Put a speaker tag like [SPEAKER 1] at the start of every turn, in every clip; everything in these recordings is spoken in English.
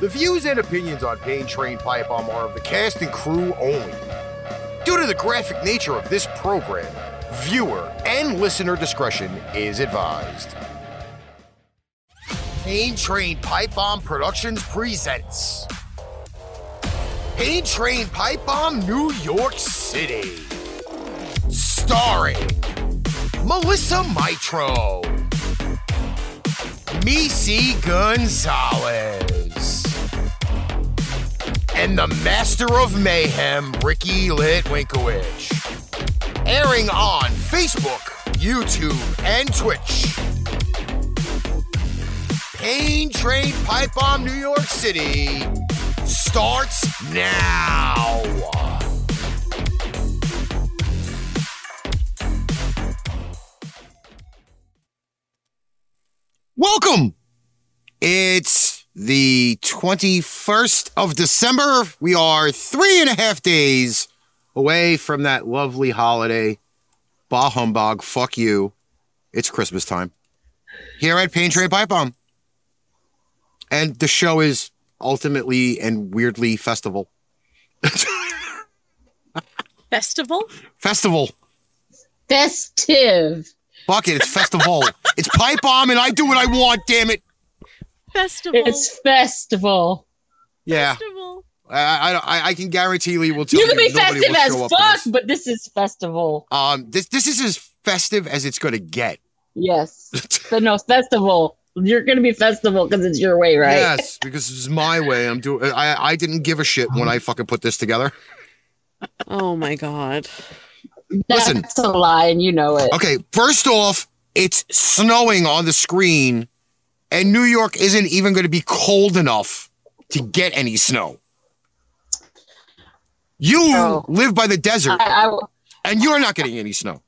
[SPEAKER 1] The views and opinions on Pain Train Pipe Bomb are of the cast and crew only. Due to the graphic nature of this program, viewer and listener discretion is advised. Pain Train Pipe Bomb Productions presents Pain Train Pipe Bomb New York City. Starring Melissa Mitro, Missy Gonzalez, and the Master of Mayhem, Ricky Litwinkowicz. Airing on Facebook, YouTube, and Twitch. Pain Train Pipe Bomb New York City starts now. Welcome. It's the 21st of December. We are three and a half days away from that lovely holiday. Bah humbug, fuck you. It's Christmas time here at Pain Train Pipe Bomb. And the show is ultimately and weirdly festival.
[SPEAKER 2] festival?
[SPEAKER 1] festival.
[SPEAKER 3] Festive.
[SPEAKER 1] Fuck it, it's festival. it's pipe bomb and I do what I want, damn it.
[SPEAKER 2] Festival.
[SPEAKER 3] It's festival.
[SPEAKER 1] Yeah,
[SPEAKER 2] Festival.
[SPEAKER 1] I, I, I can guarantee Lee will tell
[SPEAKER 3] You
[SPEAKER 1] you,
[SPEAKER 3] can be
[SPEAKER 1] nobody
[SPEAKER 3] festive
[SPEAKER 1] will
[SPEAKER 3] as
[SPEAKER 1] show up for
[SPEAKER 3] fuck,
[SPEAKER 1] this.
[SPEAKER 3] but this is festival.
[SPEAKER 1] Um, this this is as festive as it's going to get.
[SPEAKER 3] Yes. so no festival. You're gonna be festival because it's your way, right?
[SPEAKER 1] Yes, because it's my way. I'm doing. I I didn't give a shit when I fucking put this together.
[SPEAKER 2] Oh my god.
[SPEAKER 3] That's
[SPEAKER 1] Listen.
[SPEAKER 3] a lie, and you know it.
[SPEAKER 1] Okay, first off, it's snowing on the screen, and New York isn't even going to be cold enough to get any snow. You
[SPEAKER 3] No.
[SPEAKER 1] live by the desert,
[SPEAKER 3] I, I-
[SPEAKER 1] and you're not getting any snow.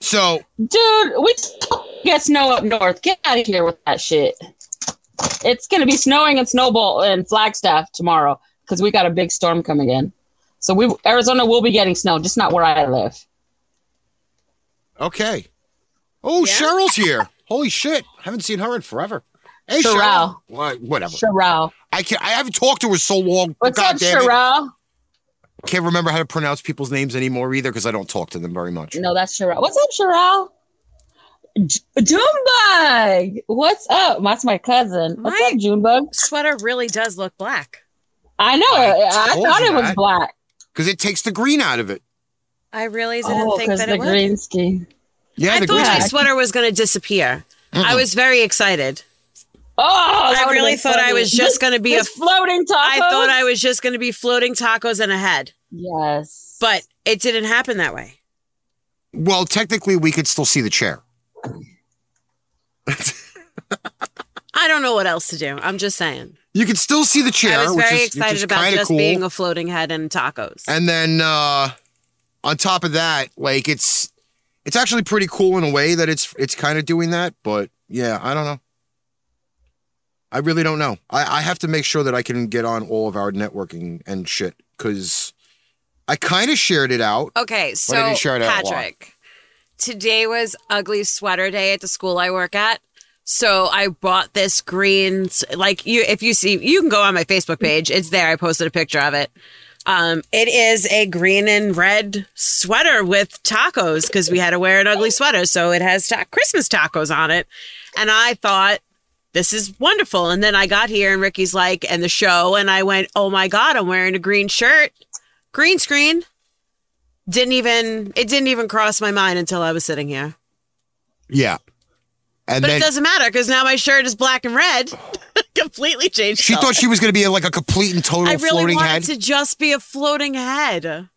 [SPEAKER 1] So
[SPEAKER 3] dude, we just get snow up north. Get out of here with that shit. It's gonna be snowing and snowball and Flagstaff tomorrow because we got a big storm coming in. So we Arizona will be getting snow, just not where I live.
[SPEAKER 1] okay. Oh,
[SPEAKER 2] Yeah?
[SPEAKER 1] Cheryl's here. Holy shit! Haven't seen her in forever. Hey,
[SPEAKER 3] Cheryl.
[SPEAKER 1] Cheryl. Wha- Whatever.
[SPEAKER 3] Sherelle.
[SPEAKER 1] I can not I haven't talked to her so long.
[SPEAKER 3] What's
[SPEAKER 1] God
[SPEAKER 3] up,
[SPEAKER 1] damn it.
[SPEAKER 3] Sherelle?
[SPEAKER 1] Can't remember how to pronounce people's names anymore either because I don't talk to them very much.
[SPEAKER 3] No, that's Sherelle. What's up, Sherelle? J- Junebug. What's up? That's my cousin. What's
[SPEAKER 2] My-
[SPEAKER 3] up, Junebug?
[SPEAKER 2] Sweater really does look black.
[SPEAKER 3] I know.
[SPEAKER 1] I
[SPEAKER 3] I, I
[SPEAKER 1] told
[SPEAKER 3] thought
[SPEAKER 1] you
[SPEAKER 3] it was
[SPEAKER 1] that.
[SPEAKER 3] black.
[SPEAKER 1] Because it takes the green out of it.
[SPEAKER 2] I realized I didn't
[SPEAKER 3] Oh,
[SPEAKER 2] think
[SPEAKER 3] because
[SPEAKER 2] that
[SPEAKER 3] the
[SPEAKER 2] it would.
[SPEAKER 3] green skin.
[SPEAKER 1] Yeah,
[SPEAKER 2] I
[SPEAKER 1] the
[SPEAKER 2] thought
[SPEAKER 1] green.
[SPEAKER 2] my
[SPEAKER 3] skin.
[SPEAKER 2] sweater was going to disappear. I was very excited.
[SPEAKER 3] Oh, that
[SPEAKER 2] I
[SPEAKER 3] would've
[SPEAKER 2] really
[SPEAKER 3] been
[SPEAKER 2] thought I
[SPEAKER 3] funny.
[SPEAKER 2] was just going to be a.
[SPEAKER 3] Just floating tacos.
[SPEAKER 2] I thought I was just going to be floating tacos and a head,
[SPEAKER 3] Yes.
[SPEAKER 2] but it didn't happen that way.
[SPEAKER 1] Well, technically, we could still see the chair.
[SPEAKER 2] I don't know what else to do. I'm just saying.
[SPEAKER 1] You could still see the chair,
[SPEAKER 2] I was
[SPEAKER 1] which
[SPEAKER 2] very
[SPEAKER 1] is,
[SPEAKER 2] excited about
[SPEAKER 1] kind of
[SPEAKER 2] just
[SPEAKER 1] cool.
[SPEAKER 2] being a floating head and tacos.
[SPEAKER 1] and then uh, on top of that, like it's it's actually pretty cool in a way that it's it's kind of doing that. But yeah, I don't know. I really don't know. I, I have to make sure that I can get on all of our networking and shit because I kind of shared it out.
[SPEAKER 2] Okay, so
[SPEAKER 1] didn't share it out a lot.
[SPEAKER 2] Patrick, today was ugly sweater day at the school I work at. So I bought this green, s- like you, if you see, you can go on my Facebook page. It's there. I posted a picture of it. Um, it is a green and red sweater with tacos because we had to wear an ugly sweater. So it has ta- Christmas tacos on it. And I thought, this is wonderful. And then I got here and Ricky's like, and the show, and I went, oh my God, I'm wearing a green shirt, green screen didn't even it didn't even cross my mind until I was sitting here.
[SPEAKER 1] Yeah, and
[SPEAKER 2] But
[SPEAKER 1] then
[SPEAKER 2] it doesn't matter because now my shirt is black and red. Completely changed.
[SPEAKER 1] she
[SPEAKER 2] color.
[SPEAKER 1] thought she was going to be like a complete and total
[SPEAKER 2] I really
[SPEAKER 1] floating
[SPEAKER 2] wanted
[SPEAKER 1] head.
[SPEAKER 2] to just be a floating head.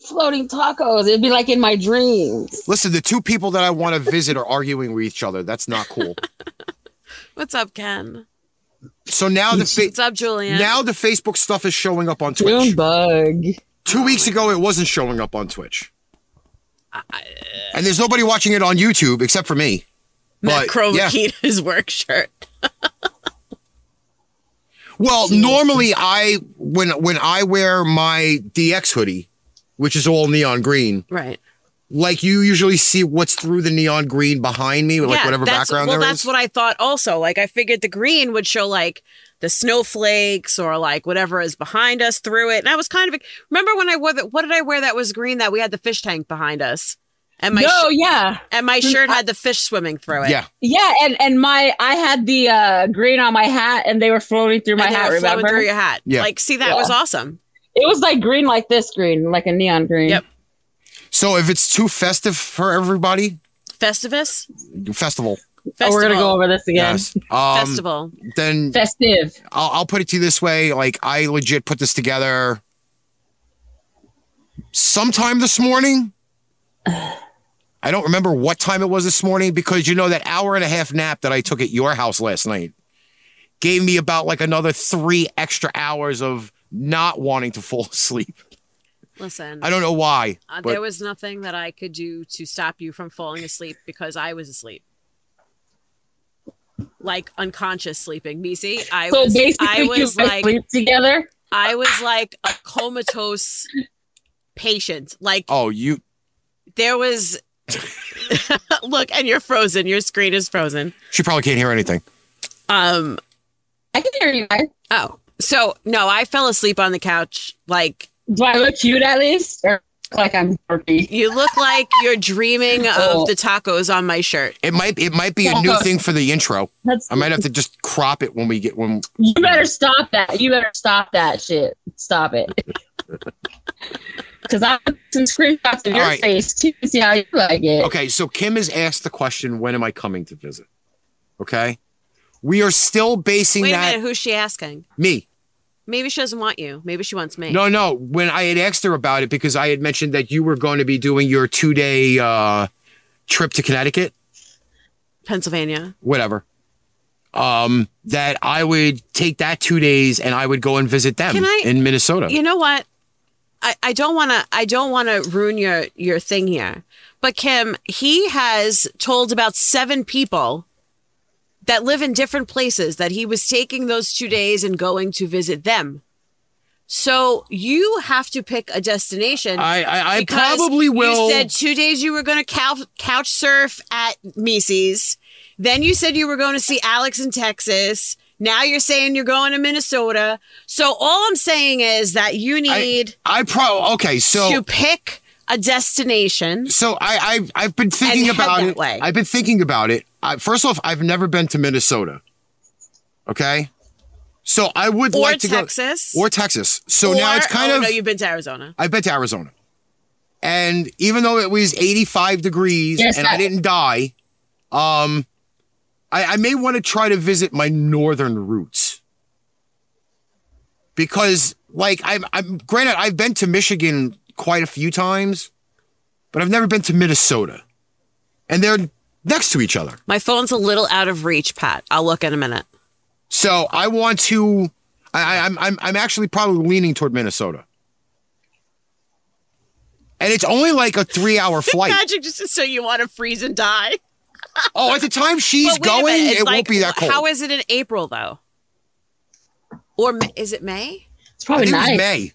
[SPEAKER 3] floating tacos. It'd be like in my dreams.
[SPEAKER 1] Listen, the two people that I want to visit are arguing with each other. That's not cool.
[SPEAKER 2] What's up, Ken?
[SPEAKER 1] So now the fa-
[SPEAKER 2] What's up, Julian?
[SPEAKER 1] now the Facebook stuff is showing up on Twitch.
[SPEAKER 3] Junebug.
[SPEAKER 1] Two weeks ago, it wasn't showing up on Twitch,
[SPEAKER 2] uh,
[SPEAKER 1] and there's nobody watching it on YouTube except for me.
[SPEAKER 2] Matt
[SPEAKER 1] But yeah,
[SPEAKER 2] Kromakita's work shirt.
[SPEAKER 1] well, normally I when when I wear my DX hoodie, which is all neon green,
[SPEAKER 2] Right.
[SPEAKER 1] like you usually see what's through the neon green behind me, like whatever
[SPEAKER 2] that's,
[SPEAKER 1] background
[SPEAKER 2] well,
[SPEAKER 1] there
[SPEAKER 2] that's
[SPEAKER 1] is.
[SPEAKER 2] what I thought also. Like I figured the green would show like the snowflakes or like whatever is behind us through it. And I was kind of remember when I wore that what did I wear that was green that we had the fish tank behind us? And my
[SPEAKER 4] no,
[SPEAKER 2] sh-
[SPEAKER 4] yeah,
[SPEAKER 2] and my shirt had the fish swimming through it.
[SPEAKER 1] yeah,
[SPEAKER 4] yeah, and and my I had the uh, green on my hat, and they were floating through
[SPEAKER 2] And
[SPEAKER 4] my
[SPEAKER 2] they
[SPEAKER 4] hat.
[SPEAKER 2] were flowing
[SPEAKER 4] Remember,
[SPEAKER 2] through your hat.
[SPEAKER 1] Yeah.
[SPEAKER 2] Like see that
[SPEAKER 4] Yeah.
[SPEAKER 2] was awesome.
[SPEAKER 4] it was like green, like this green, like a neon green.
[SPEAKER 2] Yep.
[SPEAKER 1] So if it's too festive for everybody,
[SPEAKER 2] Festivus?
[SPEAKER 1] festival.
[SPEAKER 2] Festival.
[SPEAKER 4] Oh, we're gonna go over this again.
[SPEAKER 1] Yes. Um,
[SPEAKER 2] Festival.
[SPEAKER 1] Then
[SPEAKER 4] Festive.
[SPEAKER 1] I'll, I'll put it to you this way: like I legit put this together sometime this morning. I don't remember what time it was this morning because you know that hour and a half nap that I took at your house last night gave me about like another three extra hours of not wanting to fall asleep.
[SPEAKER 2] Listen.
[SPEAKER 1] I don't know why.
[SPEAKER 2] uh,
[SPEAKER 1] but-
[SPEAKER 2] there was nothing that I could do to stop you from falling asleep because I was asleep. Like unconscious sleeping. Me see, I
[SPEAKER 4] so
[SPEAKER 2] was
[SPEAKER 4] basically,
[SPEAKER 2] I
[SPEAKER 4] you
[SPEAKER 2] was
[SPEAKER 4] guys
[SPEAKER 2] like
[SPEAKER 4] sleep together.
[SPEAKER 2] I was like a comatose patient. Like
[SPEAKER 1] Oh, you
[SPEAKER 2] there was look, and you're frozen. Your screen is frozen.
[SPEAKER 1] she probably can't hear anything.
[SPEAKER 2] Um
[SPEAKER 4] I can hear you guys.
[SPEAKER 2] oh. So no, I fell asleep on the couch. Like
[SPEAKER 4] Do I look cute at least, or like I'm dorky?
[SPEAKER 2] you look like you're dreaming of
[SPEAKER 4] Oh.
[SPEAKER 2] the tacos on my shirt.
[SPEAKER 1] It might it might be a new thing for the intro.
[SPEAKER 4] That's
[SPEAKER 1] I might have to just crop it when we get when
[SPEAKER 4] You better stop that. You better stop that shit. Stop it. Because I have some screenshots of
[SPEAKER 1] All
[SPEAKER 4] your
[SPEAKER 1] right.
[SPEAKER 4] face too. to See how you like it.
[SPEAKER 1] Okay, so Kim has asked the question, when am I coming to visit? Okay. We are still basing
[SPEAKER 2] Wait a
[SPEAKER 1] that
[SPEAKER 2] minute, who's she asking?
[SPEAKER 1] me.
[SPEAKER 2] Maybe she doesn't want you. Maybe she wants me.
[SPEAKER 1] No, no. When I had asked her about it because I had mentioned that you were going to be doing your two day uh trip to Connecticut,
[SPEAKER 2] Pennsylvania.
[SPEAKER 1] whatever. Um, that I would take that two days and I would go and visit them
[SPEAKER 2] Can I-
[SPEAKER 1] in Minnesota.
[SPEAKER 2] You know what? I, I don't want to I don't want to ruin your your thing here. But Kim, he has told about 7 people that live in different places that he was taking those 2 days and going to visit them. So you have to pick a destination.
[SPEAKER 1] I I, I
[SPEAKER 2] because
[SPEAKER 1] probably will
[SPEAKER 2] You said two days you were going to couch, couch surf at Macy's. Then you said you were going to see Alex in Texas. Now you're saying you're going to Minnesota. So all I'm saying is that you need
[SPEAKER 1] I pro okay, so
[SPEAKER 2] to pick a destination.
[SPEAKER 1] so I, I I've been thinking
[SPEAKER 2] head
[SPEAKER 1] about
[SPEAKER 2] that
[SPEAKER 1] it.
[SPEAKER 2] way.
[SPEAKER 1] I've been thinking about it. I, first off, I've never been to Minnesota. Okay, so I would
[SPEAKER 2] Or
[SPEAKER 1] like to
[SPEAKER 2] Texas.
[SPEAKER 1] go or Texas. So now it's kind
[SPEAKER 2] oh,
[SPEAKER 1] of
[SPEAKER 2] No, you've been to Arizona.
[SPEAKER 1] I've been to Arizona, and even though it was 85 degrees
[SPEAKER 4] Yes,
[SPEAKER 1] and I
[SPEAKER 4] that-
[SPEAKER 1] didn't die, um, I, I may want to try to visit my northern roots because, like, I'm, I'm granted I've been to Michigan quite a few times, but I've never been to Minnesota, and they're next to each other.
[SPEAKER 2] My phone's a little out of reach, Pat. I'll look in a minute.
[SPEAKER 1] So I want to. I, I- I'm I'm I'm actually probably leaning toward Minnesota. And it's only like a three-hour flight.
[SPEAKER 2] Magic just so you want to freeze and die.
[SPEAKER 1] Oh, at the time she's
[SPEAKER 2] But wait a
[SPEAKER 1] going,
[SPEAKER 2] minute, it's
[SPEAKER 1] it won't
[SPEAKER 2] like,
[SPEAKER 1] be that cold.
[SPEAKER 2] How is it in April though? Or Ma- is it May?
[SPEAKER 4] It's
[SPEAKER 1] I
[SPEAKER 4] probably
[SPEAKER 1] think it was
[SPEAKER 4] nice.
[SPEAKER 1] May,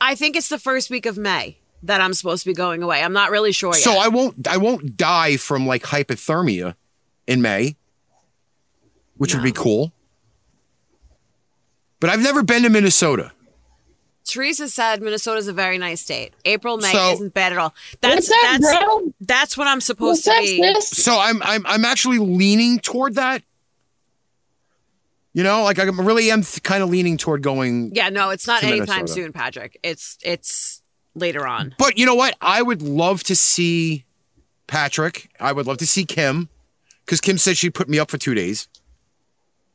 [SPEAKER 2] I think it's the first week of May that I'm supposed to be going away. I'm not really sure yet.
[SPEAKER 1] so I won't I won't die from like hypothermia in May, which would be cool. But I've never been to Minnesota.
[SPEAKER 2] Teresa said Minnesota's a very nice state. April, May
[SPEAKER 1] So-
[SPEAKER 2] isn't bad at all. That's
[SPEAKER 4] What's up,
[SPEAKER 2] that's
[SPEAKER 4] bro?
[SPEAKER 2] that's what I'm supposed
[SPEAKER 4] What's up,
[SPEAKER 2] to be.
[SPEAKER 4] sis?
[SPEAKER 1] So I'm I'm I'm actually leaning toward that. You know, like I'm really am kind of leaning toward going.
[SPEAKER 2] Yeah, no, it's not
[SPEAKER 1] To
[SPEAKER 2] anytime
[SPEAKER 1] Minnesota.
[SPEAKER 2] soon, Patrick. It's it's later on.
[SPEAKER 1] But you know what? I would love to see Patrick. I would love to see Kim, because Kim said she'd put me up for two days.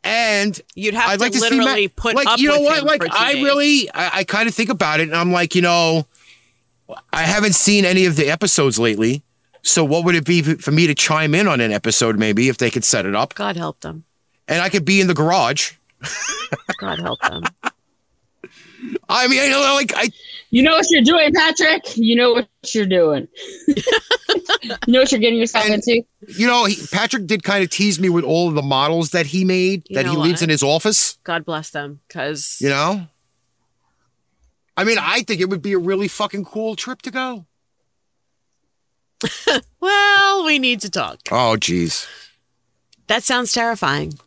[SPEAKER 1] And
[SPEAKER 2] You'd have
[SPEAKER 1] I'd
[SPEAKER 2] to
[SPEAKER 1] like to see
[SPEAKER 2] literally
[SPEAKER 1] Matt.
[SPEAKER 2] put
[SPEAKER 1] like
[SPEAKER 2] up
[SPEAKER 1] you know
[SPEAKER 2] with
[SPEAKER 1] what?
[SPEAKER 2] him
[SPEAKER 1] Like
[SPEAKER 2] for two
[SPEAKER 1] I
[SPEAKER 2] days.
[SPEAKER 1] really, I, I kind of think about it, and I'm like, you know, I haven't seen any of the episodes lately. So what would it be f- for me to chime in on an episode, maybe if they could set it up,
[SPEAKER 2] God help them.
[SPEAKER 1] and I could be in the garage?
[SPEAKER 2] God help them.
[SPEAKER 1] I mean, I know, like I,
[SPEAKER 4] You know what you're doing, Patrick. You know what you're doing. you know what you're getting yourself
[SPEAKER 1] And-
[SPEAKER 4] into.
[SPEAKER 1] you know, he, Patrick did kind of tease me with all of the models that he made
[SPEAKER 2] You
[SPEAKER 1] that he
[SPEAKER 2] know
[SPEAKER 1] leaves
[SPEAKER 2] what?
[SPEAKER 1] in his office.
[SPEAKER 2] God bless them cuz
[SPEAKER 1] You know? I mean, I think it would be a really fucking cool trip to go.
[SPEAKER 2] Well, we need to talk.
[SPEAKER 1] Oh, jeez.
[SPEAKER 2] That sounds terrifying.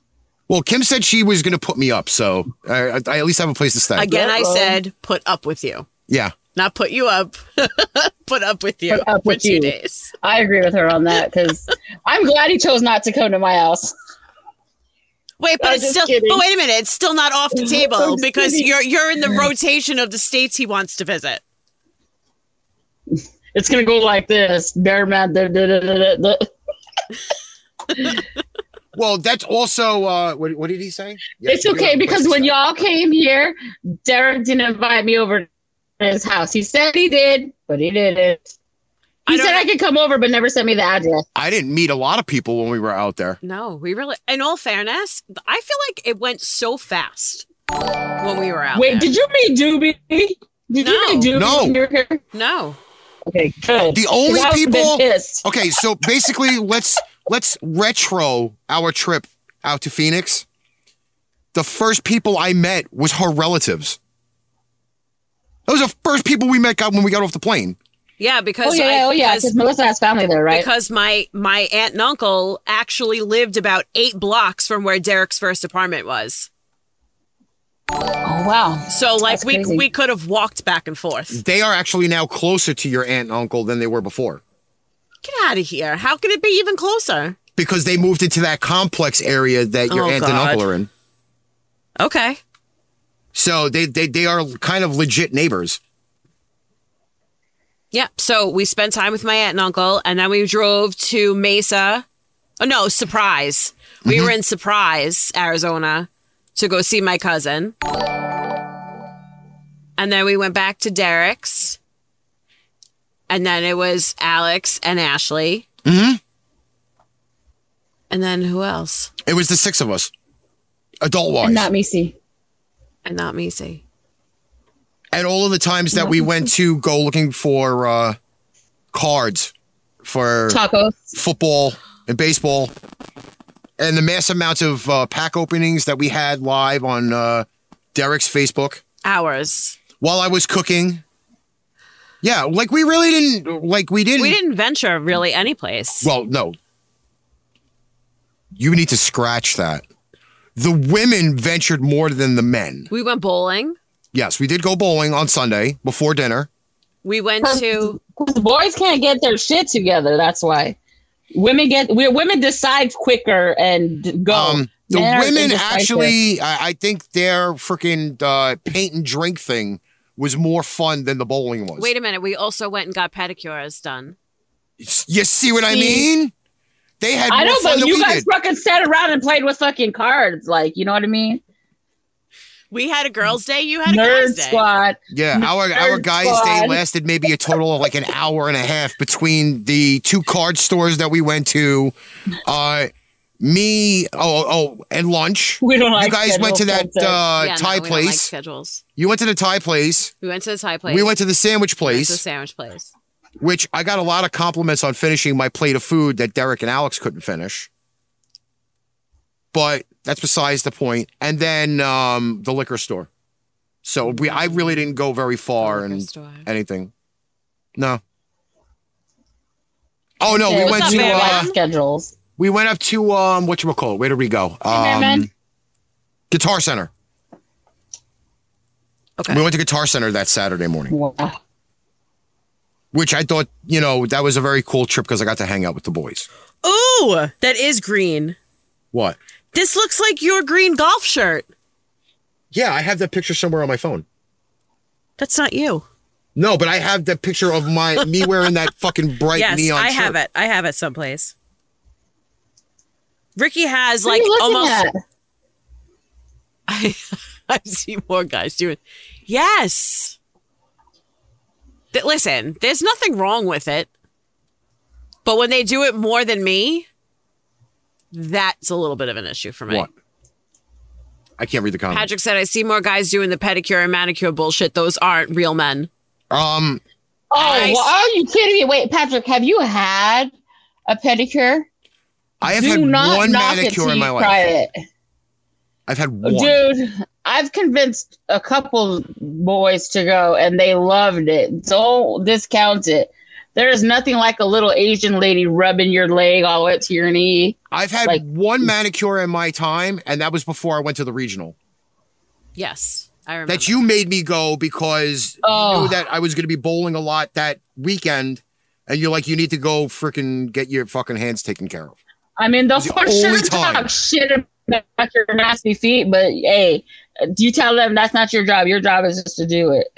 [SPEAKER 1] Well, Kim said she was going to put me up, so I, I at least have a place to stay.
[SPEAKER 2] Again, I
[SPEAKER 3] Uh-oh.
[SPEAKER 2] said put up with you,
[SPEAKER 1] yeah.
[SPEAKER 2] not put you up. put up with you
[SPEAKER 3] Put up
[SPEAKER 2] for
[SPEAKER 3] with
[SPEAKER 2] two
[SPEAKER 3] you.
[SPEAKER 2] days.
[SPEAKER 3] I agree with her on that because I'm glad he chose not to come to my house.
[SPEAKER 2] Wait, but
[SPEAKER 3] I'm
[SPEAKER 2] it's
[SPEAKER 3] just
[SPEAKER 2] still.
[SPEAKER 3] kidding.
[SPEAKER 2] But wait a minute, it's still not off the table
[SPEAKER 3] I'm
[SPEAKER 2] because
[SPEAKER 3] kidding.
[SPEAKER 2] you're you're in the rotation of the states he wants to visit.
[SPEAKER 3] It's gonna go like this: bear man. Da, da, da, da, da, da.
[SPEAKER 1] Well, that's also uh, what, what did he say? Yeah,
[SPEAKER 3] it's
[SPEAKER 1] you have
[SPEAKER 3] okay
[SPEAKER 1] a place
[SPEAKER 3] because
[SPEAKER 1] to
[SPEAKER 3] when
[SPEAKER 1] stay.
[SPEAKER 3] y'all came here, Derek didn't invite me over to his house. He said he did, but he didn't.
[SPEAKER 2] I
[SPEAKER 3] He
[SPEAKER 2] don't-
[SPEAKER 3] said I could come over, but never sent me the address.
[SPEAKER 1] I didn't meet a lot of people when we were out there.
[SPEAKER 2] No, we really. In all fairness, I feel like it went so fast when we were out. there.
[SPEAKER 3] Wait, did you meet Doobie? Did
[SPEAKER 2] No.
[SPEAKER 3] you meet Doobie
[SPEAKER 1] No.
[SPEAKER 3] when you were here?
[SPEAKER 2] no.
[SPEAKER 3] Okay, good.
[SPEAKER 1] The only
[SPEAKER 3] 'Cause I would've been
[SPEAKER 1] people-
[SPEAKER 3] pissed.
[SPEAKER 1] Okay, so basically, let's let's retro our trip out to Phoenix. The first people I met was her relatives. Those are the first people we met got when we got off the plane.
[SPEAKER 2] Yeah, because
[SPEAKER 3] Oh yeah,
[SPEAKER 2] I-
[SPEAKER 3] oh yeah,
[SPEAKER 2] because-
[SPEAKER 3] because Melissa has family there, right?
[SPEAKER 2] because my my aunt and uncle actually lived about eight blocks from where Derek's first apartment was.
[SPEAKER 3] oh wow.
[SPEAKER 2] So like
[SPEAKER 3] That's
[SPEAKER 2] we
[SPEAKER 3] crazy.
[SPEAKER 2] we could have walked back and forth.
[SPEAKER 1] They are actually now closer to your aunt and uncle than they were before
[SPEAKER 2] Get out of here! How could it be even closer?
[SPEAKER 1] because they moved into that complex area that your
[SPEAKER 2] Oh,
[SPEAKER 1] aunt and
[SPEAKER 2] God.
[SPEAKER 1] uncle are in.
[SPEAKER 2] Okay,
[SPEAKER 1] So they, they they are kind of legit neighbors.
[SPEAKER 2] yeah. So we spent time with my aunt and uncle, and then we drove to Mesa. Oh no, Surprise!
[SPEAKER 1] Mm-hmm.
[SPEAKER 2] We were in Surprise, Arizona, to go see my cousin, and then we went back to Derek's, and then it was Alex and Ashley.
[SPEAKER 1] Mm-hmm.
[SPEAKER 2] And then who else?
[SPEAKER 1] It was the six of us, adult wise,
[SPEAKER 3] And not Missy.
[SPEAKER 2] And not Macy.
[SPEAKER 1] and all of the times that we went to go looking for uh, cards for
[SPEAKER 3] Tacos.
[SPEAKER 1] football and baseball, and the mass amounts of uh, pack openings that we had live on uh, Derek's Facebook
[SPEAKER 2] Ours.
[SPEAKER 1] while I was cooking. Yeah, like we really didn't like we didn't.
[SPEAKER 2] We didn't venture really any place.
[SPEAKER 1] Hmm. Well, no. You need to scratch that. The women ventured more than the men.
[SPEAKER 2] We went bowling.
[SPEAKER 1] Yes, we did go bowling on Sunday before dinner.
[SPEAKER 2] We went to
[SPEAKER 3] The boys can't get their shit together. That's why women get we women decide quicker and go.
[SPEAKER 1] Um, the
[SPEAKER 3] Men are
[SPEAKER 1] women
[SPEAKER 3] indecisive.
[SPEAKER 1] actually, I, I think their freaking uh, paint and drink thing was more fun than the bowling was.
[SPEAKER 2] wait a minute. We also went and got pedicures done.
[SPEAKER 1] you see what I
[SPEAKER 3] See?
[SPEAKER 1] mean? They had more
[SPEAKER 3] I know,
[SPEAKER 1] fun
[SPEAKER 3] but
[SPEAKER 1] than
[SPEAKER 3] you
[SPEAKER 1] we
[SPEAKER 3] guys
[SPEAKER 1] did.
[SPEAKER 3] fucking sat around and played with fucking cards, like you know what I mean?
[SPEAKER 2] We had a girls' day, you had a
[SPEAKER 3] Nerd
[SPEAKER 2] guys' day.
[SPEAKER 3] squad.
[SPEAKER 1] Yeah, our our
[SPEAKER 3] Nerd
[SPEAKER 1] guys they
[SPEAKER 3] squad.
[SPEAKER 1] lasted maybe a total of like an hour and a half between the two card stores that we went to. Uh me oh oh and lunch.
[SPEAKER 3] We don't like
[SPEAKER 1] you guys went to that
[SPEAKER 3] schedule princess.
[SPEAKER 1] uh
[SPEAKER 2] Yeah,
[SPEAKER 1] Thai
[SPEAKER 2] no, we don't like
[SPEAKER 1] place.
[SPEAKER 2] schedules.
[SPEAKER 1] you went to the Thai place.
[SPEAKER 2] We went to the Thai place.
[SPEAKER 1] We went to the sandwich
[SPEAKER 2] We went to the
[SPEAKER 1] place,
[SPEAKER 2] sandwich place.
[SPEAKER 1] which I got a lot of compliments on finishing my plate of food that Derek and Alex couldn't finish. But that's besides the point. And then um the liquor store. So we I really didn't go very far
[SPEAKER 2] Liquor
[SPEAKER 1] and
[SPEAKER 2] store.
[SPEAKER 1] anything. No. Oh no,
[SPEAKER 3] Yeah,
[SPEAKER 1] we
[SPEAKER 3] it's
[SPEAKER 1] went
[SPEAKER 2] up,
[SPEAKER 3] not
[SPEAKER 1] to
[SPEAKER 3] very
[SPEAKER 1] uh,
[SPEAKER 3] like schedules.
[SPEAKER 1] we went up to um what you call it? Where did we go?
[SPEAKER 3] man,
[SPEAKER 1] Um,
[SPEAKER 3] man.
[SPEAKER 1] Guitar Center.
[SPEAKER 2] Okay.
[SPEAKER 1] We went to Guitar Center that Saturday morning,
[SPEAKER 3] Wow.
[SPEAKER 1] which I thought you know that was a very cool trip because I got to hang out with the boys.
[SPEAKER 2] Ooh, that is green.
[SPEAKER 1] What?
[SPEAKER 2] This looks like your green golf shirt.
[SPEAKER 1] Yeah, I have that picture somewhere on my phone.
[SPEAKER 2] That's not you.
[SPEAKER 1] No, but I have that picture of my me wearing that fucking bright
[SPEAKER 2] yes,
[SPEAKER 1] neon
[SPEAKER 2] I have
[SPEAKER 1] shirt.
[SPEAKER 2] it. I have it someplace. Ricky has
[SPEAKER 3] What are
[SPEAKER 2] like
[SPEAKER 3] you looking
[SPEAKER 2] almost
[SPEAKER 3] at?
[SPEAKER 2] I I see more guys doing. Yes. Th- listen, there's nothing wrong with it. But when they do it more than me, that's a little bit of an issue for me.
[SPEAKER 1] What? I can't read the comment.
[SPEAKER 2] Patrick said, I see more guys doing the pedicure and manicure bullshit. Those aren't real men.
[SPEAKER 1] Um,
[SPEAKER 3] Oh,
[SPEAKER 2] Nice.
[SPEAKER 3] well, are you kidding me? Wait, Patrick, have you had a pedicure?
[SPEAKER 1] I have
[SPEAKER 3] Do
[SPEAKER 1] had
[SPEAKER 3] not
[SPEAKER 1] one
[SPEAKER 3] knock it till
[SPEAKER 1] manicure in
[SPEAKER 3] you
[SPEAKER 1] my life.
[SPEAKER 3] Try it.
[SPEAKER 1] I've had one.
[SPEAKER 3] Dude, I've convinced a couple boys to go and they loved it. Don't discount it. There is nothing like a little Asian lady rubbing your leg all the way up to your knee.
[SPEAKER 1] I've had
[SPEAKER 3] Like- mm.
[SPEAKER 1] one manicure in my time, and that was before I went to the regional.
[SPEAKER 2] Yes, I remember.
[SPEAKER 1] That you made me go because you
[SPEAKER 3] Oh,
[SPEAKER 1] knew that I was going to be bowling a lot that weekend, and you're like, you need to go freaking get your fucking hands taken care of.
[SPEAKER 3] I mean, those
[SPEAKER 1] It's the
[SPEAKER 3] folks
[SPEAKER 1] only
[SPEAKER 3] should
[SPEAKER 1] time.
[SPEAKER 3] talk shit about your nasty feet, but hey, you tell them that's not your job. Your job is just to do it.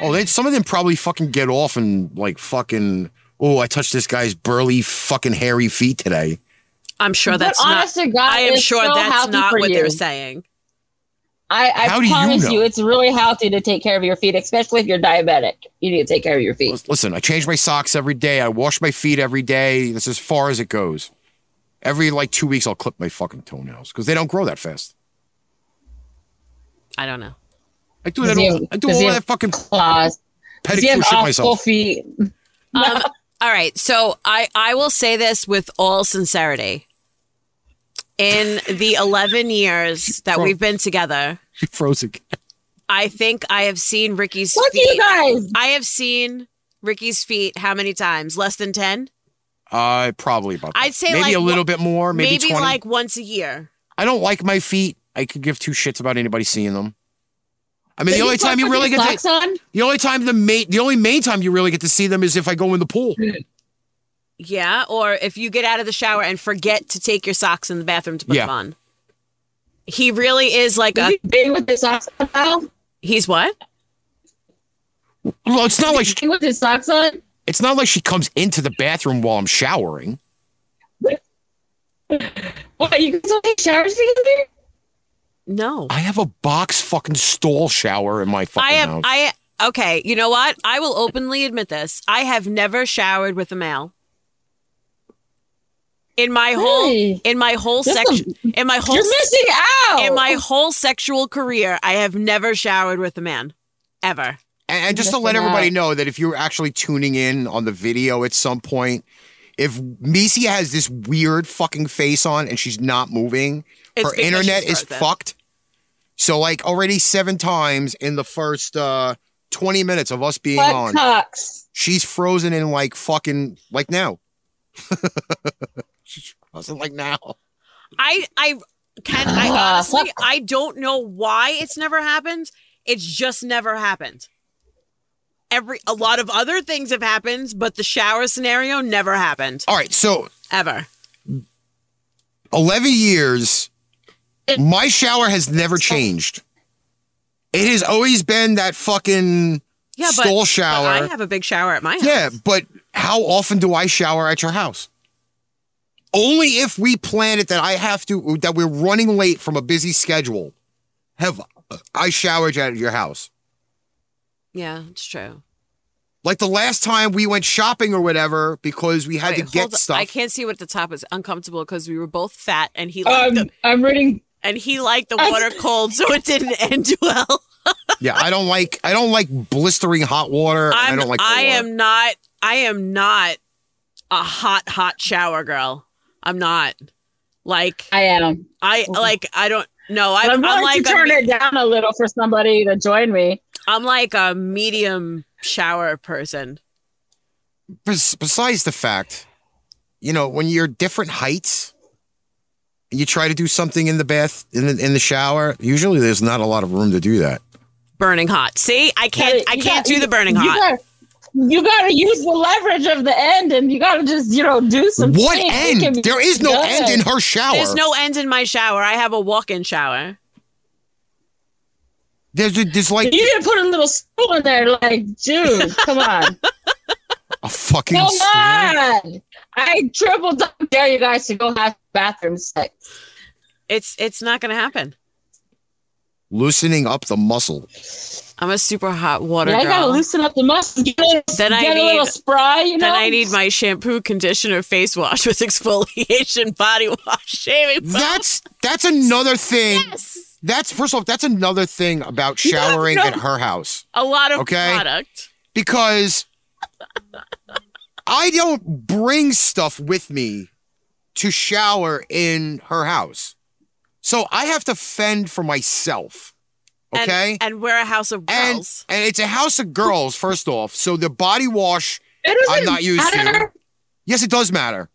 [SPEAKER 1] Oh, they, some of them probably fucking get off and like fucking. Oh, I touched this guy's burly fucking hairy feet today.
[SPEAKER 2] I'm sure
[SPEAKER 3] But
[SPEAKER 2] that's not.
[SPEAKER 3] honest to God,
[SPEAKER 2] I am
[SPEAKER 3] it's
[SPEAKER 2] sure
[SPEAKER 3] so
[SPEAKER 2] that's
[SPEAKER 3] healthy
[SPEAKER 2] not
[SPEAKER 3] for
[SPEAKER 2] what
[SPEAKER 3] you.
[SPEAKER 2] they're saying.
[SPEAKER 3] I, I
[SPEAKER 1] How do you
[SPEAKER 3] promise
[SPEAKER 1] know?
[SPEAKER 3] you, it's really healthy to take care of your feet, especially if you're diabetic. You need to take care of your feet.
[SPEAKER 1] Listen, I change my socks every day. I wash my feet every day. That's as far as it goes. Every like two weeks, I'll clip my fucking toenails because they don't grow that fast.
[SPEAKER 2] I don't know.
[SPEAKER 1] I do that.
[SPEAKER 3] Does he
[SPEAKER 1] All,
[SPEAKER 3] have-
[SPEAKER 1] I do
[SPEAKER 3] does
[SPEAKER 1] all
[SPEAKER 3] he
[SPEAKER 1] that
[SPEAKER 3] have-
[SPEAKER 1] fucking
[SPEAKER 3] Claws. Does he
[SPEAKER 1] pedicure
[SPEAKER 3] have
[SPEAKER 1] shit
[SPEAKER 3] awful
[SPEAKER 1] myself.
[SPEAKER 3] feet?
[SPEAKER 2] Um, all right, so I I will say this with all sincerity. In the 11 years that
[SPEAKER 1] Bro.
[SPEAKER 2] we've been together,
[SPEAKER 1] Frozen.
[SPEAKER 2] I think I have seen Ricky's
[SPEAKER 3] Look at
[SPEAKER 2] feet.
[SPEAKER 3] you guys.
[SPEAKER 2] I have seen Ricky's feet how many times? Less than 10?
[SPEAKER 1] Uh, probably about. that.
[SPEAKER 2] I'd say,
[SPEAKER 1] maybe
[SPEAKER 2] like,
[SPEAKER 1] a little bit more. Maybe,
[SPEAKER 2] Maybe,
[SPEAKER 1] twenty.
[SPEAKER 2] like once a year.
[SPEAKER 1] I don't like my feet. I could give two shits about anybody seeing them. I mean,
[SPEAKER 3] Did
[SPEAKER 1] the only
[SPEAKER 3] put
[SPEAKER 1] time you
[SPEAKER 3] fucking
[SPEAKER 1] really get to,
[SPEAKER 3] socks on?
[SPEAKER 1] the only time the main the only main time you really get to see them is if I go in the pool.
[SPEAKER 2] Yeah, or if you get out of the shower and forget to take your socks in the bathroom to put
[SPEAKER 1] Yeah.
[SPEAKER 2] them on. He really is like
[SPEAKER 3] Is
[SPEAKER 2] a
[SPEAKER 3] he big with his socks on? Al? Is
[SPEAKER 2] he's what?
[SPEAKER 1] Well, it's not
[SPEAKER 3] he
[SPEAKER 1] like she,
[SPEAKER 3] big with his socks on?
[SPEAKER 1] it's not like she comes into the bathroom while I'm showering.
[SPEAKER 3] What you can still take showers together?
[SPEAKER 2] No.
[SPEAKER 1] I have a box fucking stall shower in my fucking
[SPEAKER 2] I have
[SPEAKER 1] house.
[SPEAKER 2] I okay, you know what? I will openly admit this. I have never showered with a male. In my whole
[SPEAKER 3] Really?
[SPEAKER 2] in my whole
[SPEAKER 3] That's a-
[SPEAKER 2] section in my whole
[SPEAKER 3] You're
[SPEAKER 2] s-
[SPEAKER 3] missing out.
[SPEAKER 2] in my whole sexual career, I have never showered with a man. Ever.
[SPEAKER 1] and, and just to
[SPEAKER 3] Missing
[SPEAKER 1] let everybody
[SPEAKER 3] out.
[SPEAKER 1] know that if you're actually tuning in on the video at some point, if Misia has this weird fucking face on and she's not moving,
[SPEAKER 2] It's
[SPEAKER 1] her
[SPEAKER 2] because
[SPEAKER 1] internet
[SPEAKER 2] she's
[SPEAKER 1] is
[SPEAKER 2] frozen.
[SPEAKER 1] fucked. So like already seven times in the first uh 20 minutes of us being
[SPEAKER 3] Butt
[SPEAKER 1] on,
[SPEAKER 3] cocks.
[SPEAKER 1] she's frozen in like fucking like now. she's frozen like now.
[SPEAKER 2] I I can I
[SPEAKER 3] Ah,
[SPEAKER 2] honestly I don't know why it's never happened. It's just never happened. Every a lot of other things have happened, but the shower scenario never happened
[SPEAKER 1] All right, so
[SPEAKER 2] ever.
[SPEAKER 1] 11 years my shower has never changed. It has always been that fucking
[SPEAKER 2] Yeah, but,
[SPEAKER 1] stall
[SPEAKER 2] but
[SPEAKER 1] shower.
[SPEAKER 2] I have a big shower at my house.
[SPEAKER 1] Yeah, but how often do I shower at your house? Only if we plan it that I have to that we're running late from a busy schedule. Have I showered at your house?
[SPEAKER 2] Yeah, it's true.
[SPEAKER 1] Like the last time we went shopping or whatever because we had
[SPEAKER 2] Wait,
[SPEAKER 1] to
[SPEAKER 2] hold
[SPEAKER 1] get
[SPEAKER 2] on.
[SPEAKER 1] stuff.
[SPEAKER 2] I can't see what the top is uncomfortable because we were both fat and he liked
[SPEAKER 3] Um,
[SPEAKER 2] the,
[SPEAKER 3] I'm reading.
[SPEAKER 2] and he liked the
[SPEAKER 3] I-
[SPEAKER 2] water cold, so it didn't end well.
[SPEAKER 1] yeah, I don't like I don't like blistering hot water. and I
[SPEAKER 2] I'm,
[SPEAKER 1] don't like. cold
[SPEAKER 2] I
[SPEAKER 1] water.
[SPEAKER 2] am not. I am not a hot hot shower girl. I'm not like
[SPEAKER 3] I am.
[SPEAKER 2] I like I don't. No, I,
[SPEAKER 3] But I'm
[SPEAKER 2] I'm,
[SPEAKER 3] willing
[SPEAKER 2] like
[SPEAKER 3] to
[SPEAKER 2] a,
[SPEAKER 3] turn
[SPEAKER 2] me-
[SPEAKER 3] it down a little for somebody to join me.
[SPEAKER 2] I'm like a medium shower person.
[SPEAKER 1] Bes- Besides the fact, you know, when you're different heights, and you try to do something in the bath in the, in the shower. Usually, there's not a lot of room to do that.
[SPEAKER 2] Burning hot. See, I can't. I
[SPEAKER 3] You
[SPEAKER 2] can't
[SPEAKER 3] got-
[SPEAKER 2] do the burning
[SPEAKER 3] you
[SPEAKER 2] hot.
[SPEAKER 3] Gotta, you gotta use the leverage of the end, and you gotta just you know do some.
[SPEAKER 1] What
[SPEAKER 3] things. It can
[SPEAKER 1] end?
[SPEAKER 3] be
[SPEAKER 1] There is no
[SPEAKER 3] done.
[SPEAKER 1] end in her shower.
[SPEAKER 2] There's no end in my shower. I have a walk-in shower.
[SPEAKER 1] There's, there's like
[SPEAKER 3] You didn't put a little stool in there, like dude. Come on,
[SPEAKER 1] a fucking.
[SPEAKER 3] come
[SPEAKER 1] stool.
[SPEAKER 3] on. I triple don't dare you guys to go have bathroom sex.
[SPEAKER 2] It's it's not gonna happen.
[SPEAKER 1] loosening up the muscle.
[SPEAKER 2] I'm a super hot water
[SPEAKER 3] And I gotta
[SPEAKER 2] girl.
[SPEAKER 3] loosen up the muscles. Get a,
[SPEAKER 2] Then I
[SPEAKER 3] get a little
[SPEAKER 2] need-
[SPEAKER 3] spry, you know.
[SPEAKER 2] Then I need my shampoo, conditioner, face wash with exfoliation, body wash, shaving. foam.
[SPEAKER 1] That's that's another thing.
[SPEAKER 2] Yes.
[SPEAKER 1] That's first off, that's another thing about showering
[SPEAKER 3] no.
[SPEAKER 1] at her house
[SPEAKER 2] a lot of
[SPEAKER 1] Okay.
[SPEAKER 2] product.
[SPEAKER 1] because I don't bring stuff with me to shower in her house. So I have to fend for myself.
[SPEAKER 2] And-
[SPEAKER 1] Okay.
[SPEAKER 2] And, we're a house of
[SPEAKER 1] and,
[SPEAKER 2] girls.
[SPEAKER 1] and it's a house of girls, first off. So the body wash,
[SPEAKER 3] It doesn't
[SPEAKER 1] I'm not used to.
[SPEAKER 3] matter.
[SPEAKER 1] yes, it does matter.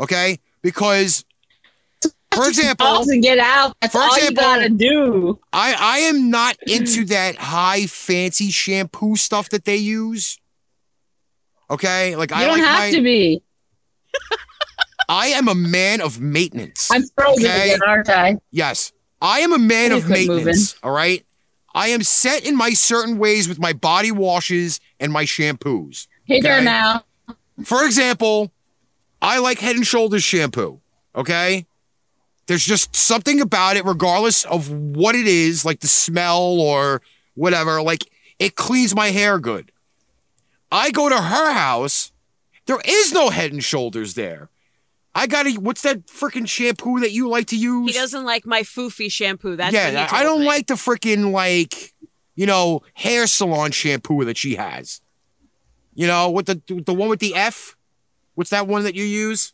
[SPEAKER 1] Okay? Because for example,
[SPEAKER 3] Balls and get out. That's
[SPEAKER 1] For
[SPEAKER 3] all
[SPEAKER 1] example-
[SPEAKER 3] you gotta do.
[SPEAKER 1] I, I am not into that high fancy shampoo stuff that they use. Okay? Like
[SPEAKER 3] You
[SPEAKER 1] I
[SPEAKER 3] don't
[SPEAKER 1] like
[SPEAKER 3] have
[SPEAKER 1] my
[SPEAKER 3] to be.
[SPEAKER 1] I am a man of maintenance.
[SPEAKER 3] I'm frozen
[SPEAKER 1] Okay.
[SPEAKER 3] again, aren't I?
[SPEAKER 1] Yes. I am a man
[SPEAKER 3] Please
[SPEAKER 1] of
[SPEAKER 3] quit
[SPEAKER 1] maintenance. All right. I am set in my certain ways with my body washes and my shampoos.
[SPEAKER 3] Hey there
[SPEAKER 1] Okay.
[SPEAKER 3] now.
[SPEAKER 1] For example, I like head and shoulders shampoo. Okay. There's just something about it, regardless of what it is, like the smell or whatever, like it cleans my hair good. I go to her house. There is no head and shoulders there. I got to, what's that freaking shampoo that you like to use?
[SPEAKER 2] he doesn't like my foofy shampoo. That's what he
[SPEAKER 1] yeah, I I
[SPEAKER 2] told
[SPEAKER 1] don't
[SPEAKER 2] me.
[SPEAKER 1] like the freaking like, you know, hair salon shampoo that she has. You know, with the the one with the F. What's that one that you use?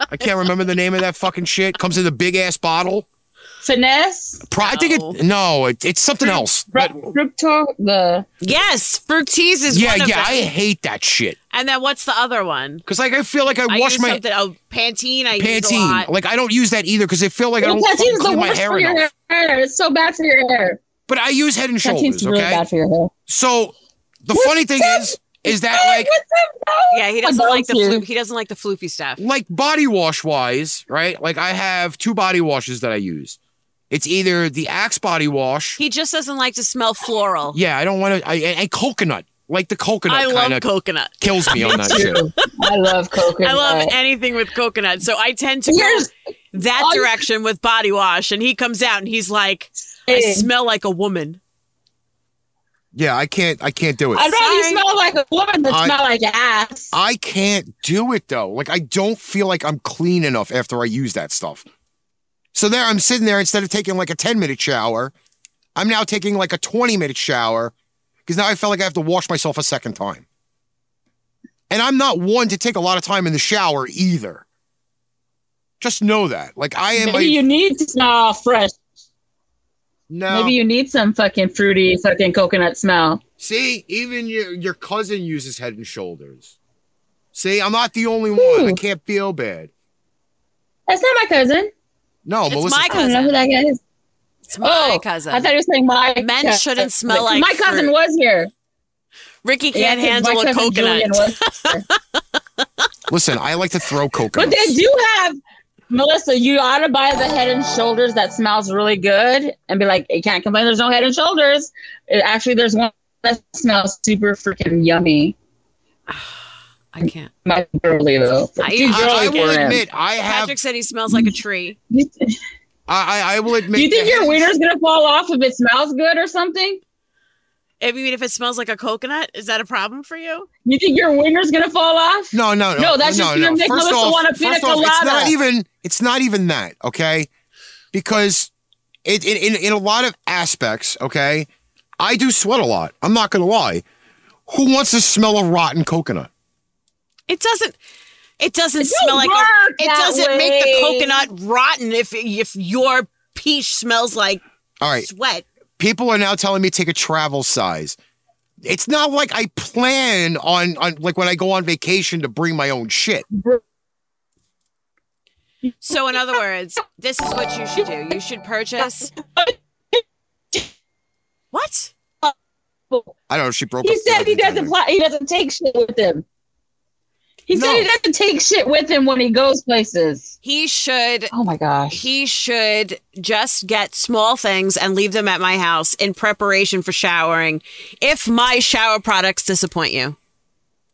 [SPEAKER 1] I can't remember the name of that fucking shit. Comes in a big ass bottle.
[SPEAKER 3] Finesse.
[SPEAKER 1] Pro- I think it. No, it, it's something else. But-
[SPEAKER 3] Crypto the
[SPEAKER 2] Yes, fructis is
[SPEAKER 1] yeah,
[SPEAKER 2] one of
[SPEAKER 1] yeah,
[SPEAKER 2] them.
[SPEAKER 1] I hate that shit.
[SPEAKER 2] and then what's the other one?
[SPEAKER 1] Cause like I feel like I,
[SPEAKER 2] I
[SPEAKER 1] wash
[SPEAKER 2] use
[SPEAKER 1] my
[SPEAKER 2] something. Oh, Pantene. I use a
[SPEAKER 1] Pantene.
[SPEAKER 2] lot.
[SPEAKER 1] Like I don't use that either because I feel like I don't fucking
[SPEAKER 3] Tattoos the
[SPEAKER 1] clean my
[SPEAKER 3] worst
[SPEAKER 1] hair
[SPEAKER 3] for
[SPEAKER 1] enough.
[SPEAKER 3] your hair. It's so bad for your hair.
[SPEAKER 1] But I use Head and Shoulders.
[SPEAKER 3] Tattoos
[SPEAKER 1] Okay.
[SPEAKER 3] really bad for your hair.
[SPEAKER 1] so the
[SPEAKER 3] What's
[SPEAKER 1] funny thing
[SPEAKER 3] that?
[SPEAKER 1] is, is that
[SPEAKER 3] Hey,
[SPEAKER 1] like
[SPEAKER 3] what's up, bro?
[SPEAKER 2] Yeah, he doesn't
[SPEAKER 3] I
[SPEAKER 2] like the
[SPEAKER 3] love you.
[SPEAKER 2] floo- he doesn't like the floofy stuff.
[SPEAKER 1] like body wash wise, right? Like I have two body washes that I use. It's either the Axe body wash.
[SPEAKER 2] He just doesn't like to smell floral.
[SPEAKER 1] Yeah, I don't want to. I and coconut, like the
[SPEAKER 2] I
[SPEAKER 1] coconut kind
[SPEAKER 2] love
[SPEAKER 1] of
[SPEAKER 2] coconut.
[SPEAKER 1] kills me on that shit.
[SPEAKER 3] I love coconut.
[SPEAKER 2] I love anything with coconut. So I tend to go
[SPEAKER 3] Here's
[SPEAKER 2] that
[SPEAKER 3] all you-
[SPEAKER 2] direction with body wash. And he comes out and he's like,
[SPEAKER 3] the
[SPEAKER 2] I
[SPEAKER 3] thing.
[SPEAKER 2] smell like a woman.
[SPEAKER 1] Yeah, I can't. I can't do it.
[SPEAKER 3] I'd rather you
[SPEAKER 2] Sorry.
[SPEAKER 3] smell like a woman than
[SPEAKER 1] I-
[SPEAKER 3] smell like ass.
[SPEAKER 1] I can't do it though. Like I don't feel like I'm clean enough after I use that stuff. So there, I'm sitting there instead of taking like a 10 minute shower, I'm now taking like a 20 minute shower because now I feel like I have to wash myself a second time. And I'm not one to take a lot of time in the shower either. Just know that. Like I am.
[SPEAKER 3] Maybe
[SPEAKER 1] a-
[SPEAKER 3] you need to smell fresh.
[SPEAKER 1] no.
[SPEAKER 3] Maybe you need some fucking fruity fucking coconut smell.
[SPEAKER 1] See, even your your cousin uses Head and Shoulders. See, I'm not the only one. I
[SPEAKER 3] Ooh.
[SPEAKER 1] can't feel bad.
[SPEAKER 3] That's not my cousin.
[SPEAKER 1] No,
[SPEAKER 2] It's
[SPEAKER 1] Melissa.
[SPEAKER 2] my
[SPEAKER 3] I don't know who that guy is.
[SPEAKER 2] It's my
[SPEAKER 3] Oh,
[SPEAKER 2] cousin.
[SPEAKER 3] I thought he was saying my
[SPEAKER 2] Men
[SPEAKER 3] cousin.
[SPEAKER 2] shouldn't smell like
[SPEAKER 3] my cousin
[SPEAKER 2] fruit.
[SPEAKER 3] was here.
[SPEAKER 2] Ricky
[SPEAKER 3] Yeah,
[SPEAKER 2] can't
[SPEAKER 3] 'cause my
[SPEAKER 2] handle a
[SPEAKER 3] cousin
[SPEAKER 2] coconut.
[SPEAKER 3] Julian was-
[SPEAKER 1] Listen, I like to throw
[SPEAKER 3] But
[SPEAKER 1] coconuts.
[SPEAKER 3] they do have Melissa. You ought to buy the Head and Shoulders that smells really good, and be like, you can't complain. There's no Head and Shoulders. It- actually, there's one that smells super freaking yummy.
[SPEAKER 2] I can't.
[SPEAKER 3] My girly though.
[SPEAKER 2] I-
[SPEAKER 3] Too girly
[SPEAKER 1] I, I will
[SPEAKER 3] for him.
[SPEAKER 1] admit, I have.
[SPEAKER 2] Patrick said he smells like a tree.
[SPEAKER 3] Do
[SPEAKER 1] I, I I will admit.
[SPEAKER 3] you think
[SPEAKER 1] that-
[SPEAKER 3] your wiener's gonna fall off if it smells good or something?
[SPEAKER 2] I mean, if it smells like a coconut, is that a problem for you?
[SPEAKER 3] You think your wiener's gonna fall off?
[SPEAKER 1] No, no, no.
[SPEAKER 3] No, that's
[SPEAKER 1] no,
[SPEAKER 3] just
[SPEAKER 1] no.
[SPEAKER 3] gonna make
[SPEAKER 1] first
[SPEAKER 3] Melissa
[SPEAKER 1] off,
[SPEAKER 3] want a pina
[SPEAKER 1] first off, It's not
[SPEAKER 3] colada.
[SPEAKER 1] even. It's not even that. Okay, because it, in in in a lot of aspects. Okay, I do sweat a lot. I'm not gonna lie. Who wants to smell a rotten coconut?
[SPEAKER 2] It doesn't. It doesn't
[SPEAKER 3] It don't
[SPEAKER 2] smell like. A,
[SPEAKER 3] work
[SPEAKER 2] it
[SPEAKER 3] that
[SPEAKER 2] doesn't make the
[SPEAKER 3] way.
[SPEAKER 2] coconut rotten if if your peach smells like
[SPEAKER 1] All right,
[SPEAKER 2] sweat.
[SPEAKER 1] people are now telling me to take a travel size. It's not like I plan on on like when I go on vacation to bring my own shit.
[SPEAKER 2] So, in other words, this is what you should do. You should purchase. What?
[SPEAKER 1] I don't know if she broke.
[SPEAKER 3] He
[SPEAKER 1] up the
[SPEAKER 3] said he
[SPEAKER 1] other
[SPEAKER 3] doesn't.
[SPEAKER 1] day.
[SPEAKER 3] Pl- he doesn't take shit with him. He
[SPEAKER 1] No.
[SPEAKER 3] said he doesn't take shit with him when he goes places.
[SPEAKER 2] He should.
[SPEAKER 3] Oh my gosh.
[SPEAKER 2] He should just get small things and leave them at my house in preparation for showering. If my shower products disappoint you,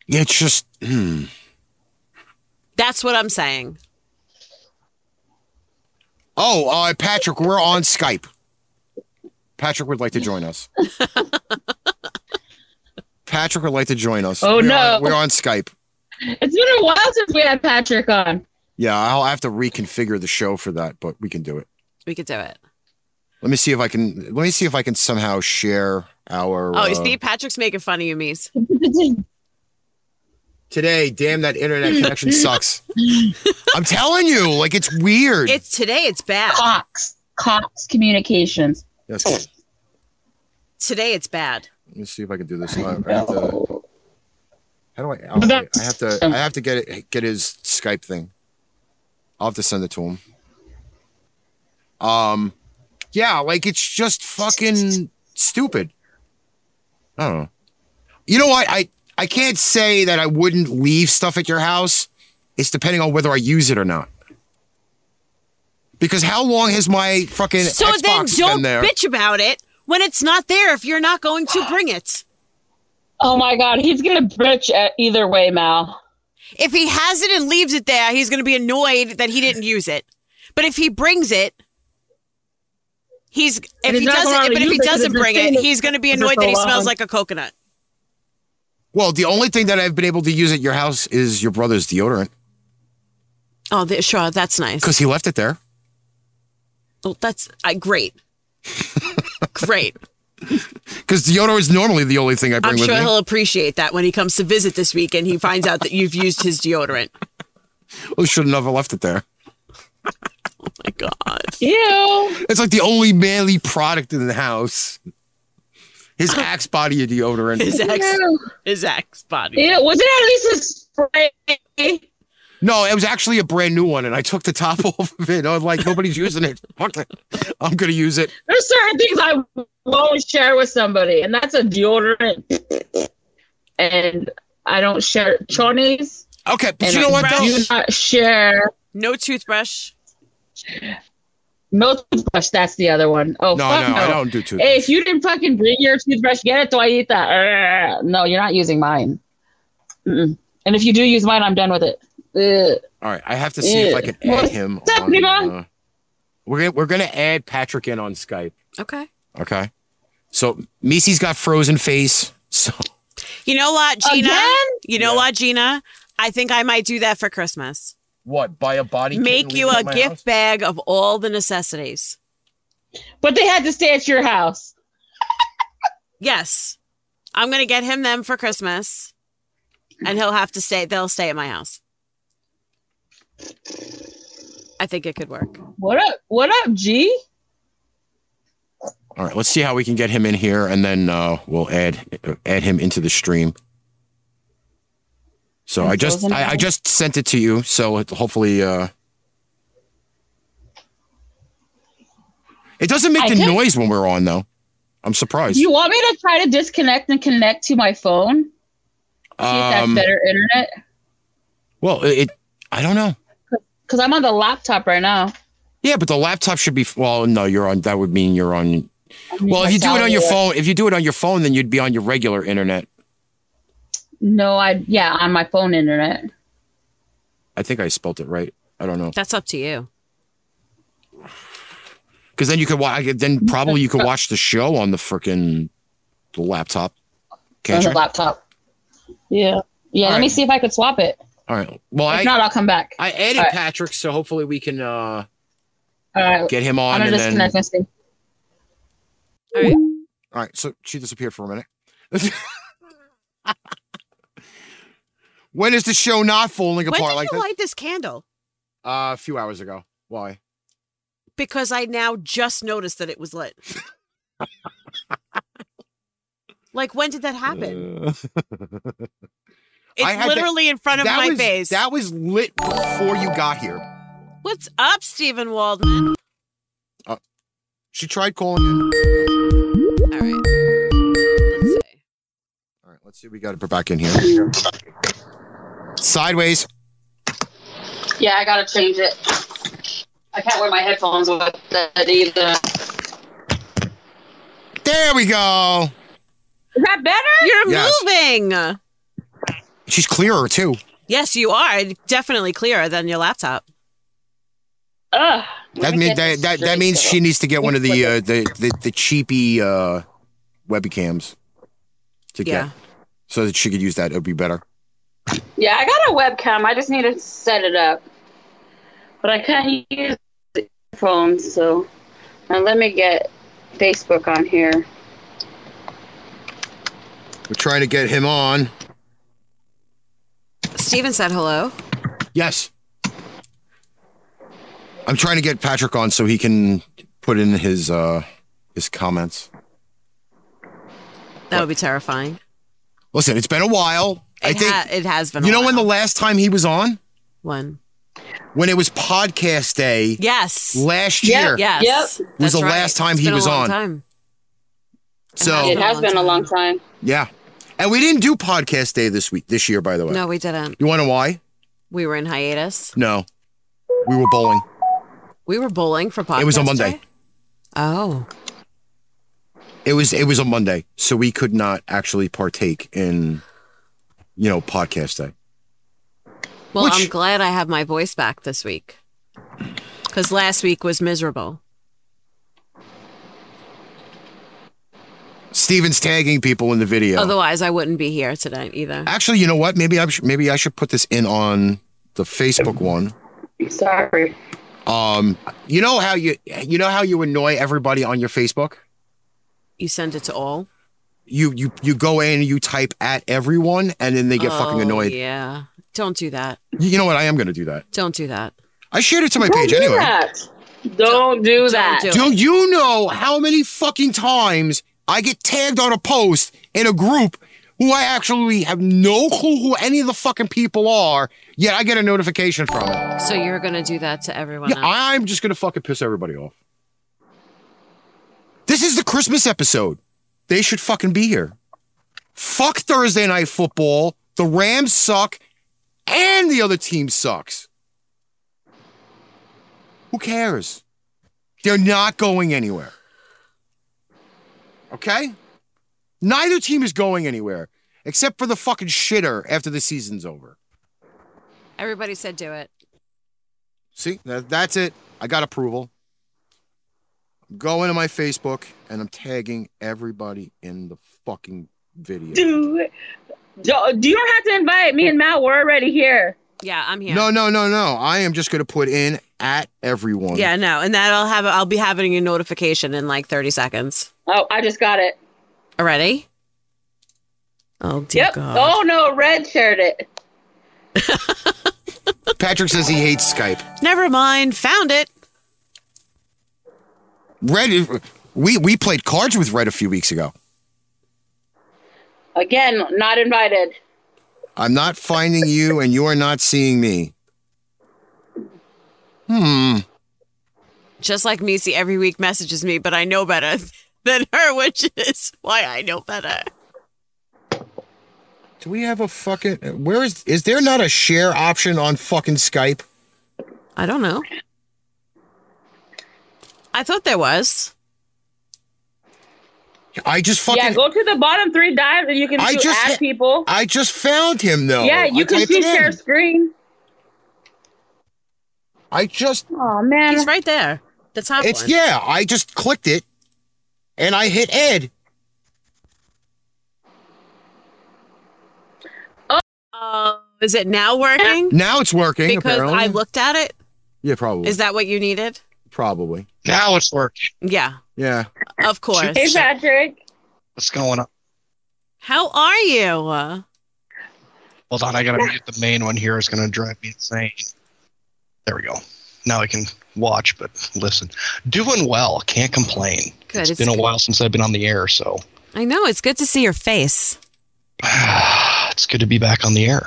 [SPEAKER 1] Yeah, it's just. hmm.
[SPEAKER 2] that's what I'm saying.
[SPEAKER 1] Oh, uh, Patrick, we're on Skype. Patrick would like to join us. Patrick would like to join us.
[SPEAKER 3] Oh,
[SPEAKER 1] We're
[SPEAKER 3] no.
[SPEAKER 1] on- we're on Skype.
[SPEAKER 3] It's been a while since we had Patrick on.
[SPEAKER 1] Yeah, I'll have to reconfigure the show for that, but we can do it.
[SPEAKER 2] We could do it.
[SPEAKER 1] Let me see if I can. Let me see if I can somehow share our.
[SPEAKER 2] Oh,
[SPEAKER 1] uh,
[SPEAKER 2] you see, Patrick's making fun of you, Mies.
[SPEAKER 1] today, damn that internet connection sucks. I'm telling you, like it's weird.
[SPEAKER 2] It's today. It's bad.
[SPEAKER 3] Cox. Cox Communications.
[SPEAKER 1] Yes.
[SPEAKER 2] Today it's bad.
[SPEAKER 1] Let me see if I can do this. I, I have to, how do I? oh, wait, I have to. I have to get it, get his Skype thing. I'll have to send it to him. Um, yeah, like it's just fucking stupid. I don't know. You know what? I I can't say that I wouldn't leave stuff at your house. It's depending on whether I use it or not. Because how long has my fucking
[SPEAKER 2] So
[SPEAKER 1] Xbox
[SPEAKER 2] then don't
[SPEAKER 1] been there?
[SPEAKER 2] bitch about it when it's not there if you're not going to bring it.
[SPEAKER 3] Oh my god, he's gonna bitch at either way, Mal.
[SPEAKER 2] If he has it and leaves it there, he's going to be annoyed that he didn't use it. But if he brings it, he's if
[SPEAKER 3] he's
[SPEAKER 2] he
[SPEAKER 3] not gonna wanna
[SPEAKER 2] doesn't but if
[SPEAKER 3] use
[SPEAKER 2] he
[SPEAKER 3] it 'cause
[SPEAKER 2] doesn't
[SPEAKER 3] it's been
[SPEAKER 2] bring
[SPEAKER 3] sitting
[SPEAKER 2] it,
[SPEAKER 3] there
[SPEAKER 2] he's going to be
[SPEAKER 3] for
[SPEAKER 2] annoyed
[SPEAKER 3] so
[SPEAKER 2] that he
[SPEAKER 3] long.
[SPEAKER 2] smells like a coconut.
[SPEAKER 1] Well, the only thing that I've been able to use at your house is your brother's deodorant
[SPEAKER 2] Oh, th- sure, that's nice.
[SPEAKER 1] because he left it there.
[SPEAKER 2] Well, that's uh, great. great.
[SPEAKER 1] Because deodorant is normally the only thing I bring
[SPEAKER 2] I'm
[SPEAKER 1] with
[SPEAKER 2] sure
[SPEAKER 1] me.
[SPEAKER 2] he'll appreciate that when he comes to visit this week and he finds out that you've used his deodorant.
[SPEAKER 1] Oh, shouldn't have left it there.
[SPEAKER 2] My God.
[SPEAKER 3] Ew.
[SPEAKER 1] It's like the only manly product in the house. His Axe body of deodorant.
[SPEAKER 2] His ex,
[SPEAKER 3] Ew.
[SPEAKER 2] his ex body.
[SPEAKER 3] Ew. Was it at least a spray?
[SPEAKER 1] No, it was actually a brand new one, and I took the top off of it. I was like, nobody's using it. Fuck it. I'm gonna use it.
[SPEAKER 3] There's certain things I won't share with somebody, and that's a deodorant. And I don't share chonies.
[SPEAKER 1] Okay, but
[SPEAKER 3] And
[SPEAKER 1] you know
[SPEAKER 3] I
[SPEAKER 1] what
[SPEAKER 3] do
[SPEAKER 1] though?
[SPEAKER 3] not share
[SPEAKER 2] No toothbrush.
[SPEAKER 3] no toothbrush. That's the other one. Oh
[SPEAKER 1] No,
[SPEAKER 3] fuck
[SPEAKER 1] no,
[SPEAKER 3] no!
[SPEAKER 1] I don't do two.
[SPEAKER 3] Hey, if you didn't fucking bring your toothbrush, get it. Do I eat that? Arrgh. No, you're not using mine. Mm-mm. And if you do use mine, I'm done with it. Uh, Ugh.
[SPEAKER 1] All right, I have to see if I can add him.
[SPEAKER 3] What's up,
[SPEAKER 1] on,
[SPEAKER 3] Nina?
[SPEAKER 1] uh, we're gonna, we're gonna add Patrick in on Skype.
[SPEAKER 2] Okay.
[SPEAKER 1] Okay. So Misi's got frozen face. So
[SPEAKER 2] You know what, Gina?
[SPEAKER 3] Again?
[SPEAKER 2] You know
[SPEAKER 1] Yeah.
[SPEAKER 2] what, Gina? I think I might do that for Christmas.
[SPEAKER 1] what? Buy a body. kit
[SPEAKER 2] Make
[SPEAKER 1] and leave
[SPEAKER 2] you
[SPEAKER 1] it
[SPEAKER 2] a
[SPEAKER 1] at my
[SPEAKER 2] gift
[SPEAKER 1] house?
[SPEAKER 2] bag of all the necessities.
[SPEAKER 3] But they had to stay at your house.
[SPEAKER 2] Yes. I'm going to get him them for Christmas. And he'll have to stay. They'll stay at my house. I think it could work.
[SPEAKER 3] What up? What up, G?
[SPEAKER 1] All right, let's see how we can get him in here, and then uh, we'll add add him into the stream. So
[SPEAKER 3] And
[SPEAKER 1] I just
[SPEAKER 3] frozen
[SPEAKER 1] I, I
[SPEAKER 3] face.
[SPEAKER 1] just sent it to you. So it, hopefully, uh, it doesn't make
[SPEAKER 3] I
[SPEAKER 1] the
[SPEAKER 3] can-
[SPEAKER 1] noise when we're on, though. I'm surprised.
[SPEAKER 3] You want me to try to disconnect and connect to my phone? See if that's
[SPEAKER 1] Um,
[SPEAKER 3] better internet.
[SPEAKER 1] well, it I don't know.
[SPEAKER 3] Because I'm on the laptop right now.
[SPEAKER 1] Yeah, but the laptop should be. Well, no, you're on. That would mean you're on. Well, if you do it on your
[SPEAKER 3] Cellular.
[SPEAKER 1] phone, if you do it on your phone, then you'd be on your regular internet.
[SPEAKER 3] No, I yeah, on my phone internet.
[SPEAKER 1] I think I spelt it right. I don't know.
[SPEAKER 2] That's up to you.
[SPEAKER 1] Because then you could watch. Then probably you could watch the show on the freaking laptop.
[SPEAKER 3] on
[SPEAKER 1] Can't
[SPEAKER 3] the
[SPEAKER 1] you?
[SPEAKER 3] laptop. Yeah. Yeah,
[SPEAKER 1] All
[SPEAKER 3] let
[SPEAKER 1] right.
[SPEAKER 3] me see if I could swap it.
[SPEAKER 1] All right. Well,
[SPEAKER 3] If
[SPEAKER 1] I
[SPEAKER 3] not, I'll come back.
[SPEAKER 1] I added
[SPEAKER 3] all right.
[SPEAKER 1] Patrick, so hopefully we can uh
[SPEAKER 3] All right.
[SPEAKER 1] get him
[SPEAKER 3] I'm
[SPEAKER 1] on.
[SPEAKER 3] gonna
[SPEAKER 1] And then
[SPEAKER 3] disconnect
[SPEAKER 1] all
[SPEAKER 3] this thing.
[SPEAKER 2] All right.
[SPEAKER 1] right. So she disappeared for a minute. when is the show not falling
[SPEAKER 2] When
[SPEAKER 1] apart
[SPEAKER 2] did
[SPEAKER 1] like
[SPEAKER 2] you
[SPEAKER 1] that?
[SPEAKER 2] light this candle?
[SPEAKER 1] uh, a few hours ago. Why?
[SPEAKER 2] Because I now just noticed that it was lit. like when did that happen?
[SPEAKER 1] Uh, I had
[SPEAKER 2] It's
[SPEAKER 1] that-
[SPEAKER 2] literally in front of
[SPEAKER 1] that
[SPEAKER 2] my
[SPEAKER 1] was,
[SPEAKER 2] face.
[SPEAKER 1] That was lit before you got here.
[SPEAKER 2] What's up, Stephen Waldman?
[SPEAKER 1] She tried calling in.
[SPEAKER 2] All right. Let's see.
[SPEAKER 1] All right, let's see. if We got her back in here. Sideways.
[SPEAKER 3] Yeah, I gotta change it. I can't wear my headphones with that either.
[SPEAKER 1] There we go.
[SPEAKER 3] Is that better?
[SPEAKER 2] You're
[SPEAKER 1] Yes.
[SPEAKER 2] moving.
[SPEAKER 1] She's clearer too.
[SPEAKER 2] Yes, you are definitely clearer than your laptop.
[SPEAKER 3] Ugh.
[SPEAKER 1] That means that, that, that means she needs to get one of the uh, the, the the cheapy uh, webcams to get
[SPEAKER 2] Yeah.
[SPEAKER 1] so that she could use that. It would be better.
[SPEAKER 3] Yeah, I got a webcam. I just need to set it up. But I can't use the phones, so now let me get Facebook on here.
[SPEAKER 1] We're trying to get him on.
[SPEAKER 2] Steven said hello.
[SPEAKER 1] Yes. I'm trying to get Patrick on so he can put in his uh, his comments.
[SPEAKER 2] That would be terrifying.
[SPEAKER 1] Listen, it's been a while.
[SPEAKER 2] It
[SPEAKER 1] I think
[SPEAKER 2] ha- it has been.
[SPEAKER 1] you
[SPEAKER 2] a
[SPEAKER 1] know when the
[SPEAKER 2] while.
[SPEAKER 1] last time he was on
[SPEAKER 2] one.
[SPEAKER 1] when it was podcast day
[SPEAKER 2] Yes.
[SPEAKER 1] last
[SPEAKER 4] Yeah,
[SPEAKER 1] year.
[SPEAKER 2] Yes.
[SPEAKER 4] Yep.
[SPEAKER 2] That's
[SPEAKER 1] the
[SPEAKER 2] right.
[SPEAKER 1] last time
[SPEAKER 2] It's
[SPEAKER 1] he
[SPEAKER 2] been a
[SPEAKER 1] was
[SPEAKER 2] long
[SPEAKER 1] on.
[SPEAKER 2] time. Oh.
[SPEAKER 1] So
[SPEAKER 4] It has been a long time.
[SPEAKER 1] yeah, and we didn't do podcast day this week this year. By the way,
[SPEAKER 2] No, we didn't.
[SPEAKER 1] you want to know why?
[SPEAKER 2] We were in hiatus.
[SPEAKER 1] No, we were bowling.
[SPEAKER 2] We were bowling for podcast.
[SPEAKER 1] It was on Monday.
[SPEAKER 2] day? Oh,
[SPEAKER 1] It was it was a Monday, so we could not actually partake in you know podcast day.
[SPEAKER 2] well,
[SPEAKER 1] Which-
[SPEAKER 2] I'm glad I have my voice back this week because last week was miserable.
[SPEAKER 1] Steven's tagging people in the video.
[SPEAKER 2] Otherwise, I wouldn't be here tonight either.
[SPEAKER 1] actually, you know what? Maybe I sh- maybe I should put this in on the Facebook one.
[SPEAKER 4] Sorry.
[SPEAKER 1] Um, you know how you you know how you annoy everybody on your Facebook.
[SPEAKER 2] You send it to all.
[SPEAKER 1] You you you go in, you type at everyone, and then they get fucking
[SPEAKER 2] Oh,
[SPEAKER 1] annoyed.
[SPEAKER 2] Yeah. Don't do that.
[SPEAKER 1] You, you know what? I am gonna do that.
[SPEAKER 2] Don't do that.
[SPEAKER 1] I shared it to my
[SPEAKER 4] Don't
[SPEAKER 1] page
[SPEAKER 4] do
[SPEAKER 1] anyway.
[SPEAKER 4] that. Don't do that.
[SPEAKER 2] do it.
[SPEAKER 1] Do you know how many fucking times I get tagged on a post in a group who I actually have no clue who any of the fucking people are, yet I get a notification from it?
[SPEAKER 2] So you're gonna do that to everyone.
[SPEAKER 1] Yeah,
[SPEAKER 2] else.
[SPEAKER 1] I'm just gonna fucking piss everybody off. This is the Christmas episode. They should fucking be here. Fuck Thursday night football. The Rams suck, and the other team sucks. Who cares? They're not going anywhere. Okay? Neither team is going anywhere, except for the fucking shitter after the season's over.
[SPEAKER 2] Everybody said do it.
[SPEAKER 1] See, that, that's it. I got approval. Go into my Facebook and I'm tagging everybody in the fucking video.
[SPEAKER 4] Do it. Don't- You don't have to invite me and Matt. We're already here.
[SPEAKER 2] Yeah, I'm here.
[SPEAKER 1] No, no, no, no. I am just going to put in at everyone.
[SPEAKER 2] Yeah, no, and that'll have. I'll be having a notification in like 30 seconds.
[SPEAKER 4] Oh, I just got it.
[SPEAKER 2] Already? Oh dear
[SPEAKER 4] yep.
[SPEAKER 2] God.
[SPEAKER 4] Oh no, Red shared it.
[SPEAKER 1] Patrick says he hates Skype.
[SPEAKER 2] Never mind. Found it.
[SPEAKER 1] Red, is- we, we played cards with Red a few weeks ago.
[SPEAKER 4] Again, not invited.
[SPEAKER 1] I'm not finding you and you are not seeing me. Hmm.
[SPEAKER 2] Just like Misi every week messages me, but I know better than her, which is why I know better.
[SPEAKER 1] Do we have a fucking. Where is. Is there not a share option on fucking Skype?
[SPEAKER 2] I don't know. I thought there was.
[SPEAKER 1] I just fucking.
[SPEAKER 4] yeah, go to the bottom three dives and you can
[SPEAKER 1] I
[SPEAKER 4] do
[SPEAKER 1] just
[SPEAKER 4] add
[SPEAKER 1] hit-
[SPEAKER 4] people.
[SPEAKER 1] I just found him though.
[SPEAKER 4] yeah, you
[SPEAKER 1] I
[SPEAKER 4] can
[SPEAKER 1] typed
[SPEAKER 4] see
[SPEAKER 1] it in.
[SPEAKER 4] share screen.
[SPEAKER 1] I just
[SPEAKER 4] Oh man.
[SPEAKER 2] He's right there. The top
[SPEAKER 1] it's
[SPEAKER 2] one.
[SPEAKER 1] yeah, I just clicked it and I hit Ed.
[SPEAKER 2] Oh, is it now working?
[SPEAKER 1] Now it's working
[SPEAKER 2] Because
[SPEAKER 1] apparently.
[SPEAKER 2] I looked at it.
[SPEAKER 1] yeah, probably.
[SPEAKER 2] Is that what you needed?
[SPEAKER 1] probably.
[SPEAKER 5] Now it's working.
[SPEAKER 2] Yeah,
[SPEAKER 1] Yeah.
[SPEAKER 2] of course.
[SPEAKER 4] Hey Patrick.
[SPEAKER 5] What's going on?
[SPEAKER 2] How are you?
[SPEAKER 5] Hold on, I gotta mute the main one here. It's gonna drive me insane. There we go. Now I can watch, but listen. Doing well. Can't complain.
[SPEAKER 2] Good,
[SPEAKER 5] it's
[SPEAKER 2] it's
[SPEAKER 5] been a
[SPEAKER 2] good.
[SPEAKER 5] while since I've been on the air, so
[SPEAKER 2] I know it's good to see your face.
[SPEAKER 5] it's good to be back on the air.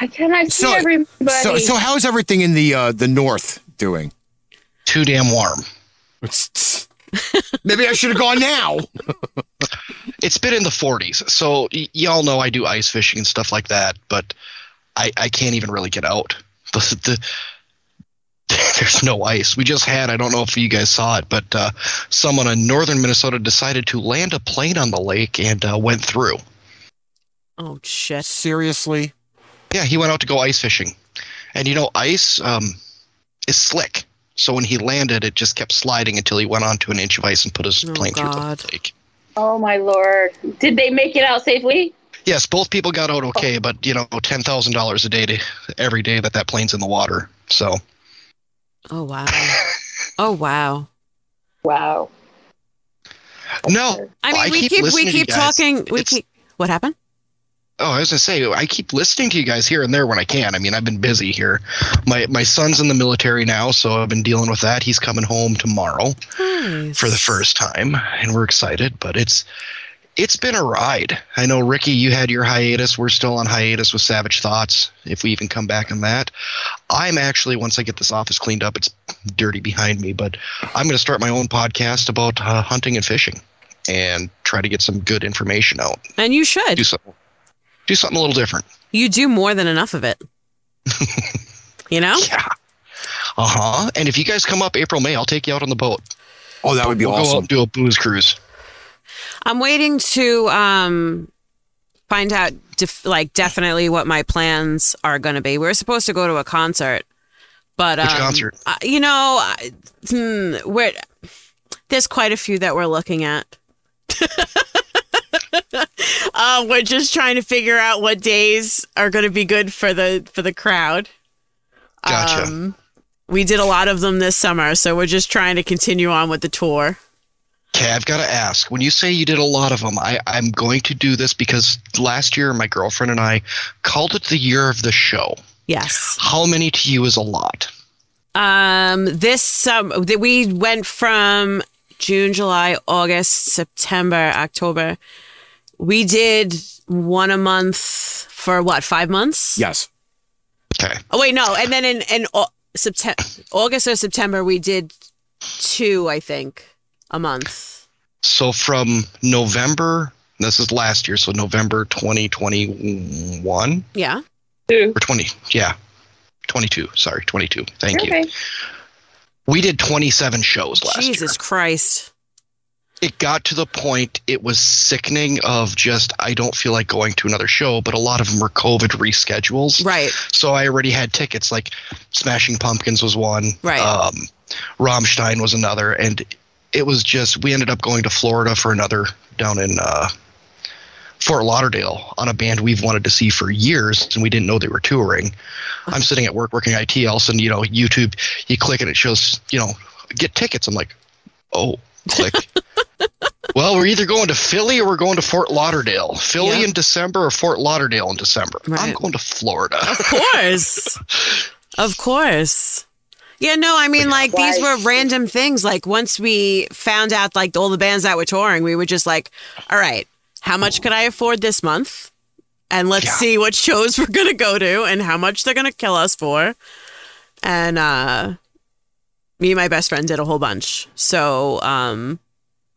[SPEAKER 4] I cannot see
[SPEAKER 1] So-
[SPEAKER 4] everybody.
[SPEAKER 1] So so how's everything in the uh the north doing?
[SPEAKER 5] Too damn warm.
[SPEAKER 1] Maybe I should have gone now.
[SPEAKER 5] It's been in the 40s, so y- y'all know I do ice fishing and stuff like that, but I, I can't even really get out. The, the, there's no ice. We just had, I don't know if you guys saw it, but uh, someone in northern Minnesota decided to land a plane on the lake and uh, went through.
[SPEAKER 2] Oh shit!
[SPEAKER 1] Seriously?
[SPEAKER 5] Yeah, he went out to go ice fishing. And you know, ice um, is slick. So when he landed, it just kept sliding until he went onto an inch of ice and put his
[SPEAKER 2] Oh,
[SPEAKER 5] plane through
[SPEAKER 2] God.
[SPEAKER 5] the lake.
[SPEAKER 4] oh my lord. Did they make it out safely?
[SPEAKER 5] Yes, both people got out okay, but you know, ten thousand dollars a day to every day that that plane's in the water. So
[SPEAKER 2] Oh wow! Oh wow!
[SPEAKER 4] Wow.
[SPEAKER 5] no,
[SPEAKER 2] I mean,
[SPEAKER 5] I
[SPEAKER 2] we
[SPEAKER 5] keep
[SPEAKER 2] keep, we
[SPEAKER 5] listening to
[SPEAKER 2] keep
[SPEAKER 5] you guys.
[SPEAKER 2] talking. We
[SPEAKER 5] It's-
[SPEAKER 2] keep. What happened?
[SPEAKER 5] Oh, I was gonna say I keep listening to you guys here and there when I can. I mean, I've been busy here. My my son's in the military now, so I've been dealing with that. He's coming home tomorrow for the first time, and we're excited. But it's it's been a ride. I know Ricky, you had your hiatus. We're still on hiatus with Savage Thoughts, if we even come back on that. I'm actually once I get this office cleaned up, it's dirty behind me, but I'm gonna start my own podcast about uh, hunting and fishing, and try to get some good information out.
[SPEAKER 2] And you should.
[SPEAKER 5] Do something. Do something a little different.
[SPEAKER 2] You do more than enough of it. you know?
[SPEAKER 5] Yeah. Uh huh. And if you guys come up April, May, I'll take you out on the boat.
[SPEAKER 1] Oh, that would be
[SPEAKER 5] we'll Go out
[SPEAKER 1] awesome.
[SPEAKER 5] and do a booze cruise.
[SPEAKER 2] I'm waiting to um find out def- like definitely what my plans are going to be. We are supposed to go to a concert, but
[SPEAKER 5] Which
[SPEAKER 2] um,
[SPEAKER 5] concert?
[SPEAKER 2] I- you know, I, hmm, we're, there's quite a few that we're looking at. um, we're just trying to figure out what days are going to be good for the for the crowd.
[SPEAKER 5] Gotcha.
[SPEAKER 2] Um, we did a lot of them this summer, so we're just trying to continue on with the tour.
[SPEAKER 5] Okay, I've got to ask. When you say you did a lot of them, I, I'm going to do this because last year my girlfriend and I called it the year of the show.
[SPEAKER 2] Yes.
[SPEAKER 5] How many to you is a lot?
[SPEAKER 2] Um, this sum that we went from June, July, August, September, October. We did one a month for what five months?
[SPEAKER 1] Yes.
[SPEAKER 5] Okay.
[SPEAKER 2] Oh wait, no. And then in in September, August or September, we did two, I think, a month.
[SPEAKER 5] So from November, this is last year, so November 2021
[SPEAKER 2] Yeah.
[SPEAKER 4] Too.
[SPEAKER 5] or 20, yeah, 22. Sorry, 22. Thank you.
[SPEAKER 4] Okay.
[SPEAKER 5] We did 27 shows last year.
[SPEAKER 2] Jesus Christ.
[SPEAKER 5] it got to the point it was sickening of just i don't feel like going to another show but a lot of them were covid reschedules
[SPEAKER 2] Right.
[SPEAKER 5] so i already had tickets like smashing pumpkins was one
[SPEAKER 2] Right.
[SPEAKER 5] um rammstein was another and it was just we ended up going to florida for another down in uh Fort Lauderdale on a band we've wanted to see for years and we didn't know they were touring. I'm sitting at work working IT, all of a sudden, you know, YouTube, you click and it shows, you know, get tickets. I'm like, oh, click. well, we're either going to Philly or we're going to Fort Lauderdale. Philly
[SPEAKER 2] Yeah.
[SPEAKER 5] in December or Fort Lauderdale in December. I'm
[SPEAKER 2] Right. Oh,
[SPEAKER 5] going to Florida.
[SPEAKER 2] Of course. of course. Yeah, no, I mean, like, these were random things. Like, once we found out, like, all the bands that were touring, we were just like, all right, how much could I afford this month? And let's
[SPEAKER 5] Yeah.
[SPEAKER 2] see what shows we're going to go to and how much they're going to kill us for. And uh, me and my best friend did a whole bunch. So um,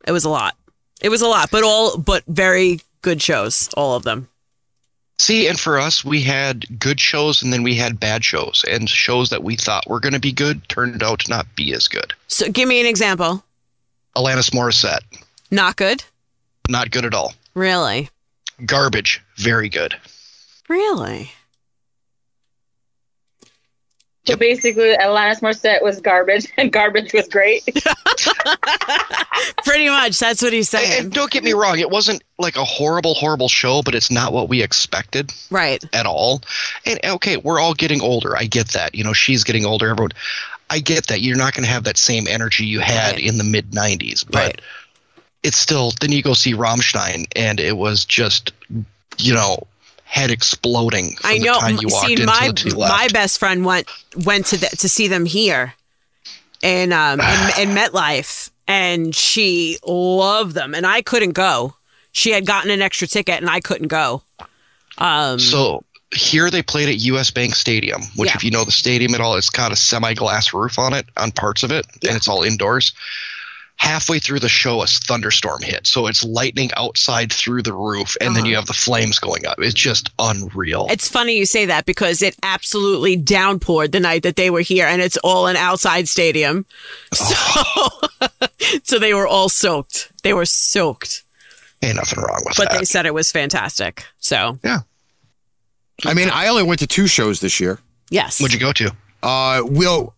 [SPEAKER 2] it was a lot. It was a lot, but all, but very good shows, all of them.
[SPEAKER 5] See, and for us, we had good shows and then we had bad shows. And shows that we thought were going to be good turned out to not be as good.
[SPEAKER 2] So give me an example.
[SPEAKER 5] Alanis Morissette,
[SPEAKER 2] Not good?
[SPEAKER 5] not good at all.
[SPEAKER 2] Really?
[SPEAKER 5] Garbage, very good.
[SPEAKER 2] Really?
[SPEAKER 4] So basically, Alanis Morissette was garbage, and garbage was great.
[SPEAKER 2] Pretty much. That's what he's
[SPEAKER 5] And,
[SPEAKER 2] saying.
[SPEAKER 5] and don't get me wrong, it wasn't like a horrible, horrible show, but it's not what we expected
[SPEAKER 2] right.
[SPEAKER 5] at all. And okay, we're all getting older. I get that. You know, she's getting older. Everyone, I get that. You're not going to have that same energy you had
[SPEAKER 2] Right.
[SPEAKER 5] in the mid 90s, but
[SPEAKER 2] Right.
[SPEAKER 5] it's still, then you go see Rammstein, and it was just, you know, head exploding. From
[SPEAKER 2] I know.
[SPEAKER 5] The time you walked
[SPEAKER 2] See,
[SPEAKER 5] in
[SPEAKER 2] my
[SPEAKER 5] till the two left.
[SPEAKER 2] my best friend went went to the, to see them here, in um in, in MetLife, and she loved them, and I couldn't go. She had gotten an extra ticket, and I couldn't go. Um,
[SPEAKER 5] So here they played at US Bank Stadium, which
[SPEAKER 2] Yeah.
[SPEAKER 5] if you know the stadium at all, it's got a semi-glass roof on it on parts of it,
[SPEAKER 2] Yeah.
[SPEAKER 5] and it's all indoors. Halfway through the show, a thunderstorm hit, so it's lightning outside through the roof, and then
[SPEAKER 2] Uh-huh.
[SPEAKER 5] you have the flames going up. It's just unreal.
[SPEAKER 2] it's funny you say that because it absolutely downpoured the night that they were here, and it's all an outside stadium.
[SPEAKER 5] Oh.
[SPEAKER 2] So, so they were all soaked. They were soaked,
[SPEAKER 5] Ain't nothing wrong with
[SPEAKER 2] but
[SPEAKER 5] that.
[SPEAKER 2] they said it was fantastic. So
[SPEAKER 1] I mean, I only went to two shows this year.
[SPEAKER 2] yes,
[SPEAKER 5] What'd you go to?
[SPEAKER 1] Uh, will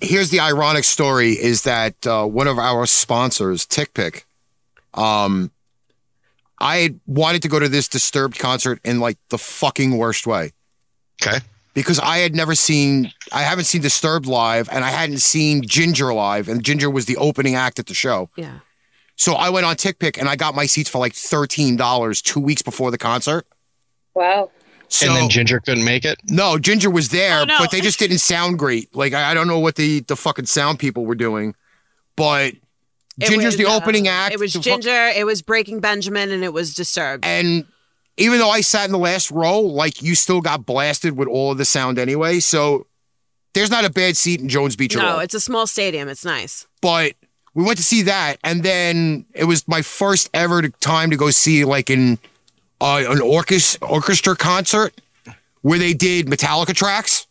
[SPEAKER 1] here's the ironic story is that uh, one of our sponsors, TickPick, um, I had wanted to go to this Disturbed concert in like the fucking worst way
[SPEAKER 5] Okay.
[SPEAKER 1] because I had never seen, I haven't seen Disturbed live, and I hadn't seen Ginger live, and Ginger was the opening act at the show.
[SPEAKER 2] yeah.
[SPEAKER 1] So I went on TickPick and I got my seats for like thirteen dollars two weeks before the concert.
[SPEAKER 4] Wow.
[SPEAKER 1] So
[SPEAKER 5] and then Ginger couldn't make it.
[SPEAKER 1] no, Ginger was there,
[SPEAKER 2] Oh, no.
[SPEAKER 1] but they just didn't sound great. Like I, I don't know what the the fucking sound people were doing, but
[SPEAKER 2] It
[SPEAKER 1] Ginger's
[SPEAKER 2] was,
[SPEAKER 1] the
[SPEAKER 2] uh,
[SPEAKER 1] opening act.
[SPEAKER 2] It was
[SPEAKER 1] the fuck-
[SPEAKER 2] Ginger. It was Breaking Benjamin, and it was Disturbed.
[SPEAKER 1] and even though I sat in the last row, like you still got blasted with all of the sound anyway. So there's not a bad seat in Jones Beach at all.
[SPEAKER 2] No, it's a small stadium. It's nice.
[SPEAKER 1] but we went to see that and then it was my first ever to- time to go see like an uh, an orchestra orchestra concert where they did Metallica tracks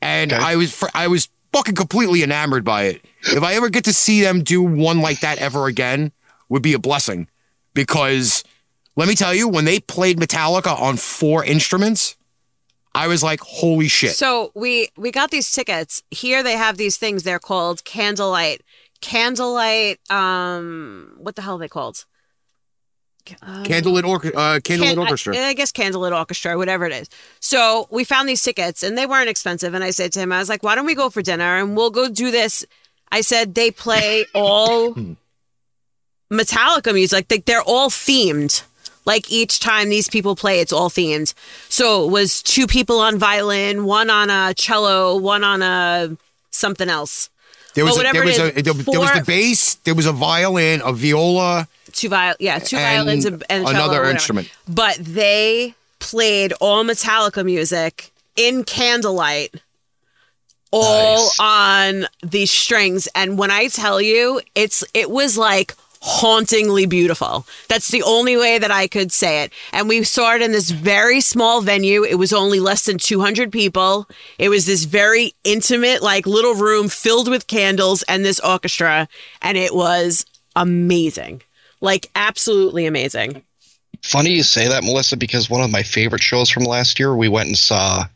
[SPEAKER 1] and
[SPEAKER 5] Okay.
[SPEAKER 1] I was fr- I was fucking completely enamored by it. If I ever get to see them do one like that ever again would be a blessing because let me tell you when they played Metallica on four instruments I was like holy shit.
[SPEAKER 2] So we we got these tickets. Here they have these things. They're called candlelight, candlelight. Um, what the hell are they called? Um,
[SPEAKER 1] Candlelit, orche- uh, candlelit
[SPEAKER 2] Can- I-
[SPEAKER 1] orchestra.
[SPEAKER 2] I, guess Candlelit Orchestra, whatever it is. So we found these tickets and they weren't expensive. And I said to him, I was like, why don't we go for dinner and we'll go do this? I said, they play all Metallica music. Like they, they're all themed. Like each time these people play, it's all themed. So it was two people on violin, one on a cello, one on a something else.
[SPEAKER 1] There was
[SPEAKER 2] But
[SPEAKER 1] a, there
[SPEAKER 2] whatever
[SPEAKER 1] was a
[SPEAKER 2] it is,
[SPEAKER 1] there, there was
[SPEAKER 2] four-
[SPEAKER 1] the bass, there was a violin, a viola,
[SPEAKER 2] Two viol, yeah, two
[SPEAKER 1] And
[SPEAKER 2] violins and, and a cello,
[SPEAKER 1] another
[SPEAKER 2] whatever.
[SPEAKER 1] instrument.
[SPEAKER 2] but they played all Metallica music in candlelight, all
[SPEAKER 5] Nice.
[SPEAKER 2] on these strings. And when I tell you, it's it was like hauntingly beautiful. That's the only way that I could say it. And we saw it in this very small venue. It was only less than 200 people. It was this very intimate like little room filled with candles and this orchestra and it was amazing. Like absolutely amazing.
[SPEAKER 5] Funny you say that, Melissa, because one of my favorite shows from last year, we went and saw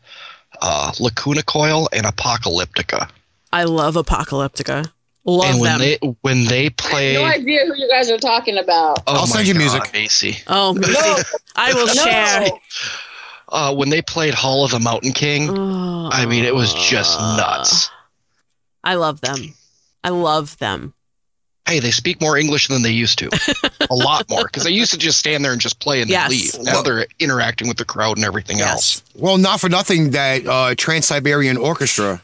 [SPEAKER 5] uh, Lacuna Coil and Apocalyptica.
[SPEAKER 2] I love Apocalyptica. Love
[SPEAKER 5] and when
[SPEAKER 2] them.
[SPEAKER 5] they when they play,
[SPEAKER 4] No idea who you guys are talking about.
[SPEAKER 5] oh
[SPEAKER 1] I'll
[SPEAKER 5] my
[SPEAKER 1] send you
[SPEAKER 5] God,
[SPEAKER 1] music.
[SPEAKER 5] Macy.
[SPEAKER 2] oh, Macy,
[SPEAKER 4] No,
[SPEAKER 2] I will share.
[SPEAKER 4] no.
[SPEAKER 5] Uh, when they played Hall of the Mountain King,
[SPEAKER 2] Oh.
[SPEAKER 5] I mean, it was just
[SPEAKER 2] Ah.
[SPEAKER 5] nuts.
[SPEAKER 2] I love them. I love them.
[SPEAKER 5] Hey, they speak more English than they used to, a lot more, because they used to just stand there and just play and then
[SPEAKER 2] Yes.
[SPEAKER 5] leave. Now they're interacting with the crowd and everything else.
[SPEAKER 2] Yes.
[SPEAKER 1] Well, not for nothing that uh, Trans Siberian Orchestra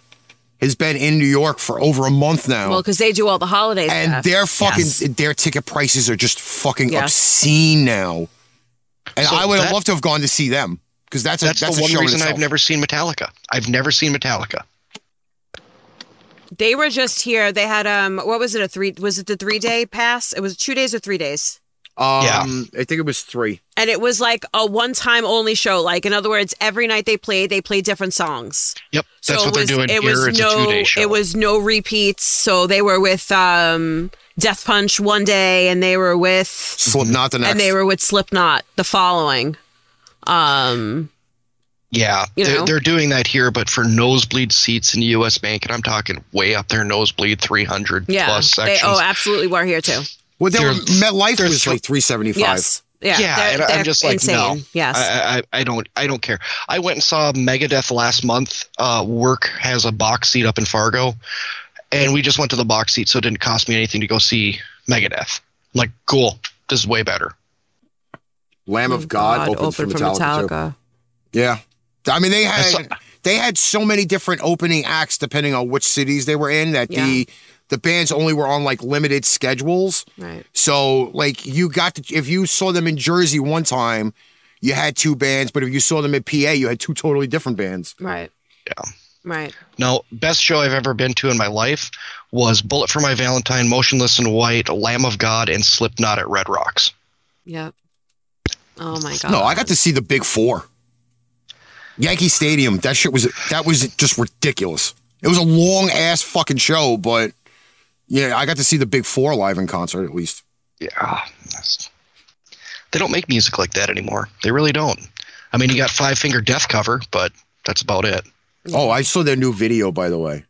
[SPEAKER 1] has been in New York for over a month now,
[SPEAKER 2] Well, because they do all the holidays.
[SPEAKER 1] and
[SPEAKER 2] stuff.
[SPEAKER 1] their fucking
[SPEAKER 2] Yes.
[SPEAKER 1] their ticket prices are just fucking
[SPEAKER 2] Yes.
[SPEAKER 1] obscene now. And
[SPEAKER 5] So
[SPEAKER 1] I would have
[SPEAKER 5] that-
[SPEAKER 1] loved to have gone to see them because that's a
[SPEAKER 5] That's,
[SPEAKER 1] that's, a
[SPEAKER 5] the one
[SPEAKER 1] show in
[SPEAKER 5] reason
[SPEAKER 1] itself.
[SPEAKER 5] I've never seen Metallica. I've never seen Metallica.
[SPEAKER 2] they were just here. They had um, what was it? A three? Was it the three day pass? It was two days or three days.
[SPEAKER 1] Um, I think it was three.
[SPEAKER 2] And it was like a one time only show. Like in other words, every night they played, they played different songs.
[SPEAKER 5] Yep, that's
[SPEAKER 2] so
[SPEAKER 5] what
[SPEAKER 2] it was,
[SPEAKER 5] they're doing
[SPEAKER 2] it
[SPEAKER 5] here.
[SPEAKER 2] was
[SPEAKER 5] it's
[SPEAKER 2] no,
[SPEAKER 5] a two-day show.
[SPEAKER 2] It was no repeats. So they were with um, Death Punch one day, and they were with
[SPEAKER 1] Slip not the next.
[SPEAKER 2] and they were with Slipknot the following. Um,
[SPEAKER 5] Yeah,
[SPEAKER 2] You
[SPEAKER 5] they're,
[SPEAKER 2] know?
[SPEAKER 5] they're doing that here, but for nosebleed seats in U.S. Bank, and I'm talking way up there, nosebleed 300
[SPEAKER 2] yeah,
[SPEAKER 5] plus
[SPEAKER 2] they
[SPEAKER 5] sections.
[SPEAKER 2] oh absolutely were here too.
[SPEAKER 1] well, they were,
[SPEAKER 5] They're-
[SPEAKER 1] MetLife
[SPEAKER 5] they're
[SPEAKER 1] was
[SPEAKER 5] thr-
[SPEAKER 1] like three seventy five.
[SPEAKER 2] Yes, yeah,
[SPEAKER 5] Yeah,
[SPEAKER 2] they're-
[SPEAKER 5] and I'm
[SPEAKER 2] they're
[SPEAKER 5] just like,
[SPEAKER 2] insane.
[SPEAKER 5] no.
[SPEAKER 2] yes,
[SPEAKER 5] I, I, I don't I don't care. I went and saw Megadeth last month. Uh, work has a box seat up in Fargo, and we just went to the box seat, so it didn't cost me anything to go see Megadeth. I'm like, cool, this is way better.
[SPEAKER 1] Lamb
[SPEAKER 2] Oh
[SPEAKER 1] of God, opened, for Metallica. too. Yeah. I mean they had they had so many different opening acts depending on which cities they were in that the the bands only were on like limited schedules.
[SPEAKER 2] Right.
[SPEAKER 1] So like you got to if you saw them in Jersey one time, you had two bands, but if you saw them in PA, you had two totally different bands.
[SPEAKER 2] Right.
[SPEAKER 5] Yeah.
[SPEAKER 2] Right.
[SPEAKER 5] No, best show I've ever been to in my life was Bullet for My Valentine, Motionless in White, Lamb of God, and Slipknot at Red Rocks.
[SPEAKER 2] Yep. Oh my god.
[SPEAKER 1] No, I got to see the big four. Yankee Stadium, that shit was that was just ridiculous. It was a long ass fucking show, but yeah, I got to see the big four live in concert at least.
[SPEAKER 5] Yeah. that's- They don't make music like that anymore. They really don't. I mean, you got Five Finger Death cover, but that's about it.
[SPEAKER 1] Oh, I saw their new video, by the way.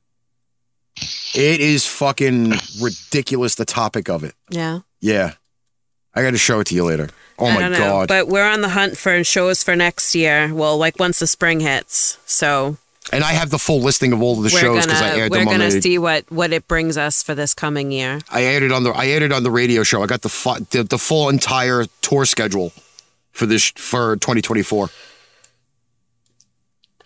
[SPEAKER 1] It is fucking ridiculous, the topic of it.
[SPEAKER 2] Yeah.
[SPEAKER 1] Yeah. I got to show it to you later. Oh
[SPEAKER 2] I
[SPEAKER 1] my
[SPEAKER 2] don't know,
[SPEAKER 1] God.
[SPEAKER 2] But we're on the hunt for shows for next year. Well, like once the spring hits. So
[SPEAKER 1] and I have the full listing of all of the
[SPEAKER 2] we're
[SPEAKER 1] shows because
[SPEAKER 2] gonna
[SPEAKER 1] I aired
[SPEAKER 2] we're
[SPEAKER 1] them on
[SPEAKER 2] gonna
[SPEAKER 1] the.
[SPEAKER 2] see what what it brings us for this coming year.
[SPEAKER 1] I aired it on the I aired it on the radio show. I got the fu- the, the full entire tour schedule for this for 2024.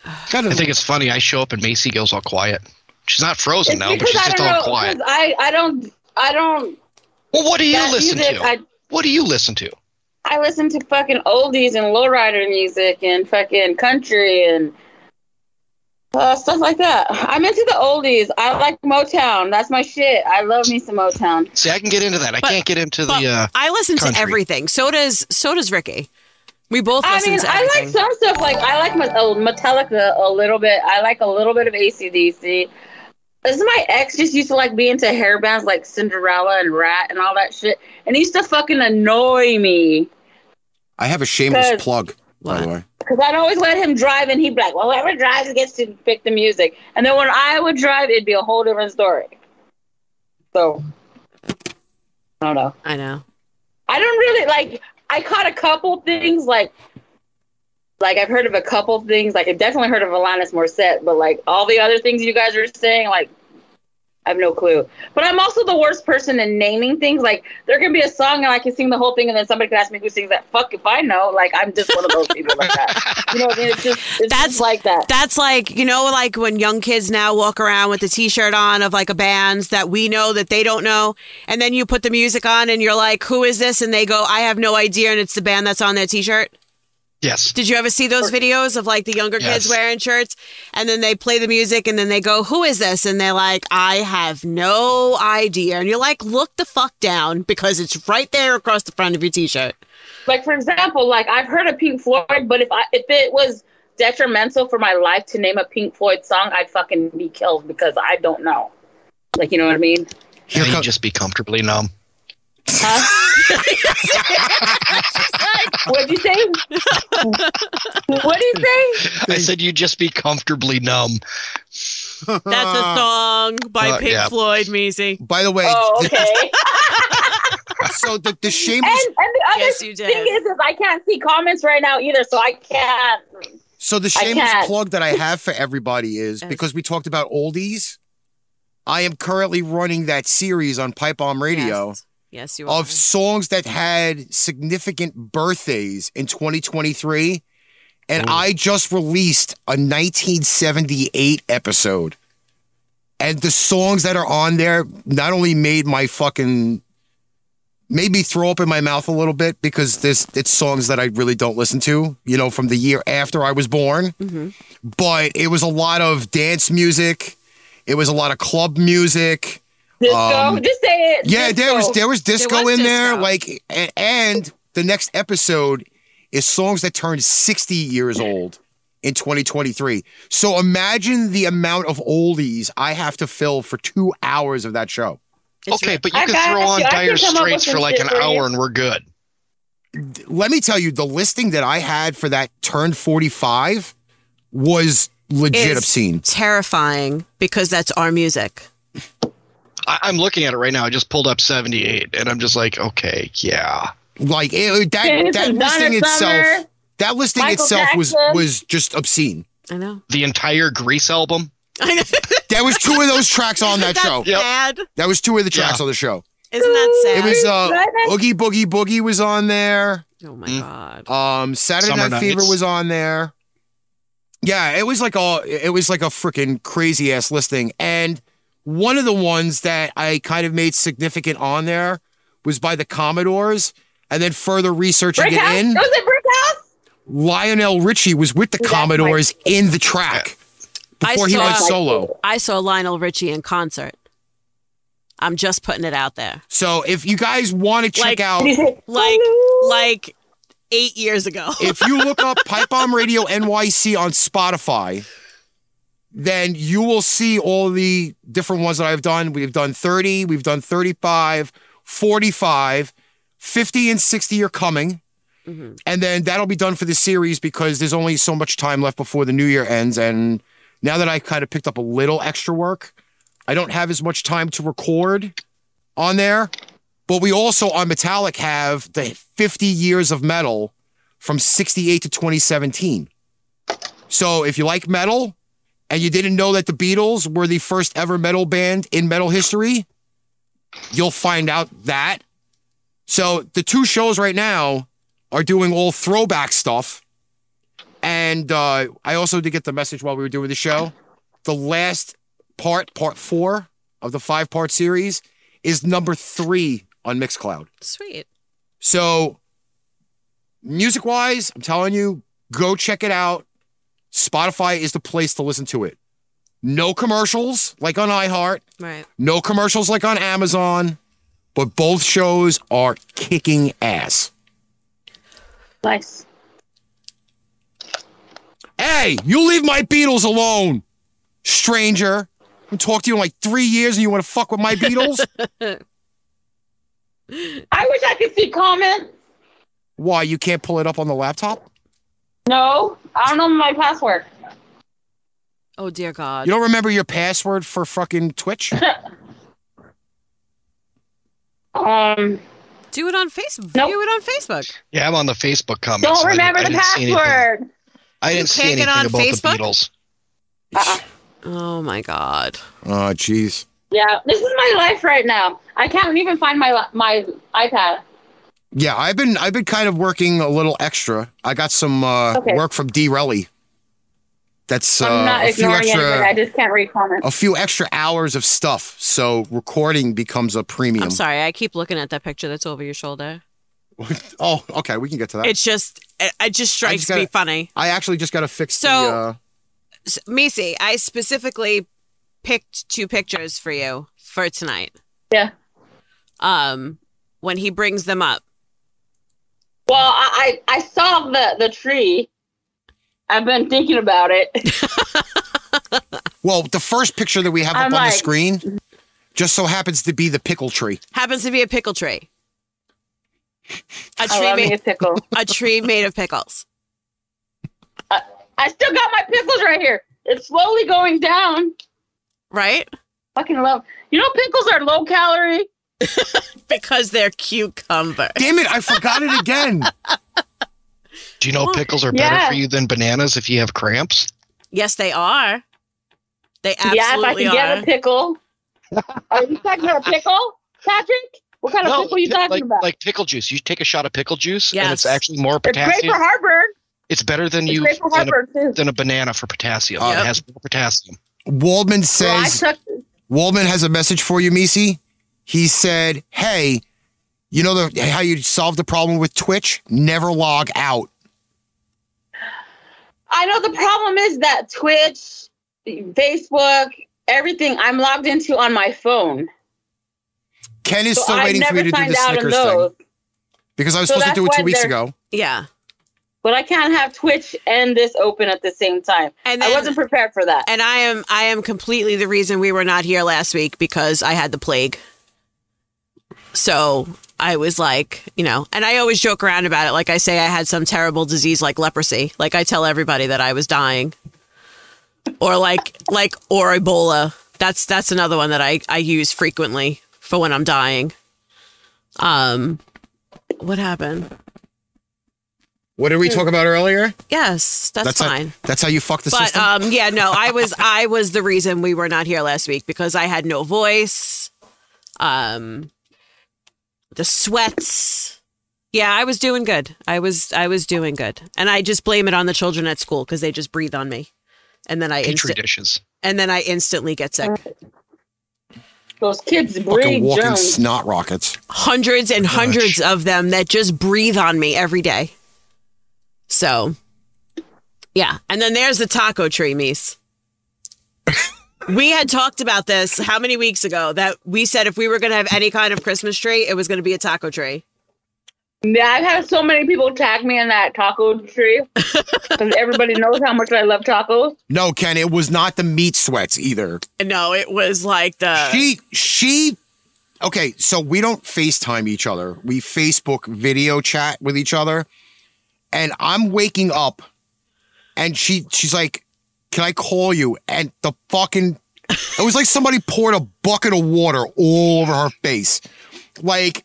[SPEAKER 1] Kind
[SPEAKER 5] I
[SPEAKER 1] of-
[SPEAKER 5] think it's funny. I show up and Macy goes all quiet. She's not frozen
[SPEAKER 3] It's
[SPEAKER 5] now, but she's
[SPEAKER 3] I
[SPEAKER 5] just
[SPEAKER 3] don't
[SPEAKER 5] all
[SPEAKER 3] know.
[SPEAKER 5] quiet.
[SPEAKER 3] 'cause I, I don't. I don't.
[SPEAKER 5] Well, what do you
[SPEAKER 3] that
[SPEAKER 5] listen
[SPEAKER 3] music,
[SPEAKER 5] to?
[SPEAKER 3] I,
[SPEAKER 5] What do you listen to?
[SPEAKER 3] I listen to fucking oldies and lowrider music and fucking country and uh, stuff like that. I'm into the oldies. I like Motown. That's my shit. I love me some Motown.
[SPEAKER 5] See, I can get into that. I
[SPEAKER 2] But-
[SPEAKER 5] can't get into
[SPEAKER 2] but-
[SPEAKER 5] the. Uh,
[SPEAKER 2] I listen
[SPEAKER 5] Country.
[SPEAKER 2] to everything. So does so does Ricky. We both
[SPEAKER 3] I
[SPEAKER 2] listen
[SPEAKER 3] mean,
[SPEAKER 2] to
[SPEAKER 3] I
[SPEAKER 2] everything.
[SPEAKER 3] like some stuff. Like I like Met- uh, Metallica a little bit. I like a little bit of ACDC. This is my ex just used to like be into hair bands like Cinderella and Rat and all that shit, and it used to fucking annoy me.
[SPEAKER 1] I have a shameless
[SPEAKER 3] Good.
[SPEAKER 1] plug, by
[SPEAKER 2] What?
[SPEAKER 1] the way.
[SPEAKER 3] Because I'd always let him drive, and he'd be like, well, whoever drives gets to pick the music. And then when I would drive, it'd be a whole different story. So, I don't know.
[SPEAKER 2] I know.
[SPEAKER 3] I don't really like, I caught a couple things, like, like I've heard of a couple things. Like, I've definitely heard of Alanis Morissette, but like all the other things you guys are saying, like, I have no clue. But I'm also the worst person in naming things. Like, there can be a song and I can sing the whole thing, and then somebody can ask me who sings that. Fuck if I know. Like, I'm just one of those people like that. You know, what I mean? it's just it's
[SPEAKER 2] That's-
[SPEAKER 3] just like that.
[SPEAKER 2] That's like you know, like when young kids now walk around with the T-shirt on of like a band that we know that they don't know, and then you put the music on and you're like, "Who is this?" And they go, "I have no idea," and it's the band that's on their T-shirt.
[SPEAKER 5] yes.
[SPEAKER 2] Did you ever see those videos of like the younger
[SPEAKER 5] Yes.
[SPEAKER 2] kids wearing shirts, and then they play the music, and then they go, "Who is this?" And they're like, "I have no idea," and you're like, "Look the fuck down," because it's right there across the front of your T-shirt.
[SPEAKER 3] Like for example, like I've heard of Pink Floyd, but if I if it was detrimental for my life to name a Pink Floyd song, I'd fucking be killed because I don't know. Like you know what I mean?
[SPEAKER 1] Here
[SPEAKER 5] Now you
[SPEAKER 1] co-
[SPEAKER 5] just be comfortably numb.
[SPEAKER 3] What'd you say? What'd you say?
[SPEAKER 5] I said you just be comfortably numb.
[SPEAKER 2] That's a song by
[SPEAKER 5] Uh,
[SPEAKER 2] Pink
[SPEAKER 5] yeah.
[SPEAKER 2] Floyd, Macy.
[SPEAKER 1] By the way,
[SPEAKER 3] Oh, okay.
[SPEAKER 1] so the, the
[SPEAKER 3] And
[SPEAKER 1] shameless
[SPEAKER 3] and the other
[SPEAKER 2] Yes, you
[SPEAKER 3] thing
[SPEAKER 2] did.
[SPEAKER 3] is, is I can't see comments right now either, so I can't.
[SPEAKER 1] so the
[SPEAKER 3] I
[SPEAKER 1] shameless
[SPEAKER 3] can't.
[SPEAKER 1] plug that I have for everybody is
[SPEAKER 2] Yes.
[SPEAKER 1] because we talked about oldies. I am currently running that series on Pipe Bomb Radio.
[SPEAKER 2] Yes, Yes, you are.
[SPEAKER 1] of songs that had significant birthdays in 2023. And
[SPEAKER 5] Mm.
[SPEAKER 1] I just released a 1978 episode. And the songs that are on there not only made my fucking made me throw up in my mouth a little bit because this it's songs that I really don't listen to, you know, from the year after I was born.
[SPEAKER 2] Mhm.
[SPEAKER 1] But it was a lot of dance music. It was a lot of club music.
[SPEAKER 3] Disco,
[SPEAKER 1] Um,
[SPEAKER 3] just say it.
[SPEAKER 1] Yeah, there was
[SPEAKER 3] Disco.
[SPEAKER 1] there was disco
[SPEAKER 2] was
[SPEAKER 1] in there.
[SPEAKER 2] disco.
[SPEAKER 1] Like, and, and the next episode is songs that turned sixty years old in 2023. So imagine the amount of oldies I have to fill for two hours of that show.
[SPEAKER 2] It's
[SPEAKER 5] okay,
[SPEAKER 2] right.
[SPEAKER 5] but you
[SPEAKER 3] I
[SPEAKER 5] can
[SPEAKER 3] got
[SPEAKER 5] throw
[SPEAKER 3] you.
[SPEAKER 5] on
[SPEAKER 3] I can
[SPEAKER 5] Dire
[SPEAKER 3] come up with
[SPEAKER 5] Straits for
[SPEAKER 3] some
[SPEAKER 5] like
[SPEAKER 3] shit
[SPEAKER 5] an
[SPEAKER 3] for you.
[SPEAKER 5] hour and we're good.
[SPEAKER 1] Let me tell you, the listing that I had for that turned 45 was legit
[SPEAKER 2] Is-
[SPEAKER 1] obscene.
[SPEAKER 2] terrifying because that's our music.
[SPEAKER 5] I, I'm looking at it right now. I just pulled up 78, and I'm just like, okay, yeah.
[SPEAKER 1] Like it, that
[SPEAKER 3] James
[SPEAKER 1] that
[SPEAKER 3] and Donna
[SPEAKER 1] listing
[SPEAKER 3] Summer.
[SPEAKER 1] itself, that listing
[SPEAKER 3] Michael
[SPEAKER 1] itself was
[SPEAKER 3] Jackson.
[SPEAKER 1] was just obscene.
[SPEAKER 2] I know.
[SPEAKER 5] The entire Grease album.
[SPEAKER 2] I know.
[SPEAKER 1] There was two of those tracks on that
[SPEAKER 2] That's
[SPEAKER 1] show.
[SPEAKER 5] Yep.
[SPEAKER 2] sad.
[SPEAKER 1] That was two of the tracks
[SPEAKER 5] Yeah.
[SPEAKER 1] on the show.
[SPEAKER 2] Isn't that sad?
[SPEAKER 1] It was uh,
[SPEAKER 3] Right?
[SPEAKER 1] Oogie Boogie Boogie was on there.
[SPEAKER 2] oh my
[SPEAKER 5] Mm.
[SPEAKER 2] god.
[SPEAKER 1] Um, Saturday
[SPEAKER 5] Summer
[SPEAKER 1] Night Fever
[SPEAKER 5] Nights.
[SPEAKER 1] was on there. Yeah, it was like all it was like a freaking crazy ass listing. And one of the ones that I kind of made significant on there was by the Commodores. And then further researching
[SPEAKER 3] Brick House?
[SPEAKER 1] it in,
[SPEAKER 3] Was it Brick House?
[SPEAKER 1] Lionel Richie was with the
[SPEAKER 3] That's my-
[SPEAKER 1] Commodores in the track
[SPEAKER 2] I
[SPEAKER 1] before he
[SPEAKER 2] saw-
[SPEAKER 1] went solo.
[SPEAKER 2] I saw Lionel Richie in concert. I'm just putting it out there.
[SPEAKER 1] So if you guys want to check
[SPEAKER 2] Like-
[SPEAKER 1] out
[SPEAKER 2] Like
[SPEAKER 3] Hello.
[SPEAKER 2] like 8 years ago.
[SPEAKER 1] if you look up Pipe Bomb Radio NYC on Spotify, then you will see all the different ones that I've done. We've done 30, we've done 35, 45, 50 and 60 are coming.
[SPEAKER 2] Mhm.
[SPEAKER 1] And then that'll be done for the series because there's only so much time left before the new year ends. And now that I kind of picked up a little extra work, I don't have as much time to record on there. But we also on Metallic have the 50 years of metal from 68 to 2017. So if you like metal and you didn't know that the Beatles were the first ever metal band in metal history, you'll find out that. So the two shows right now are doing all throwback stuff. And uh, I also did get the message while we were doing the show. The last part, part four of the five part series, is number three on Mixcloud.
[SPEAKER 2] Sweet.
[SPEAKER 1] So, music wise, I'm telling you, go check it out. Spotify is the place to listen to it. No commercials like on iHeart,
[SPEAKER 2] Right.
[SPEAKER 1] no commercials like on Amazon, but both shows are kicking ass.
[SPEAKER 3] Nice.
[SPEAKER 1] Hey, you leave my Beatles alone, stranger. I haven't talked to you in like three years and you want to fuck with my Beatles?
[SPEAKER 4] I wish I could see comment.
[SPEAKER 1] Why? You can't pull it up on the laptop?
[SPEAKER 4] No, I don't know my password.
[SPEAKER 2] Oh dear God.
[SPEAKER 1] You don't remember your password for fucking Twitch?
[SPEAKER 3] Um,
[SPEAKER 2] Do it on Facebook.
[SPEAKER 3] Nope.
[SPEAKER 2] View it on Facebook.
[SPEAKER 5] Yeah, I'm on the Facebook comments.
[SPEAKER 3] don't
[SPEAKER 5] and I
[SPEAKER 3] remember the
[SPEAKER 5] didn't- I didn't see anything-
[SPEAKER 2] You can't
[SPEAKER 3] password.
[SPEAKER 5] I didn't see anything
[SPEAKER 2] get on
[SPEAKER 5] about
[SPEAKER 2] Facebook?
[SPEAKER 5] the Beatles.
[SPEAKER 3] Uh-uh.
[SPEAKER 4] Uh-uh.
[SPEAKER 2] Oh my God.
[SPEAKER 1] Oh, jeez.
[SPEAKER 3] Yeah, this is my life right now.
[SPEAKER 4] I can't even find my my iPad.
[SPEAKER 1] Yeah, I've been I've been kind of working a little extra. I got some uh,
[SPEAKER 3] Okay.
[SPEAKER 1] work from D Relly. That's uh,
[SPEAKER 3] I'm not
[SPEAKER 1] a few
[SPEAKER 3] ignoring
[SPEAKER 1] extra
[SPEAKER 3] anything. I just can't read
[SPEAKER 5] Oh.
[SPEAKER 3] comments.
[SPEAKER 1] a few extra hours of stuff, so recording becomes a premium.
[SPEAKER 2] I'm sorry. I keep looking at that picture that's over your shoulder.
[SPEAKER 1] oh, okay, we can get to that.
[SPEAKER 2] It's just, it, it just strikes
[SPEAKER 1] gotta-
[SPEAKER 2] me funny.
[SPEAKER 1] I actually just got to fix
[SPEAKER 2] So-
[SPEAKER 1] the. Uh,
[SPEAKER 2] S- Macy, I specifically picked two pictures for you for tonight.
[SPEAKER 3] Yeah.
[SPEAKER 2] Um, when he brings them up.
[SPEAKER 4] Well, I, I I saw the the tree. I've been thinking about it.
[SPEAKER 1] well, the first picture that we have up
[SPEAKER 3] I'm
[SPEAKER 1] on the
[SPEAKER 3] like-
[SPEAKER 1] screen just so happens to be the pickle tree.
[SPEAKER 2] Happens to be a pickle tree. A
[SPEAKER 3] I
[SPEAKER 2] tree
[SPEAKER 3] love me
[SPEAKER 2] made
[SPEAKER 3] a pickle.
[SPEAKER 2] a tree made of pickles.
[SPEAKER 4] I still got my pickles right here. It's slowly going down.
[SPEAKER 2] Right?
[SPEAKER 4] Fucking love. You know, pickles are low calorie.
[SPEAKER 2] Because they're cucumber.
[SPEAKER 1] Damn it! I forgot it again.
[SPEAKER 5] Do you know
[SPEAKER 2] Oh,
[SPEAKER 5] pickles are
[SPEAKER 4] yeah.
[SPEAKER 5] better for you than bananas if you have cramps?
[SPEAKER 2] Yes, they are. They absolutely
[SPEAKER 4] yeah, if I could
[SPEAKER 2] are.
[SPEAKER 4] get a pickle. are you talking about a pickle, Patrick? What kind of pickle are you
[SPEAKER 5] pi-
[SPEAKER 4] talking
[SPEAKER 5] like,
[SPEAKER 4] about?
[SPEAKER 5] like pickle juice. You take a shot of pickle juice, and
[SPEAKER 2] Yes.
[SPEAKER 5] it's actually more
[SPEAKER 4] it's great
[SPEAKER 5] potassium.
[SPEAKER 4] for heartburn.
[SPEAKER 5] It's better than
[SPEAKER 4] It's
[SPEAKER 5] you
[SPEAKER 4] great for
[SPEAKER 5] than a,
[SPEAKER 4] heartburn too.
[SPEAKER 5] than a banana for potassium. Oh,
[SPEAKER 1] Yep.
[SPEAKER 5] It has more potassium.
[SPEAKER 1] Waldman
[SPEAKER 4] Well, I
[SPEAKER 1] says
[SPEAKER 4] took
[SPEAKER 1] Waldman has a message for you, Misi. He said, "Hey, you know the how you solve the problem with Twitch? Never log out."
[SPEAKER 4] I know the problem is that Twitch, Facebook, everything I'm logged into on my phone.
[SPEAKER 1] Ken is
[SPEAKER 4] So
[SPEAKER 1] still
[SPEAKER 4] I
[SPEAKER 1] waiting for me
[SPEAKER 4] never
[SPEAKER 1] to do
[SPEAKER 4] signed
[SPEAKER 1] the
[SPEAKER 4] out of
[SPEAKER 1] Snickers
[SPEAKER 4] those.
[SPEAKER 1] thing because I was
[SPEAKER 4] So
[SPEAKER 1] supposed to
[SPEAKER 4] that's
[SPEAKER 1] do it two
[SPEAKER 4] why
[SPEAKER 1] weeks
[SPEAKER 4] they're-
[SPEAKER 1] ago.
[SPEAKER 2] yeah.
[SPEAKER 4] But I can't have Twitch and this open at the same time.
[SPEAKER 2] And
[SPEAKER 4] I
[SPEAKER 2] then-
[SPEAKER 4] wasn't prepared for that.
[SPEAKER 2] And I am I am completely the reason we were not here last week because I had the plague. So I was like, you know, and I always joke around about it. Like I say I had some terrible disease like leprosy. Like I tell everybody that I was dying. Or like like or Ebola. That's that's another one that I, I use frequently for when I'm dying. Um what happened?
[SPEAKER 1] What did we
[SPEAKER 4] Hmm.
[SPEAKER 1] talk about earlier?
[SPEAKER 2] Yes, that's,
[SPEAKER 1] how-
[SPEAKER 2] fine.
[SPEAKER 1] that's how you fuck the
[SPEAKER 2] but
[SPEAKER 4] uh,
[SPEAKER 1] system.
[SPEAKER 2] um yeah no i was i was the reason we were not here last week because i had no voice um the sweats yeah i was doing good i was i was doing good and i just blame it on the children at school because they just breathe on me and then i
[SPEAKER 5] Petri
[SPEAKER 2] insta-
[SPEAKER 5] dishes.
[SPEAKER 2] and then i instantly get sick
[SPEAKER 4] Those kids
[SPEAKER 1] Fucking
[SPEAKER 4] breed
[SPEAKER 1] walking
[SPEAKER 4] germs.
[SPEAKER 1] snot rockets.
[SPEAKER 2] hundreds and
[SPEAKER 5] Gosh.
[SPEAKER 2] hundreds of them that just breathe on me every day so yeah and then there's the taco tree meese we had talked about this how many weeks ago that we said if we were going to have any kind of christmas tree it was going to be a taco tree
[SPEAKER 4] Yeah, I've had so many people tag me in that taco tree because everybody knows how much I love tacos.
[SPEAKER 1] No, Ken, it was not the meat sweats either.
[SPEAKER 2] no it was like the
[SPEAKER 1] she she okay so we don't facetime each other we facebook video chat with each other and i'm waking up and she she's like can i call you and the fucking it was like somebody poured a bucket of water all over her face like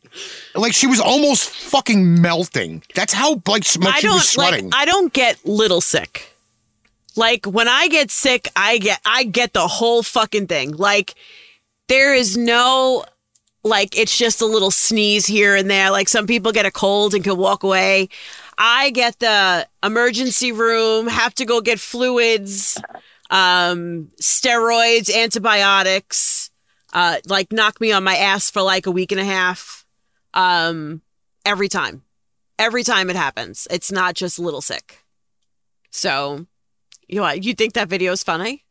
[SPEAKER 1] like she was almost fucking melting that's how like much
[SPEAKER 2] I
[SPEAKER 1] she was
[SPEAKER 2] don't like
[SPEAKER 1] sweating
[SPEAKER 2] I don't get little sick. Like when I get sick, I get I get the whole fucking thing. Like there is no like it's just a little sneeze here and there. Like some people get a cold and can walk away. I get the emergency room, have to go get fluids, um, steroids, antibiotics, uh, like knock me on my ass for like a week and a half. Um, every time. Every time it happens. It's not just a little sick. So you know, you think that video is funny?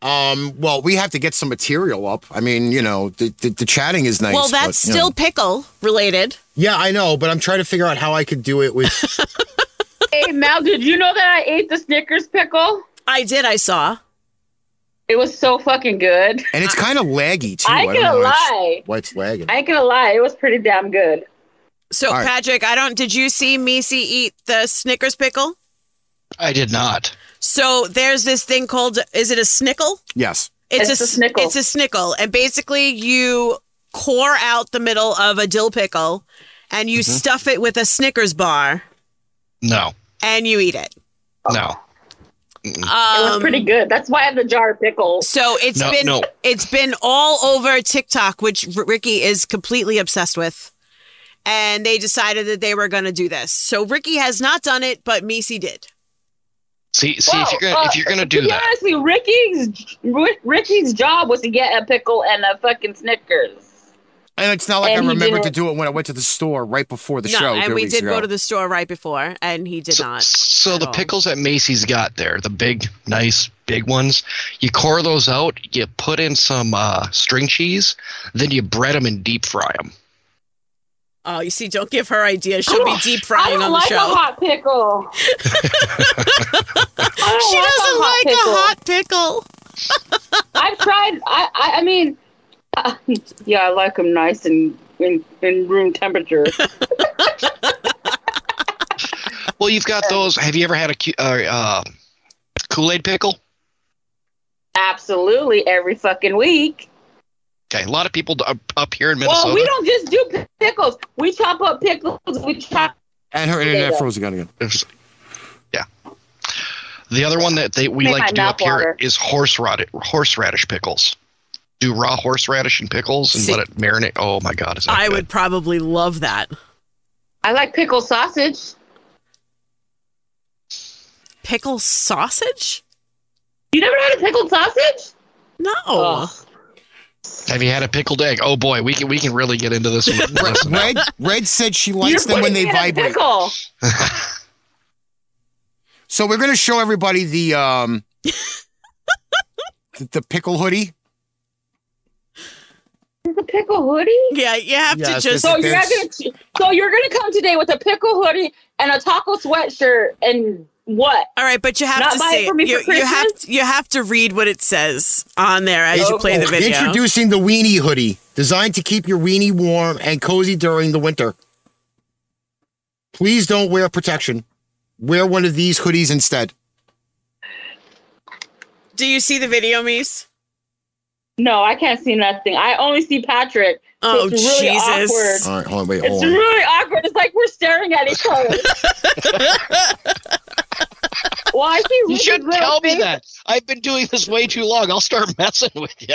[SPEAKER 1] Um, well, we have to get some material up. I mean, you know, the, the, the chatting is nice.
[SPEAKER 2] well, that's
[SPEAKER 1] but, you
[SPEAKER 2] still
[SPEAKER 1] know.
[SPEAKER 2] pickle related.
[SPEAKER 1] Yeah, I know, but I'm trying to figure out how I could do it with.
[SPEAKER 3] Hey, Mel, did you know that I ate the Snickers pickle?
[SPEAKER 2] I did. I saw.
[SPEAKER 3] It was so fucking good.
[SPEAKER 1] and it's kind of laggy too.
[SPEAKER 3] I
[SPEAKER 1] I,
[SPEAKER 3] ain't
[SPEAKER 1] don't
[SPEAKER 3] gonna
[SPEAKER 1] know why it's-
[SPEAKER 3] lie.
[SPEAKER 1] why it's lagging.
[SPEAKER 3] I ain't gonna lie, it was pretty damn good.
[SPEAKER 2] So
[SPEAKER 1] All right.
[SPEAKER 2] Patrick, I don't. Did you see Misi eat the Snickers pickle?
[SPEAKER 5] I did not.
[SPEAKER 2] So there's this thing called. Is it a snickle?
[SPEAKER 1] yes.
[SPEAKER 3] It's a
[SPEAKER 2] s-
[SPEAKER 3] snickle.
[SPEAKER 2] It's a snickle, and basically you core out the middle of a dill pickle, and you
[SPEAKER 1] Mm-hmm.
[SPEAKER 2] stuff it with a Snickers bar,
[SPEAKER 5] No,
[SPEAKER 2] and you eat it.
[SPEAKER 5] no.
[SPEAKER 3] It
[SPEAKER 2] Um,
[SPEAKER 3] was pretty good. That's why I have the jar of pickles.
[SPEAKER 2] So it's
[SPEAKER 5] No,
[SPEAKER 2] been
[SPEAKER 5] no.
[SPEAKER 2] it's been all over TikTok, which R- Ricky is completely obsessed with. And they decided that they were going to do this. So Ricky has not done it, but Misi did.
[SPEAKER 5] See, see if
[SPEAKER 3] Whoa,
[SPEAKER 5] you're gonna,
[SPEAKER 3] uh,
[SPEAKER 5] if you're gonna
[SPEAKER 3] To
[SPEAKER 5] do
[SPEAKER 3] be
[SPEAKER 5] that,
[SPEAKER 3] honest, with you, Ricky's Ri- Ricky's job was to get a pickle and a fucking Snickers.
[SPEAKER 1] And it's not like
[SPEAKER 3] And
[SPEAKER 1] I
[SPEAKER 3] he
[SPEAKER 1] remember
[SPEAKER 3] did
[SPEAKER 1] to
[SPEAKER 3] it-
[SPEAKER 1] do it when I went to the store right before the
[SPEAKER 2] no,
[SPEAKER 1] show.
[SPEAKER 2] and
[SPEAKER 1] two
[SPEAKER 2] we
[SPEAKER 1] weeks
[SPEAKER 2] did
[SPEAKER 1] ago.
[SPEAKER 2] go to the store right before, and he did
[SPEAKER 5] so,
[SPEAKER 2] not.
[SPEAKER 5] so
[SPEAKER 2] at
[SPEAKER 5] the
[SPEAKER 2] all.
[SPEAKER 5] pickles that Macy's got there, the big, nice, big ones, you core those out, you put in some uh, string cheese, then you bread them and deep fry them.
[SPEAKER 2] Oh, you see, don't give her ideas. She'll be deep
[SPEAKER 3] I
[SPEAKER 2] frying
[SPEAKER 3] don't
[SPEAKER 2] on the
[SPEAKER 3] like
[SPEAKER 2] show.
[SPEAKER 3] a hot pickle. I don't
[SPEAKER 2] she
[SPEAKER 3] like a
[SPEAKER 2] doesn't
[SPEAKER 3] hot
[SPEAKER 2] like a
[SPEAKER 3] pickle.
[SPEAKER 2] hot pickle.
[SPEAKER 3] I've tried. I I, I mean, uh, yeah, I like them nice and in, in room temperature.
[SPEAKER 5] Well, you've got those. Have you ever had a Q- uh, uh, Kool Aid pickle?
[SPEAKER 3] Absolutely, every fucking week.
[SPEAKER 5] Okay, a lot of people d- up, up here in Minnesota.
[SPEAKER 3] Well, we don't just do pi- pickles. We chop up pickles. We chop.
[SPEAKER 1] And her internet
[SPEAKER 3] Yeah.
[SPEAKER 1] froze again. again.
[SPEAKER 5] It's- yeah. The other one that they we
[SPEAKER 3] Make
[SPEAKER 5] like
[SPEAKER 3] my
[SPEAKER 5] to do
[SPEAKER 3] mouth
[SPEAKER 5] up here
[SPEAKER 3] water.
[SPEAKER 5] is horseradish, horseradish pickles. Do raw horseradish and pickles and
[SPEAKER 2] See-
[SPEAKER 5] let it marinate. Oh my god, is that
[SPEAKER 2] I
[SPEAKER 5] good.
[SPEAKER 2] would probably love that.
[SPEAKER 3] I like pickle sausage.
[SPEAKER 2] Pickle sausage?
[SPEAKER 3] You never had a pickled sausage?
[SPEAKER 2] No.
[SPEAKER 1] Oh,
[SPEAKER 3] Ugh.
[SPEAKER 5] Have you had a pickled egg? Oh boy, we can we can really get into this one. Listen,
[SPEAKER 1] Red Red said she likes
[SPEAKER 3] You're
[SPEAKER 1] them when
[SPEAKER 3] putting
[SPEAKER 1] they
[SPEAKER 3] me in a
[SPEAKER 1] vibrate.
[SPEAKER 3] pickle.
[SPEAKER 1] So we're gonna show everybody the um the, the pickle hoodie.
[SPEAKER 3] Is a pickle hoodie?
[SPEAKER 2] Yeah, you have
[SPEAKER 1] Yes,
[SPEAKER 2] to just.
[SPEAKER 3] So
[SPEAKER 1] It's-
[SPEAKER 3] you're not gonna. So you're gonna come today with a pickle hoodie and a taco sweatshirt and what?
[SPEAKER 2] All right, but you have
[SPEAKER 3] Not
[SPEAKER 2] to
[SPEAKER 3] buy it
[SPEAKER 2] say
[SPEAKER 3] for me
[SPEAKER 2] you,
[SPEAKER 3] for
[SPEAKER 2] you have to, you have to read what it says on there as
[SPEAKER 3] Oh,
[SPEAKER 2] you play the
[SPEAKER 1] Okay.
[SPEAKER 2] video.
[SPEAKER 1] Introducing the weenie hoodie, designed to keep your weenie warm and cozy during the winter. Please don't wear protection. Wear one of these hoodies instead.
[SPEAKER 2] Do you see the video, Mies?
[SPEAKER 3] No, I can't see nothing. I only see Patrick. So
[SPEAKER 2] Oh
[SPEAKER 3] it's really
[SPEAKER 2] Jesus!
[SPEAKER 1] All right, hold on, wait,
[SPEAKER 3] It's
[SPEAKER 1] hold on.
[SPEAKER 3] really awkward. It's like we're staring at each other. well, I see
[SPEAKER 5] you
[SPEAKER 3] Ricky's
[SPEAKER 5] shouldn't
[SPEAKER 3] little
[SPEAKER 5] tell me
[SPEAKER 3] finger-
[SPEAKER 5] that. I've been doing this way too long. I'll start messing with you.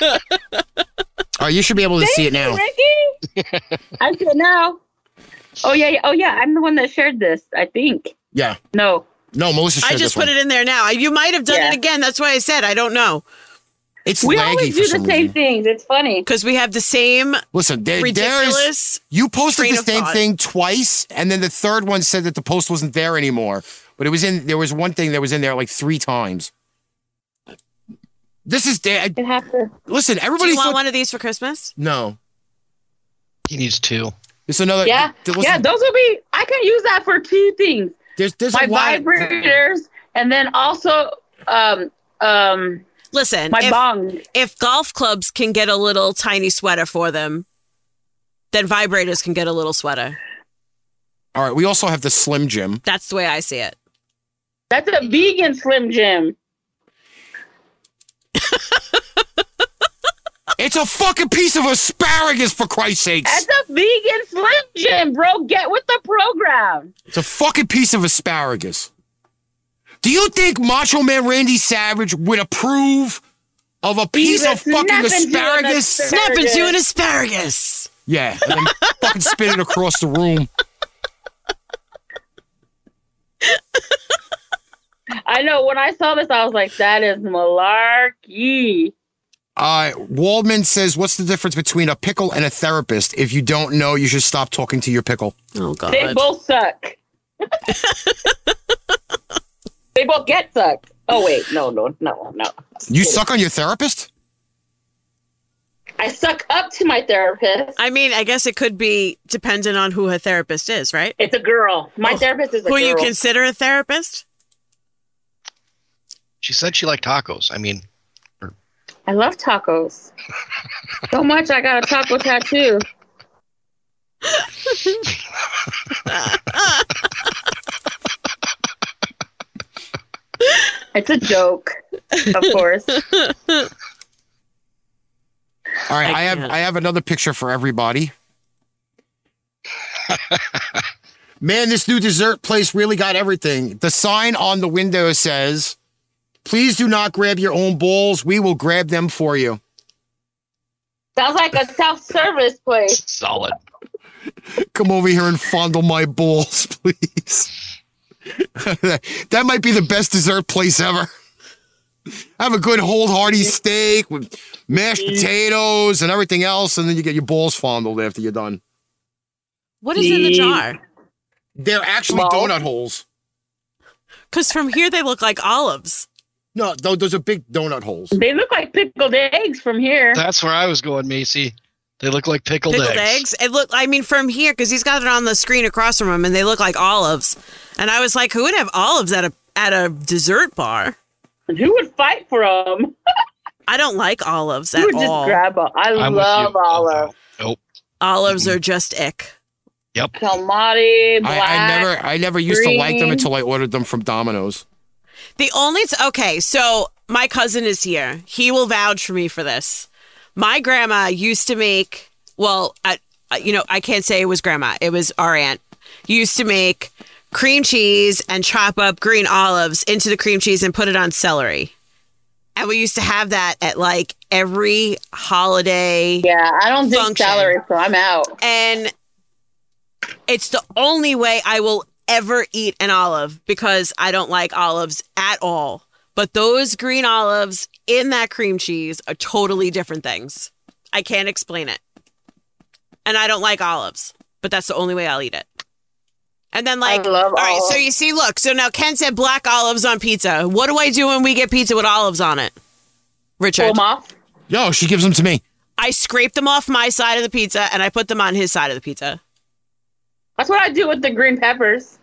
[SPEAKER 1] All right, you should be able to see it now.
[SPEAKER 3] Ricky? I see it now. Oh yeah, yeah, oh yeah. I'm the one that shared this. I think.
[SPEAKER 1] Yeah.
[SPEAKER 3] No.
[SPEAKER 1] No, Melissa
[SPEAKER 2] I
[SPEAKER 1] shared
[SPEAKER 2] just
[SPEAKER 1] this
[SPEAKER 2] put
[SPEAKER 1] one.
[SPEAKER 2] it in there now. You might have done
[SPEAKER 3] Yeah.
[SPEAKER 2] it again. That's why I said I don't know
[SPEAKER 1] It's
[SPEAKER 3] We
[SPEAKER 1] laggy
[SPEAKER 3] always
[SPEAKER 1] for
[SPEAKER 3] do the
[SPEAKER 1] some
[SPEAKER 3] same
[SPEAKER 1] reason.
[SPEAKER 3] things. It's funny.
[SPEAKER 2] because we have the same
[SPEAKER 1] Listen, there, there is
[SPEAKER 2] ridiculous.
[SPEAKER 1] you posted
[SPEAKER 2] train
[SPEAKER 1] the
[SPEAKER 2] of
[SPEAKER 1] same
[SPEAKER 2] thought.
[SPEAKER 1] thing twice, and then the third one said that the post wasn't there anymore. But it was in there was one thing that was in there like three times. This is da-
[SPEAKER 3] It happens.
[SPEAKER 1] listen,
[SPEAKER 2] Do
[SPEAKER 1] everybody
[SPEAKER 2] you want
[SPEAKER 1] thought
[SPEAKER 2] one of these for Christmas?
[SPEAKER 1] no.
[SPEAKER 5] He needs two.
[SPEAKER 1] It's another
[SPEAKER 3] Yeah.
[SPEAKER 1] th- listen,
[SPEAKER 3] yeah, those would be I can use that for two things.
[SPEAKER 1] there's there's
[SPEAKER 3] My
[SPEAKER 1] a lot of-
[SPEAKER 3] vibrators and then also um um
[SPEAKER 2] Listen,
[SPEAKER 3] my
[SPEAKER 2] if,
[SPEAKER 3] bong.
[SPEAKER 2] if golf clubs can get a little tiny sweater for them, then vibrators can get a little sweater.
[SPEAKER 1] All right, we also have the Slim Jim.
[SPEAKER 2] That's the way I see it.
[SPEAKER 3] That's a vegan slim jim.
[SPEAKER 1] It's a fucking piece of asparagus for Christ's
[SPEAKER 3] That's
[SPEAKER 1] sakes.
[SPEAKER 3] a vegan slim jim, bro. Get with the program.
[SPEAKER 1] It's a fucking piece of asparagus. Do you think Macho Man Randy Savage would approve of a piece
[SPEAKER 3] Even
[SPEAKER 1] of fucking
[SPEAKER 3] snapping to an
[SPEAKER 1] asparagus.
[SPEAKER 3] asparagus.
[SPEAKER 2] Snapping to an asparagus.
[SPEAKER 1] Yeah, and then fucking spit it across the room.
[SPEAKER 3] I know. When I saw this, I was like, that is malarkey.
[SPEAKER 1] Uh, Waldman says, "What's the difference between a pickle and a therapist? If you don't know, you should stop talking to your pickle."
[SPEAKER 2] Oh god.
[SPEAKER 3] They both suck. they both get sucked. Oh, wait. No, no, no, no.
[SPEAKER 1] You suck on your therapist.
[SPEAKER 3] I suck up to my therapist.
[SPEAKER 2] I mean, I guess it could be dependent on who her therapist is, right?
[SPEAKER 3] It's a girl. My therapist is a
[SPEAKER 2] Oh, Who
[SPEAKER 3] girl.
[SPEAKER 2] you consider a therapist?
[SPEAKER 5] She said she liked tacos. I mean,
[SPEAKER 3] I love tacos. so much I got a taco tattoo. it's a joke, of course.
[SPEAKER 1] All right,
[SPEAKER 2] I
[SPEAKER 1] I, have
[SPEAKER 2] can't.
[SPEAKER 1] I have another picture for everybody. Man, this new dessert place really got everything. The sign on the window says, "Please do not grab your own bowls. We will grab them for you."
[SPEAKER 3] Sounds like a self-service place.
[SPEAKER 5] solid.
[SPEAKER 1] Come over here and fondle my balls, please. that might be the best dessert place ever. Have a good hold hearty steak with mashed potatoes and everything else, and then you get your balls fondled after you're done.
[SPEAKER 2] What is in the
[SPEAKER 3] Jeez.
[SPEAKER 2] jar?
[SPEAKER 1] They're actually
[SPEAKER 3] Well-
[SPEAKER 1] donut holes.
[SPEAKER 2] Because from here they look like olives.
[SPEAKER 1] No, tho- those are big donut holes.
[SPEAKER 3] They look like pickled eggs from here.
[SPEAKER 5] That's where I was going, Macy. They look like pickled,
[SPEAKER 2] Pickled eggs.
[SPEAKER 5] eggs.
[SPEAKER 2] It look. I mean, from here because he's got it on the screen across from him, and they look like olives. And I was like, who would have olives at a at a dessert bar?
[SPEAKER 3] And Who would fight for them?
[SPEAKER 2] I don't like olives
[SPEAKER 3] Who
[SPEAKER 2] at
[SPEAKER 3] would just
[SPEAKER 2] all.
[SPEAKER 3] grab them? I
[SPEAKER 5] I'm with
[SPEAKER 3] love
[SPEAKER 5] you.
[SPEAKER 3] olive.
[SPEAKER 5] Nope.
[SPEAKER 2] olives are just ick.
[SPEAKER 3] Kalmati,
[SPEAKER 1] I,
[SPEAKER 3] black.
[SPEAKER 1] I never, I never used to like them
[SPEAKER 3] green.
[SPEAKER 1] until I ordered them from Domino's.
[SPEAKER 2] The only t- okay, so my cousin is here. He will vouch for me for this. My grandma used to make well, I, I- you know, I can't say it was grandma. It was our aunt. Used to make cream cheese and chop up green olives into the cream cheese and put it on celery. And we used to have that at like every holiday.
[SPEAKER 3] Yeah, I don't do
[SPEAKER 2] Function.
[SPEAKER 3] celery, so I'm out.
[SPEAKER 2] And it's the only way I will ever eat an olive because I don't like olives at all. But those green olives in that cream cheese are totally different things. I can't explain it. And I don't like olives, but that's the only way I'll eat it. And then, like,
[SPEAKER 3] I love
[SPEAKER 2] all right, so
[SPEAKER 3] olives.
[SPEAKER 2] you see, look, so now Ken said black olives on pizza. What do I do when we get pizza with olives on it? Richard.
[SPEAKER 3] Pull 'em off.
[SPEAKER 1] Yo, she gives them to me.
[SPEAKER 2] I scrape them off my side of the pizza and I put them on his side of the pizza.
[SPEAKER 3] That's what I do with the green peppers.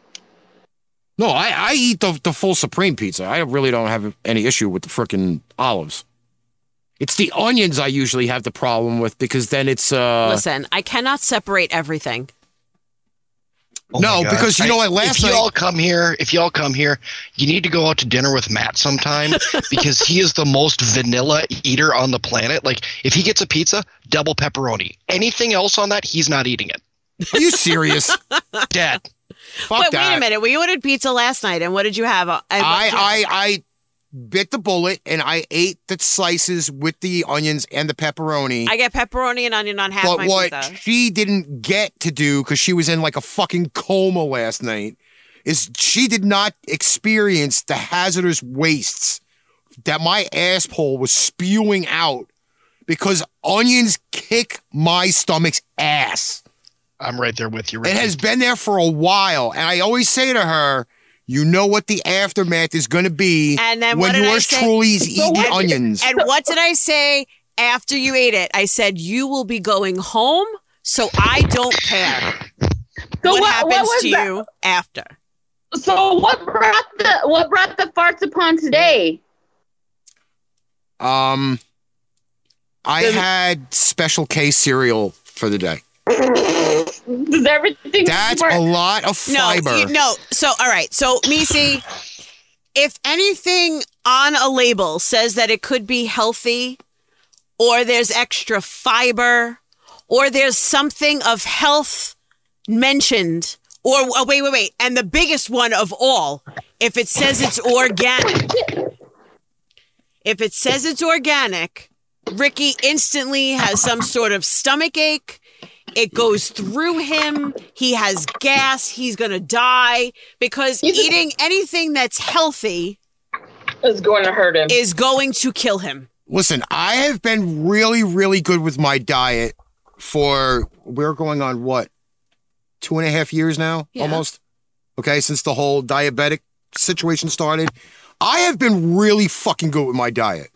[SPEAKER 1] No, I, I eat the, the full supreme pizza. I really don't have any issue with the frickin' olives. It's the onions I usually have the problem with because then it's uh
[SPEAKER 2] Listen, I cannot separate everything.
[SPEAKER 5] Oh
[SPEAKER 1] No,
[SPEAKER 5] my God.
[SPEAKER 1] because you know what, last
[SPEAKER 5] if
[SPEAKER 1] night-
[SPEAKER 5] y'all come here, if y'all come here, you need to go out to dinner with Matt sometime because he is the most vanilla eater on the planet. Like if he gets a pizza, double pepperoni. Anything else on that, he's not eating it.
[SPEAKER 1] Are you serious?
[SPEAKER 5] Dad,
[SPEAKER 1] Fuck
[SPEAKER 2] but
[SPEAKER 1] that.
[SPEAKER 2] wait a minute, we ordered pizza last night, and what did you have? I,
[SPEAKER 1] I, I I bit the bullet and I ate the slices with the onions and the pepperoni.
[SPEAKER 2] I get pepperoni and onion on half
[SPEAKER 1] but
[SPEAKER 2] my
[SPEAKER 1] what
[SPEAKER 2] pizza.
[SPEAKER 1] she didn't get to do because she was in like a fucking coma last night is she did not experience the hazardous wastes that my asshole was spewing out because onions kick my stomach's ass.
[SPEAKER 5] I'm right there with you.
[SPEAKER 1] It
[SPEAKER 5] Ricky.
[SPEAKER 1] has been there for a while. And I always say to her, you know what the aftermath is going to be
[SPEAKER 2] And then
[SPEAKER 1] when
[SPEAKER 2] what did I
[SPEAKER 1] yours
[SPEAKER 2] say?
[SPEAKER 1] truly is eating
[SPEAKER 3] what-
[SPEAKER 1] onions.
[SPEAKER 2] And what did I say after you ate it? I said you will be going home, so I don't care
[SPEAKER 3] So
[SPEAKER 2] what,
[SPEAKER 3] what,
[SPEAKER 2] happens
[SPEAKER 3] was
[SPEAKER 2] to
[SPEAKER 3] that?
[SPEAKER 2] you after.
[SPEAKER 3] So what brought the what brought the farts upon today?
[SPEAKER 1] Um, I
[SPEAKER 3] Does it-
[SPEAKER 1] had special K cereal for the day.
[SPEAKER 3] Does everything
[SPEAKER 1] That's
[SPEAKER 3] fart-
[SPEAKER 1] a lot of
[SPEAKER 2] No,
[SPEAKER 1] fiber.
[SPEAKER 2] you- no. So, all right. So, Misi, if anything on a label says that it could be healthy, or there's extra fiber, or there's something of health mentioned, or oh, wait, wait, wait, and the biggest one of all, if it says it's organic. If it says it's organic, Ricky instantly has some sort of stomach ache. It goes through him. He has gas. He's going to die because
[SPEAKER 3] He's a-
[SPEAKER 2] eating anything that's healthy
[SPEAKER 3] It's going to hurt him.
[SPEAKER 2] is going to kill him.
[SPEAKER 1] Listen, I have been really, really good with my diet for we're going on what two and a half years now,
[SPEAKER 2] Yeah.
[SPEAKER 1] almost. Okay, since the whole diabetic situation started, I have been really fucking good with my diet.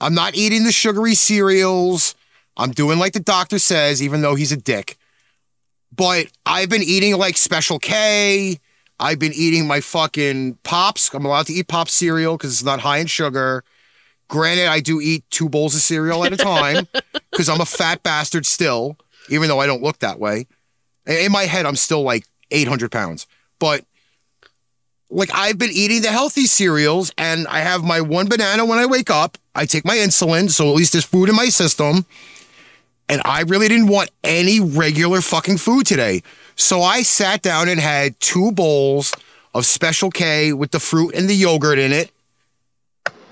[SPEAKER 1] I'm not eating the sugary cereals. I'm doing like the doctor says, even though he's a dick. But I've been eating like Special K. I've been eating my fucking pops. I'm allowed to eat pop cereal because it's not high in sugar. Granted, I do eat two bowls of cereal at a time because I'm a fat bastard still, even though I don't look that way. I- In my head, I'm still like 800 pounds. But like I've been eating the healthy cereals and I have my one banana when I wake up. I take my insulin, so at least there's food in my system. And I really didn't want any regular fucking food today. So I sat down and had two bowls of Special K with the fruit and the yogurt in it.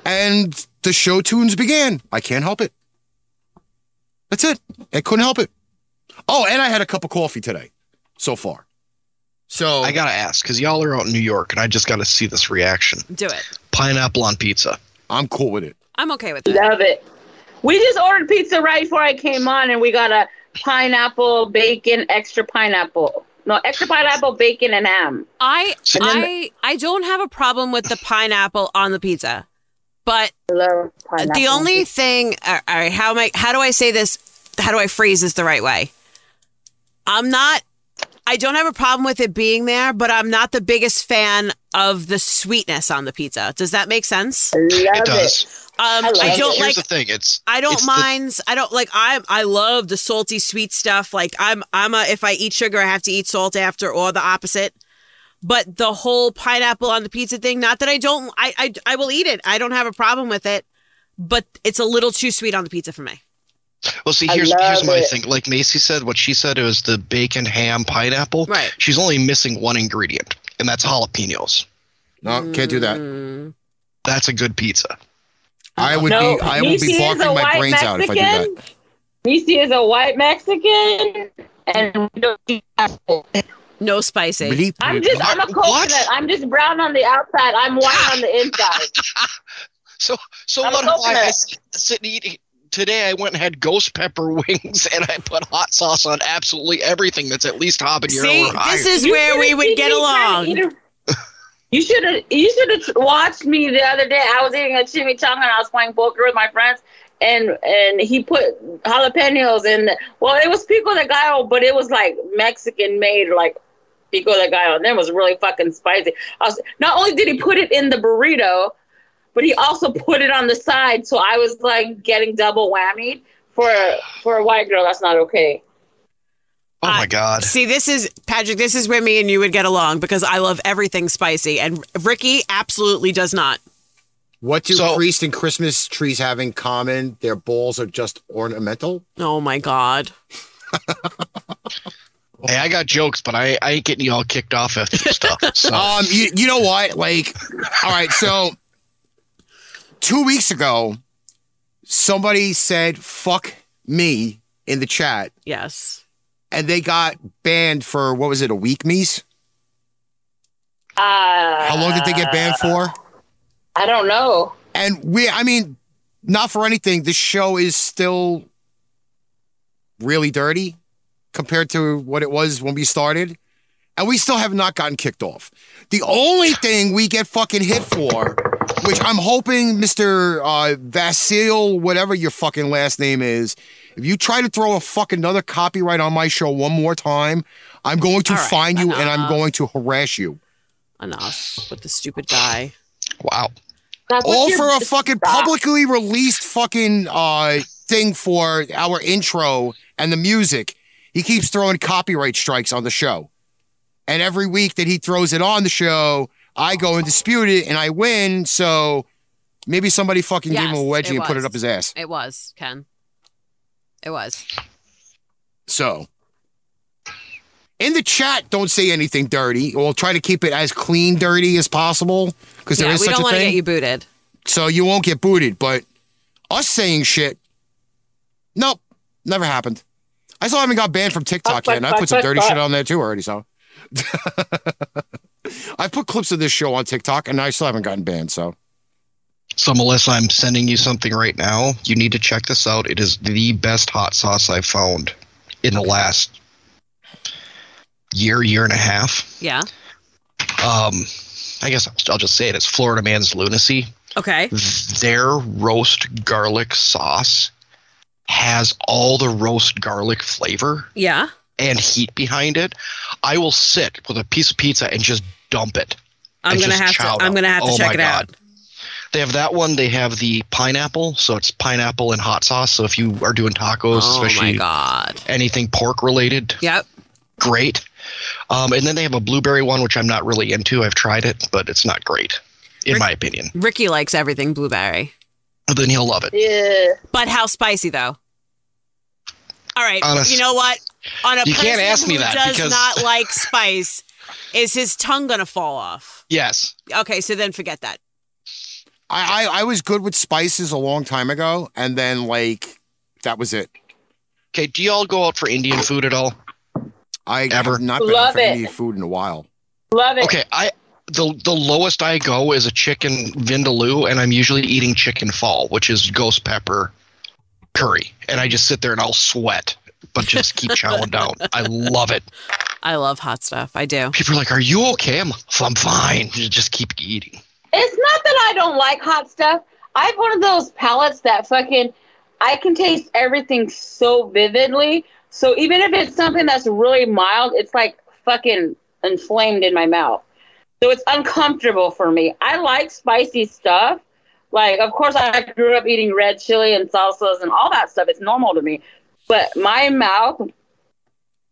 [SPEAKER 1] And the show tunes began. I can't help it. That's it. I couldn't help it. Oh, and I had a cup of coffee today so far. So
[SPEAKER 5] I gotta ask because y'all are out in New York, and I just gotta see this reaction.
[SPEAKER 2] Do it.
[SPEAKER 5] Pineapple on pizza.
[SPEAKER 1] I'm cool with it.
[SPEAKER 2] I'm okay with that.
[SPEAKER 3] Love it. We just ordered pizza right before I came on, and we got a pineapple, bacon, extra pineapple. No, extra pineapple, bacon, and ham.
[SPEAKER 2] I
[SPEAKER 5] So-
[SPEAKER 2] I I don't have a problem with the pineapple on the pizza, but
[SPEAKER 3] I love pineapple.
[SPEAKER 2] the only thing all right how am i how do i say this how do i phrase this the right way i'm not i don't have a problem with it being there but i'm not the biggest fan of the sweetness on the pizza does that make sense um
[SPEAKER 3] I love
[SPEAKER 5] it does.
[SPEAKER 2] i,
[SPEAKER 3] like it.
[SPEAKER 2] don't
[SPEAKER 5] Here's
[SPEAKER 2] like
[SPEAKER 5] the thing. It's
[SPEAKER 2] I don't
[SPEAKER 5] it's the-
[SPEAKER 2] mind. I don't like. I I love the salty sweet stuff. Like I'm I'm a if I eat sugar, I have to eat salt after, or the opposite. But the whole pineapple on the pizza thing. Not that I don't. I I, I will eat it. I don't have a problem with it. But it's a little too sweet on the pizza for me.
[SPEAKER 5] Well, see,
[SPEAKER 3] I
[SPEAKER 5] here's
[SPEAKER 3] love
[SPEAKER 5] here's my
[SPEAKER 3] it.
[SPEAKER 5] thing. Like Macy said, what she said it was the bacon, ham, pineapple.
[SPEAKER 2] Right.
[SPEAKER 5] She's only missing one ingredient, and that's jalapenos.
[SPEAKER 1] No, can't do that.
[SPEAKER 2] Mm.
[SPEAKER 5] That's a good pizza.
[SPEAKER 1] I would
[SPEAKER 3] no,
[SPEAKER 1] be I would
[SPEAKER 3] Niecy
[SPEAKER 1] be
[SPEAKER 3] is a
[SPEAKER 1] barking my
[SPEAKER 3] white
[SPEAKER 1] brains out if I did that.
[SPEAKER 3] Mexican. Niecy is a white Mexican, and we don't do pineapple.
[SPEAKER 2] No spicy.
[SPEAKER 1] Bleep,
[SPEAKER 3] I'm
[SPEAKER 1] bleep.
[SPEAKER 3] just, I'm a
[SPEAKER 5] What?
[SPEAKER 3] coconut. I'm just brown on the outside. I'm white on the inside.
[SPEAKER 5] So so
[SPEAKER 3] I'm a
[SPEAKER 5] what if I- I
[SPEAKER 3] coconut.
[SPEAKER 5] sit sit and eat today I went and had ghost pepper wings and I put hot sauce on absolutely everything that's at least habanero
[SPEAKER 2] See,
[SPEAKER 5] or higher.
[SPEAKER 2] this is
[SPEAKER 3] You
[SPEAKER 2] where we
[SPEAKER 3] should've
[SPEAKER 2] would
[SPEAKER 3] seen
[SPEAKER 2] get
[SPEAKER 3] me trying to
[SPEAKER 2] along.
[SPEAKER 3] eat a- You should have. You should have watched me the other day. I was eating a chimichanga and I was playing poker with my friends, and and he put jalapenos in. The, well, it was pico de gallo, but it was like Mexican made, like pico de gallo. And it was really fucking spicy. I was, not only did he put it in the burrito, but he also put it on the side. So I was like getting double whammied for for a white girl. That's not okay.
[SPEAKER 5] oh
[SPEAKER 2] I-
[SPEAKER 5] my god.
[SPEAKER 2] See, this is Patrick. This is where me and you would get along because I love everything spicy, and Ricky absolutely does not.
[SPEAKER 1] What do
[SPEAKER 5] So-
[SPEAKER 1] priest and Christmas trees have in common? Their balls are just ornamental.
[SPEAKER 2] Oh my god.
[SPEAKER 5] Hey, I got jokes, but I, I ain't getting y'all kicked off after this stuff. So
[SPEAKER 1] Um, you, you know what? Like, all right, so two weeks ago, somebody said "fuck me" in the chat,
[SPEAKER 2] Yes.
[SPEAKER 1] and they got banned for what was it? A week, Mies?
[SPEAKER 3] Uh,
[SPEAKER 1] How long did they get banned for?
[SPEAKER 3] I don't know.
[SPEAKER 1] And we, I mean, not for anything. This show is still really dirty compared to what it was when we started. And we still have not gotten kicked off. The only thing we get fucking hit for, which I'm hoping, Mr. Uh, Vasil, whatever your fucking last name is, if you try to throw a fucking another copyright on my show one more time, I'm going to
[SPEAKER 2] All right, Uh-huh.
[SPEAKER 1] find you and I'm
[SPEAKER 2] enough.
[SPEAKER 1] going to harass you.
[SPEAKER 2] enough with the stupid guy.
[SPEAKER 5] wow.
[SPEAKER 3] That's what
[SPEAKER 1] all
[SPEAKER 3] you're-
[SPEAKER 1] for a fucking
[SPEAKER 3] Stop.
[SPEAKER 1] publicly released fucking uh thing for our intro and the music. He keeps throwing copyright strikes on the show. And every week that he throws it on the show, I go and dispute it and I win. So maybe somebody fucking gave him
[SPEAKER 2] Yes,
[SPEAKER 1] a wedgie
[SPEAKER 2] it
[SPEAKER 1] and put
[SPEAKER 2] was.
[SPEAKER 1] it up his ass.
[SPEAKER 2] It was Ken. It was.
[SPEAKER 1] So in the chat, don't say anything dirty. We'll try to keep it as clean dirty as possible because
[SPEAKER 2] Yeah,
[SPEAKER 1] there is
[SPEAKER 2] we
[SPEAKER 1] such
[SPEAKER 2] don't
[SPEAKER 1] a
[SPEAKER 2] want to
[SPEAKER 1] thing.
[SPEAKER 2] get you booted.
[SPEAKER 1] So you won't get booted. But us saying shit, nope, never happened. I still haven't got banned from TikTok yet. And I put some dirty shit on there too already. So I've put clips of this show on TikTok and I still haven't gotten banned. So
[SPEAKER 5] So Melissa, I'm sending you something right now. You need to check this out. It is the best hot sauce I've found in the last year, year and a half.
[SPEAKER 2] Yeah.
[SPEAKER 5] Um, I guess I'll just say it. It's Florida Man's Lunacy.
[SPEAKER 2] Okay.
[SPEAKER 5] Their roast garlic sauce has all the roast garlic flavor
[SPEAKER 2] Yeah.
[SPEAKER 5] and heat behind it. I will sit with a piece of pizza and just dump it.
[SPEAKER 2] I'm
[SPEAKER 5] It's
[SPEAKER 2] gonna
[SPEAKER 5] just
[SPEAKER 2] have to.
[SPEAKER 5] chowder.
[SPEAKER 2] I'm gonna have to
[SPEAKER 5] Oh
[SPEAKER 2] check
[SPEAKER 5] my
[SPEAKER 2] it out.
[SPEAKER 5] They have that one. They have the pineapple, so it's pineapple and hot sauce. So if you are doing tacos,
[SPEAKER 2] Oh my
[SPEAKER 5] especially
[SPEAKER 2] god.
[SPEAKER 5] anything pork related,
[SPEAKER 2] Yep.
[SPEAKER 5] great. Um, and then they have a blueberry one, which I'm not really into. I've tried it, but it's not great, in
[SPEAKER 2] Rick-
[SPEAKER 5] my opinion.
[SPEAKER 2] Ricky likes everything blueberry,
[SPEAKER 5] But then he'll love it.
[SPEAKER 3] Yeah.
[SPEAKER 2] but how spicy though? All right.
[SPEAKER 5] Honest-
[SPEAKER 2] you know what? On a
[SPEAKER 5] You
[SPEAKER 2] person
[SPEAKER 5] can't ask me
[SPEAKER 2] who
[SPEAKER 5] that
[SPEAKER 2] does
[SPEAKER 5] because-
[SPEAKER 2] not like spice, is his tongue gonna fall off?
[SPEAKER 5] Yes.
[SPEAKER 2] Okay, so then forget that.
[SPEAKER 1] I, I, I was good with spices a long time ago. And then, like, that was it.
[SPEAKER 5] Okay. Do y'all go out for Indian food at all?
[SPEAKER 1] I
[SPEAKER 5] Ever.
[SPEAKER 1] have not been
[SPEAKER 3] Love
[SPEAKER 1] for
[SPEAKER 3] it.
[SPEAKER 1] Indian food in a while.
[SPEAKER 3] Love it.
[SPEAKER 5] Okay. I the the lowest I go is a chicken vindaloo, and I'm usually eating chicken fall, which is ghost pepper curry, and I just sit there and I'll sweat. But just keep chowing down. I love it.
[SPEAKER 2] I love hot stuff. I do.
[SPEAKER 5] people are like, "Are you okay?" I'm, I'm fine. You just keep eating.
[SPEAKER 3] It's not that I don't like hot stuff. I have one of those palates that fucking I can taste everything so vividly. So even if it's something that's really mild, it's like fucking inflamed in my mouth. So it's uncomfortable for me. I like spicy stuff. Like of course I grew up eating red chili and salsas and all that stuff. It's normal to me. But my mouth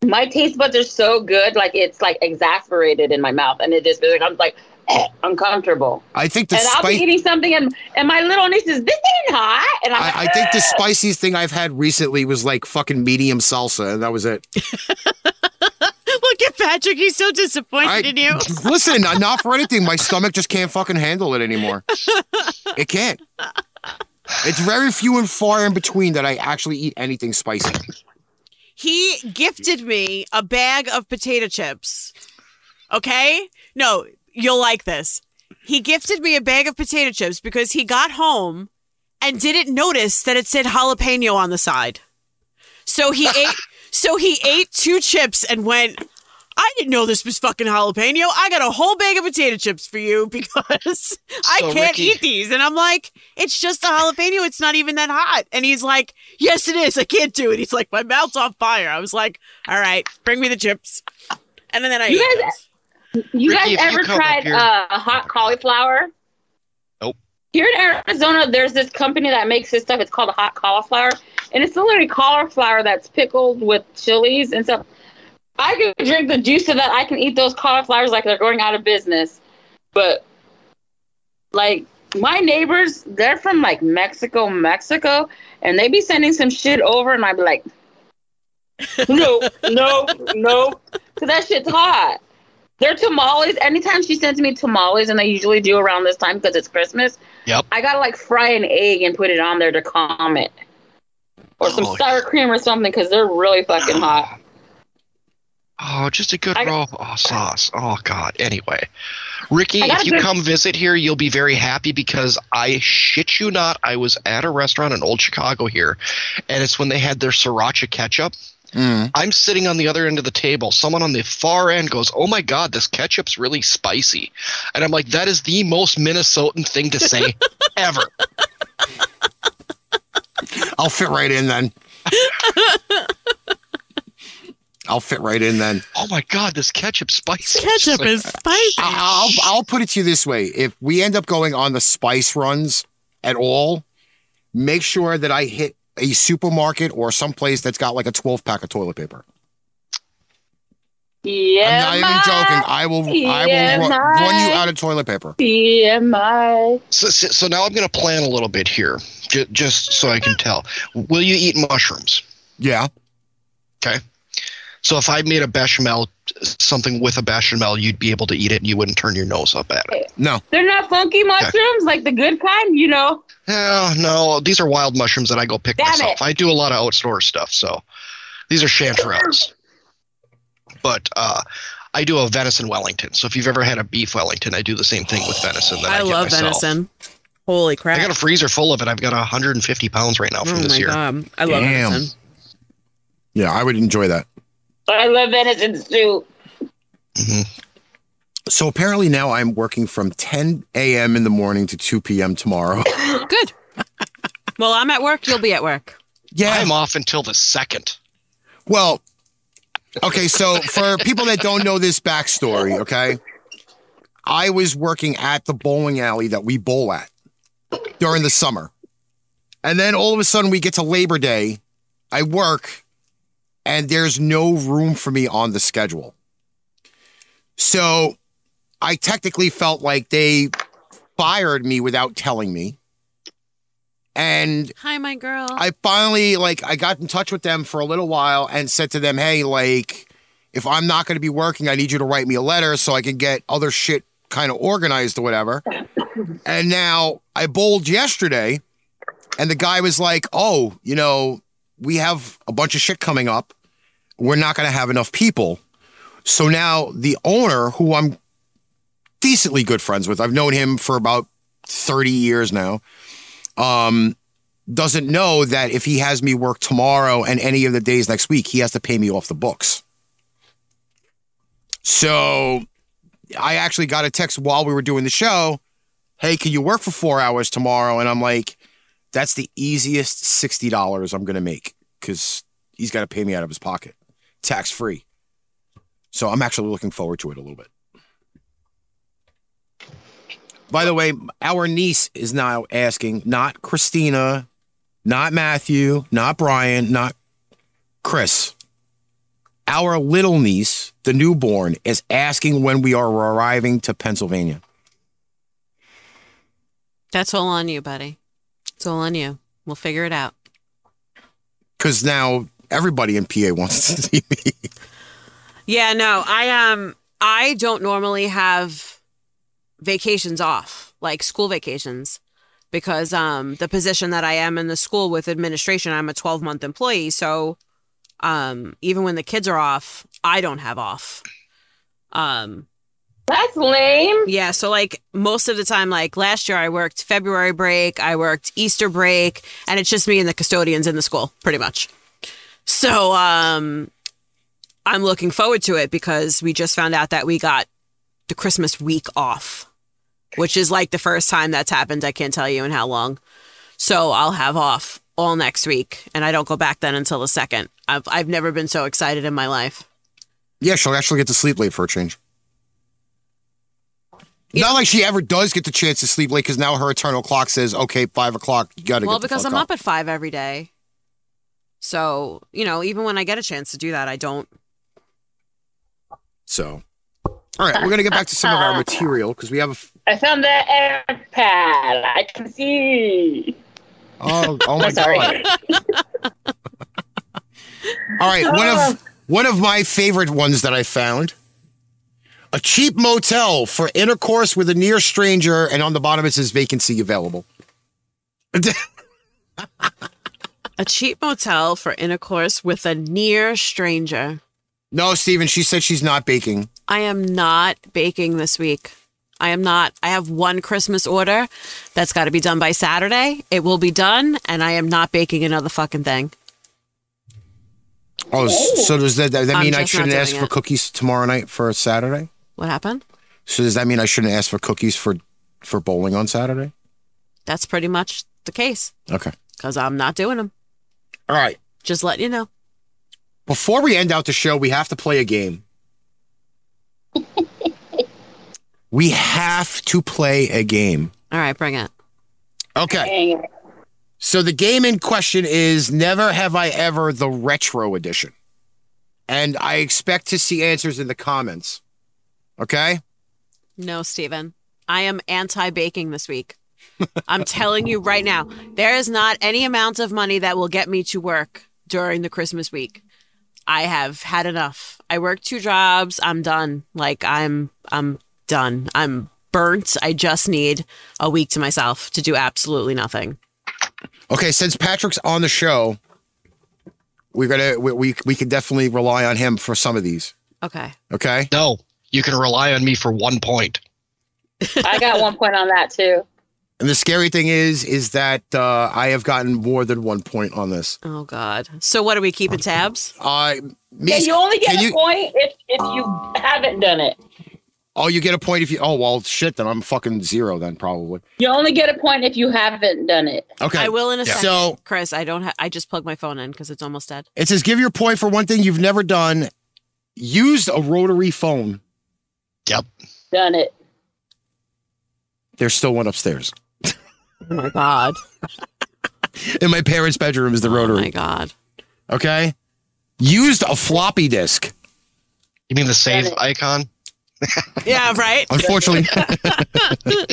[SPEAKER 3] my taste buds are so good, like it's like exasperated in my mouth, and it just like I'm like uncomfortable
[SPEAKER 1] I think the
[SPEAKER 3] and I'll be
[SPEAKER 1] spice.
[SPEAKER 3] eating something, and, and my little niece is, this ain't hot. And I'm like,
[SPEAKER 1] I, I think the
[SPEAKER 3] "Ugh."
[SPEAKER 1] spiciest thing I've had recently was like fucking medium salsa, and that was it.
[SPEAKER 2] Look at Patrick. He's so disappointed
[SPEAKER 1] I-
[SPEAKER 2] in you.
[SPEAKER 1] Listen, not for anything. My stomach just can't fucking handle it anymore. It can't. It's very few and far in between that I actually eat anything spicy.
[SPEAKER 2] He gifted me a bag of potato chips. Okay? No, you'll like this. He gifted me a bag of potato chips because he got home and didn't notice that it said jalapeno on the side. So he ate so he ate two chips and went I didn't know this was fucking jalapeno. I got a whole bag of potato chips for you because I
[SPEAKER 5] So,
[SPEAKER 2] can't
[SPEAKER 5] Ricky-
[SPEAKER 2] eat these. And I'm like, it's just a jalapeno. It's not even that hot. And he's like, yes, it is. I can't do it. He's like, my mouth's on fire. I was like, all right, bring me the chips. And then I
[SPEAKER 3] You
[SPEAKER 2] ate
[SPEAKER 3] guys-
[SPEAKER 2] those.
[SPEAKER 3] You
[SPEAKER 5] Ricky, if you
[SPEAKER 3] guys ever
[SPEAKER 5] come up
[SPEAKER 3] tried
[SPEAKER 5] here-
[SPEAKER 3] uh, a hot cauliflower?
[SPEAKER 5] Nope.
[SPEAKER 3] Here in Arizona, there's this company that makes this stuff. It's called hot cauliflower, and it's literally cauliflower that's pickled with chilies and stuff. I could drink the juice of that. I can eat those cauliflowers like they're going out of business. But like my neighbors, they're from like Mexico, Mexico, and they be sending some shit over, and I'd be like, no, no, no, because that shit's hot. They're tamales. Anytime she sends me tamales, and I usually do around this time because it's Christmas.
[SPEAKER 5] Yep.
[SPEAKER 3] I gotta like fry an egg and put it on there to calm it, or some
[SPEAKER 5] Oh,
[SPEAKER 3] sour cream or something because they're really fucking hot.
[SPEAKER 5] Oh, just a good
[SPEAKER 3] I-
[SPEAKER 5] raw oh, sauce. Oh God. Anyway, Ricky,
[SPEAKER 3] I got
[SPEAKER 5] if
[SPEAKER 3] a
[SPEAKER 5] you
[SPEAKER 3] good-
[SPEAKER 5] come visit here, you'll be very happy because I shit you not, I was at a restaurant in Old Chicago here, and it's when they had their sriracha ketchup.
[SPEAKER 1] Mm.
[SPEAKER 5] I'm sitting on the other end of the table. Someone on the far end goes, "Oh my God, this ketchup's really spicy," and I'm like, "That is the most Minnesotan thing to say ever."
[SPEAKER 1] I'll fit right in then. I'll fit right in then.
[SPEAKER 5] Oh my God, this ketchup's spicy.
[SPEAKER 2] Ketchup is spicy.
[SPEAKER 1] I- I'll, I'll put it to you this way: if we end up going on the spice runs at all, make sure that I hit a supermarket or someplace that's got like a twelve pack of toilet paper.
[SPEAKER 3] Yeah,
[SPEAKER 1] I'm not even joking. I will, I will ru-
[SPEAKER 3] TMI.
[SPEAKER 1] run you out of toilet paper.
[SPEAKER 3] TMI.
[SPEAKER 5] So, so, so now I'm going to plan a little bit here, j- just so I can tell. Will you eat mushrooms?
[SPEAKER 1] Yeah,
[SPEAKER 5] So if I made a bechamel, something with a bechamel, you'd be able to eat it and you wouldn't turn your nose up at it.
[SPEAKER 1] No.
[SPEAKER 3] They're not funky mushrooms, like the good kind, you know.
[SPEAKER 5] Yeah, no, these are wild mushrooms that I go pick
[SPEAKER 3] Damn
[SPEAKER 5] myself. I do a lot of outdoor stuff, so these are chanterelles. But uh, I do a venison Wellington. So if you've ever had a beef Wellington, I do the same thing with venison. That I,
[SPEAKER 2] I
[SPEAKER 5] get
[SPEAKER 2] love
[SPEAKER 5] myself.
[SPEAKER 2] venison. Holy crap!
[SPEAKER 5] I got a freezer full of it. I've got 150 pounds right now from
[SPEAKER 2] oh
[SPEAKER 5] this
[SPEAKER 2] my
[SPEAKER 5] year.
[SPEAKER 2] god, I love
[SPEAKER 1] Damn.
[SPEAKER 2] venison.
[SPEAKER 1] Yeah, I would enjoy that.
[SPEAKER 3] I love venison stew.
[SPEAKER 5] Mm-hmm.
[SPEAKER 1] So apparently now I'm working from 10 a.m. in the morning to 2 p.m. tomorrow.
[SPEAKER 2] Good. Well, I'm at work. You'll be at work.
[SPEAKER 1] Yeah.
[SPEAKER 5] I'm off until the second.
[SPEAKER 1] Well, okay, so for people that don't know this backstory, okay, I was working at the bowling alley that we bowl at during the summer. And then all of a sudden we get to Labor Day. I work and there's no room for me on the schedule. So I technically felt like they fired me without telling me. And
[SPEAKER 2] Hi, my girl.
[SPEAKER 1] I finally like I got in touch with them for a little while and said to them, "Hey, like if I'm not going to be working, I need you to write me a letter so I can get other shit kind of organized or whatever." and now I bowled yesterday and the guy was like, "Oh, you know, we have a bunch of shit coming up. We're not going to have enough people." So now the owner who I'm decently good friends with, I've known him for about 30 years now. Um doesn't know that if he has me work tomorrow and any of the days next week, he has to pay me off the books. So I actually got a text while we were doing the show Hey, can you work for four hours tomorrow? And I'm like, That's the easiest $60 I'm going to make because he's got to pay me out of his pocket, tax free. So I'm actually looking forward to it a little bit. By the way, our niece is now asking, not Christina, not Matthew, not Brian, not Chris. Our little niece, the newborn, is asking when we are arriving to Pennsylvania.
[SPEAKER 2] That's all on you, buddy. It's all on you. We'll figure it out.
[SPEAKER 1] Because now everybody in PA wants to see me.
[SPEAKER 2] Yeah, no, I um, I don't normally have vacations off, like school vacations, because um, the position that I am in the school with administration, I'm a 12 month employee, so um, even when the kids are off, I don't have off. Um,
[SPEAKER 3] That's lame.
[SPEAKER 2] yeah, so like most of the time, like last year, I worked February break, I worked Easter break, and it's just me and the custodians in the school, pretty much. So um, I'm looking forward to it because we just found out that we got the Christmas week off, which is like the first time that's happened. I can't tell you in how long. So I'll have off all next week, and I don't go back then until the second. I've I've never been so excited in my life.
[SPEAKER 1] Yeah, she'll actually get to sleep late for a change.
[SPEAKER 2] Yeah.
[SPEAKER 1] Not like she ever does get the chance to sleep late because now her eternal clock says, okay, five o'clock, you got to
[SPEAKER 2] well
[SPEAKER 1] get the
[SPEAKER 2] because
[SPEAKER 1] fuck
[SPEAKER 2] i'm up. at five every day so you know even when i get a chance to do that i don't
[SPEAKER 1] So, all right, we're going to get back to some of our material because we have a f-
[SPEAKER 3] I found that air pad. I can see.
[SPEAKER 1] Oh, oh my
[SPEAKER 3] I'm sorry.
[SPEAKER 1] god! All right, one of one of my favorite ones that I found: a cheap motel for intercourse with a near stranger, and on the bottom it says vacancy available.
[SPEAKER 2] a cheap motel for intercourse with a near stranger
[SPEAKER 1] no, Steven, she said she's not baking.
[SPEAKER 2] i am not baking this week i am not i have one christmas order that's got to be done by saturday it will be done and i am not baking another fucking thing
[SPEAKER 1] Oh, s- so does that, that, that
[SPEAKER 2] I'm
[SPEAKER 1] mean I
[SPEAKER 2] just not
[SPEAKER 1] shouldn't
[SPEAKER 2] doing
[SPEAKER 1] ask for
[SPEAKER 2] it.
[SPEAKER 1] cookies tomorrow night for Saturday?
[SPEAKER 2] what happened
[SPEAKER 1] So does that mean I shouldn't ask for cookies for for bowling on Saturday?
[SPEAKER 2] that's pretty much the case
[SPEAKER 1] Okay.
[SPEAKER 2] because i'm not doing them
[SPEAKER 1] All right.
[SPEAKER 2] just letting you know
[SPEAKER 1] Before we end out the show, we have to play a game. we have to play a game.
[SPEAKER 2] all right bring it
[SPEAKER 1] Okay.
[SPEAKER 3] Dang it.
[SPEAKER 1] So the game in question is Never Have I Ever, the retro edition. And I expect to see answers in the comments. Okay.
[SPEAKER 2] No, Steven. I am anti baking this week. I'm telling you right now, there is not any amount of money that will get me to work during the Christmas week. I have had enough. I work two jobs. I'm done. Like I'm I'm done. I'm burnt. I just need a week to myself to do absolutely nothing.
[SPEAKER 1] Okay, since Patrick's on the show, we're gonna we we, we can definitely rely on him for some of these.
[SPEAKER 2] Okay.
[SPEAKER 1] Okay.
[SPEAKER 5] No, you can rely on me for one point.
[SPEAKER 3] I got one point on that too.
[SPEAKER 1] And the scary thing is, is that uh, I have gotten more than one point on this.
[SPEAKER 2] Oh God. So what are we keeping tabs?
[SPEAKER 1] I me,
[SPEAKER 3] Yeah, you only get
[SPEAKER 1] Can
[SPEAKER 3] a
[SPEAKER 1] you-
[SPEAKER 3] point if if you haven't done it.
[SPEAKER 1] oh, you get a point if you. Oh well, shit. Then I'm fucking zero. Then probably.
[SPEAKER 3] You only get a point if you haven't done it.
[SPEAKER 1] Okay.
[SPEAKER 2] I will in a
[SPEAKER 5] Yeah.
[SPEAKER 2] second.
[SPEAKER 1] So
[SPEAKER 2] Chris, I don't. Ha- I just plugged my phone in because it's almost dead.
[SPEAKER 1] it says, give your point for one thing you've never done. Used a rotary phone.
[SPEAKER 3] Done it.
[SPEAKER 1] There's still one upstairs
[SPEAKER 2] Oh my God.
[SPEAKER 1] in my parents' bedroom. Is the
[SPEAKER 2] Oh my
[SPEAKER 1] rotary?
[SPEAKER 2] God.
[SPEAKER 1] Okay. Used a floppy disk.
[SPEAKER 5] You mean the save
[SPEAKER 3] Got it.
[SPEAKER 5] icon?
[SPEAKER 2] Yeah. Right.
[SPEAKER 1] Unfortunately,
[SPEAKER 3] Done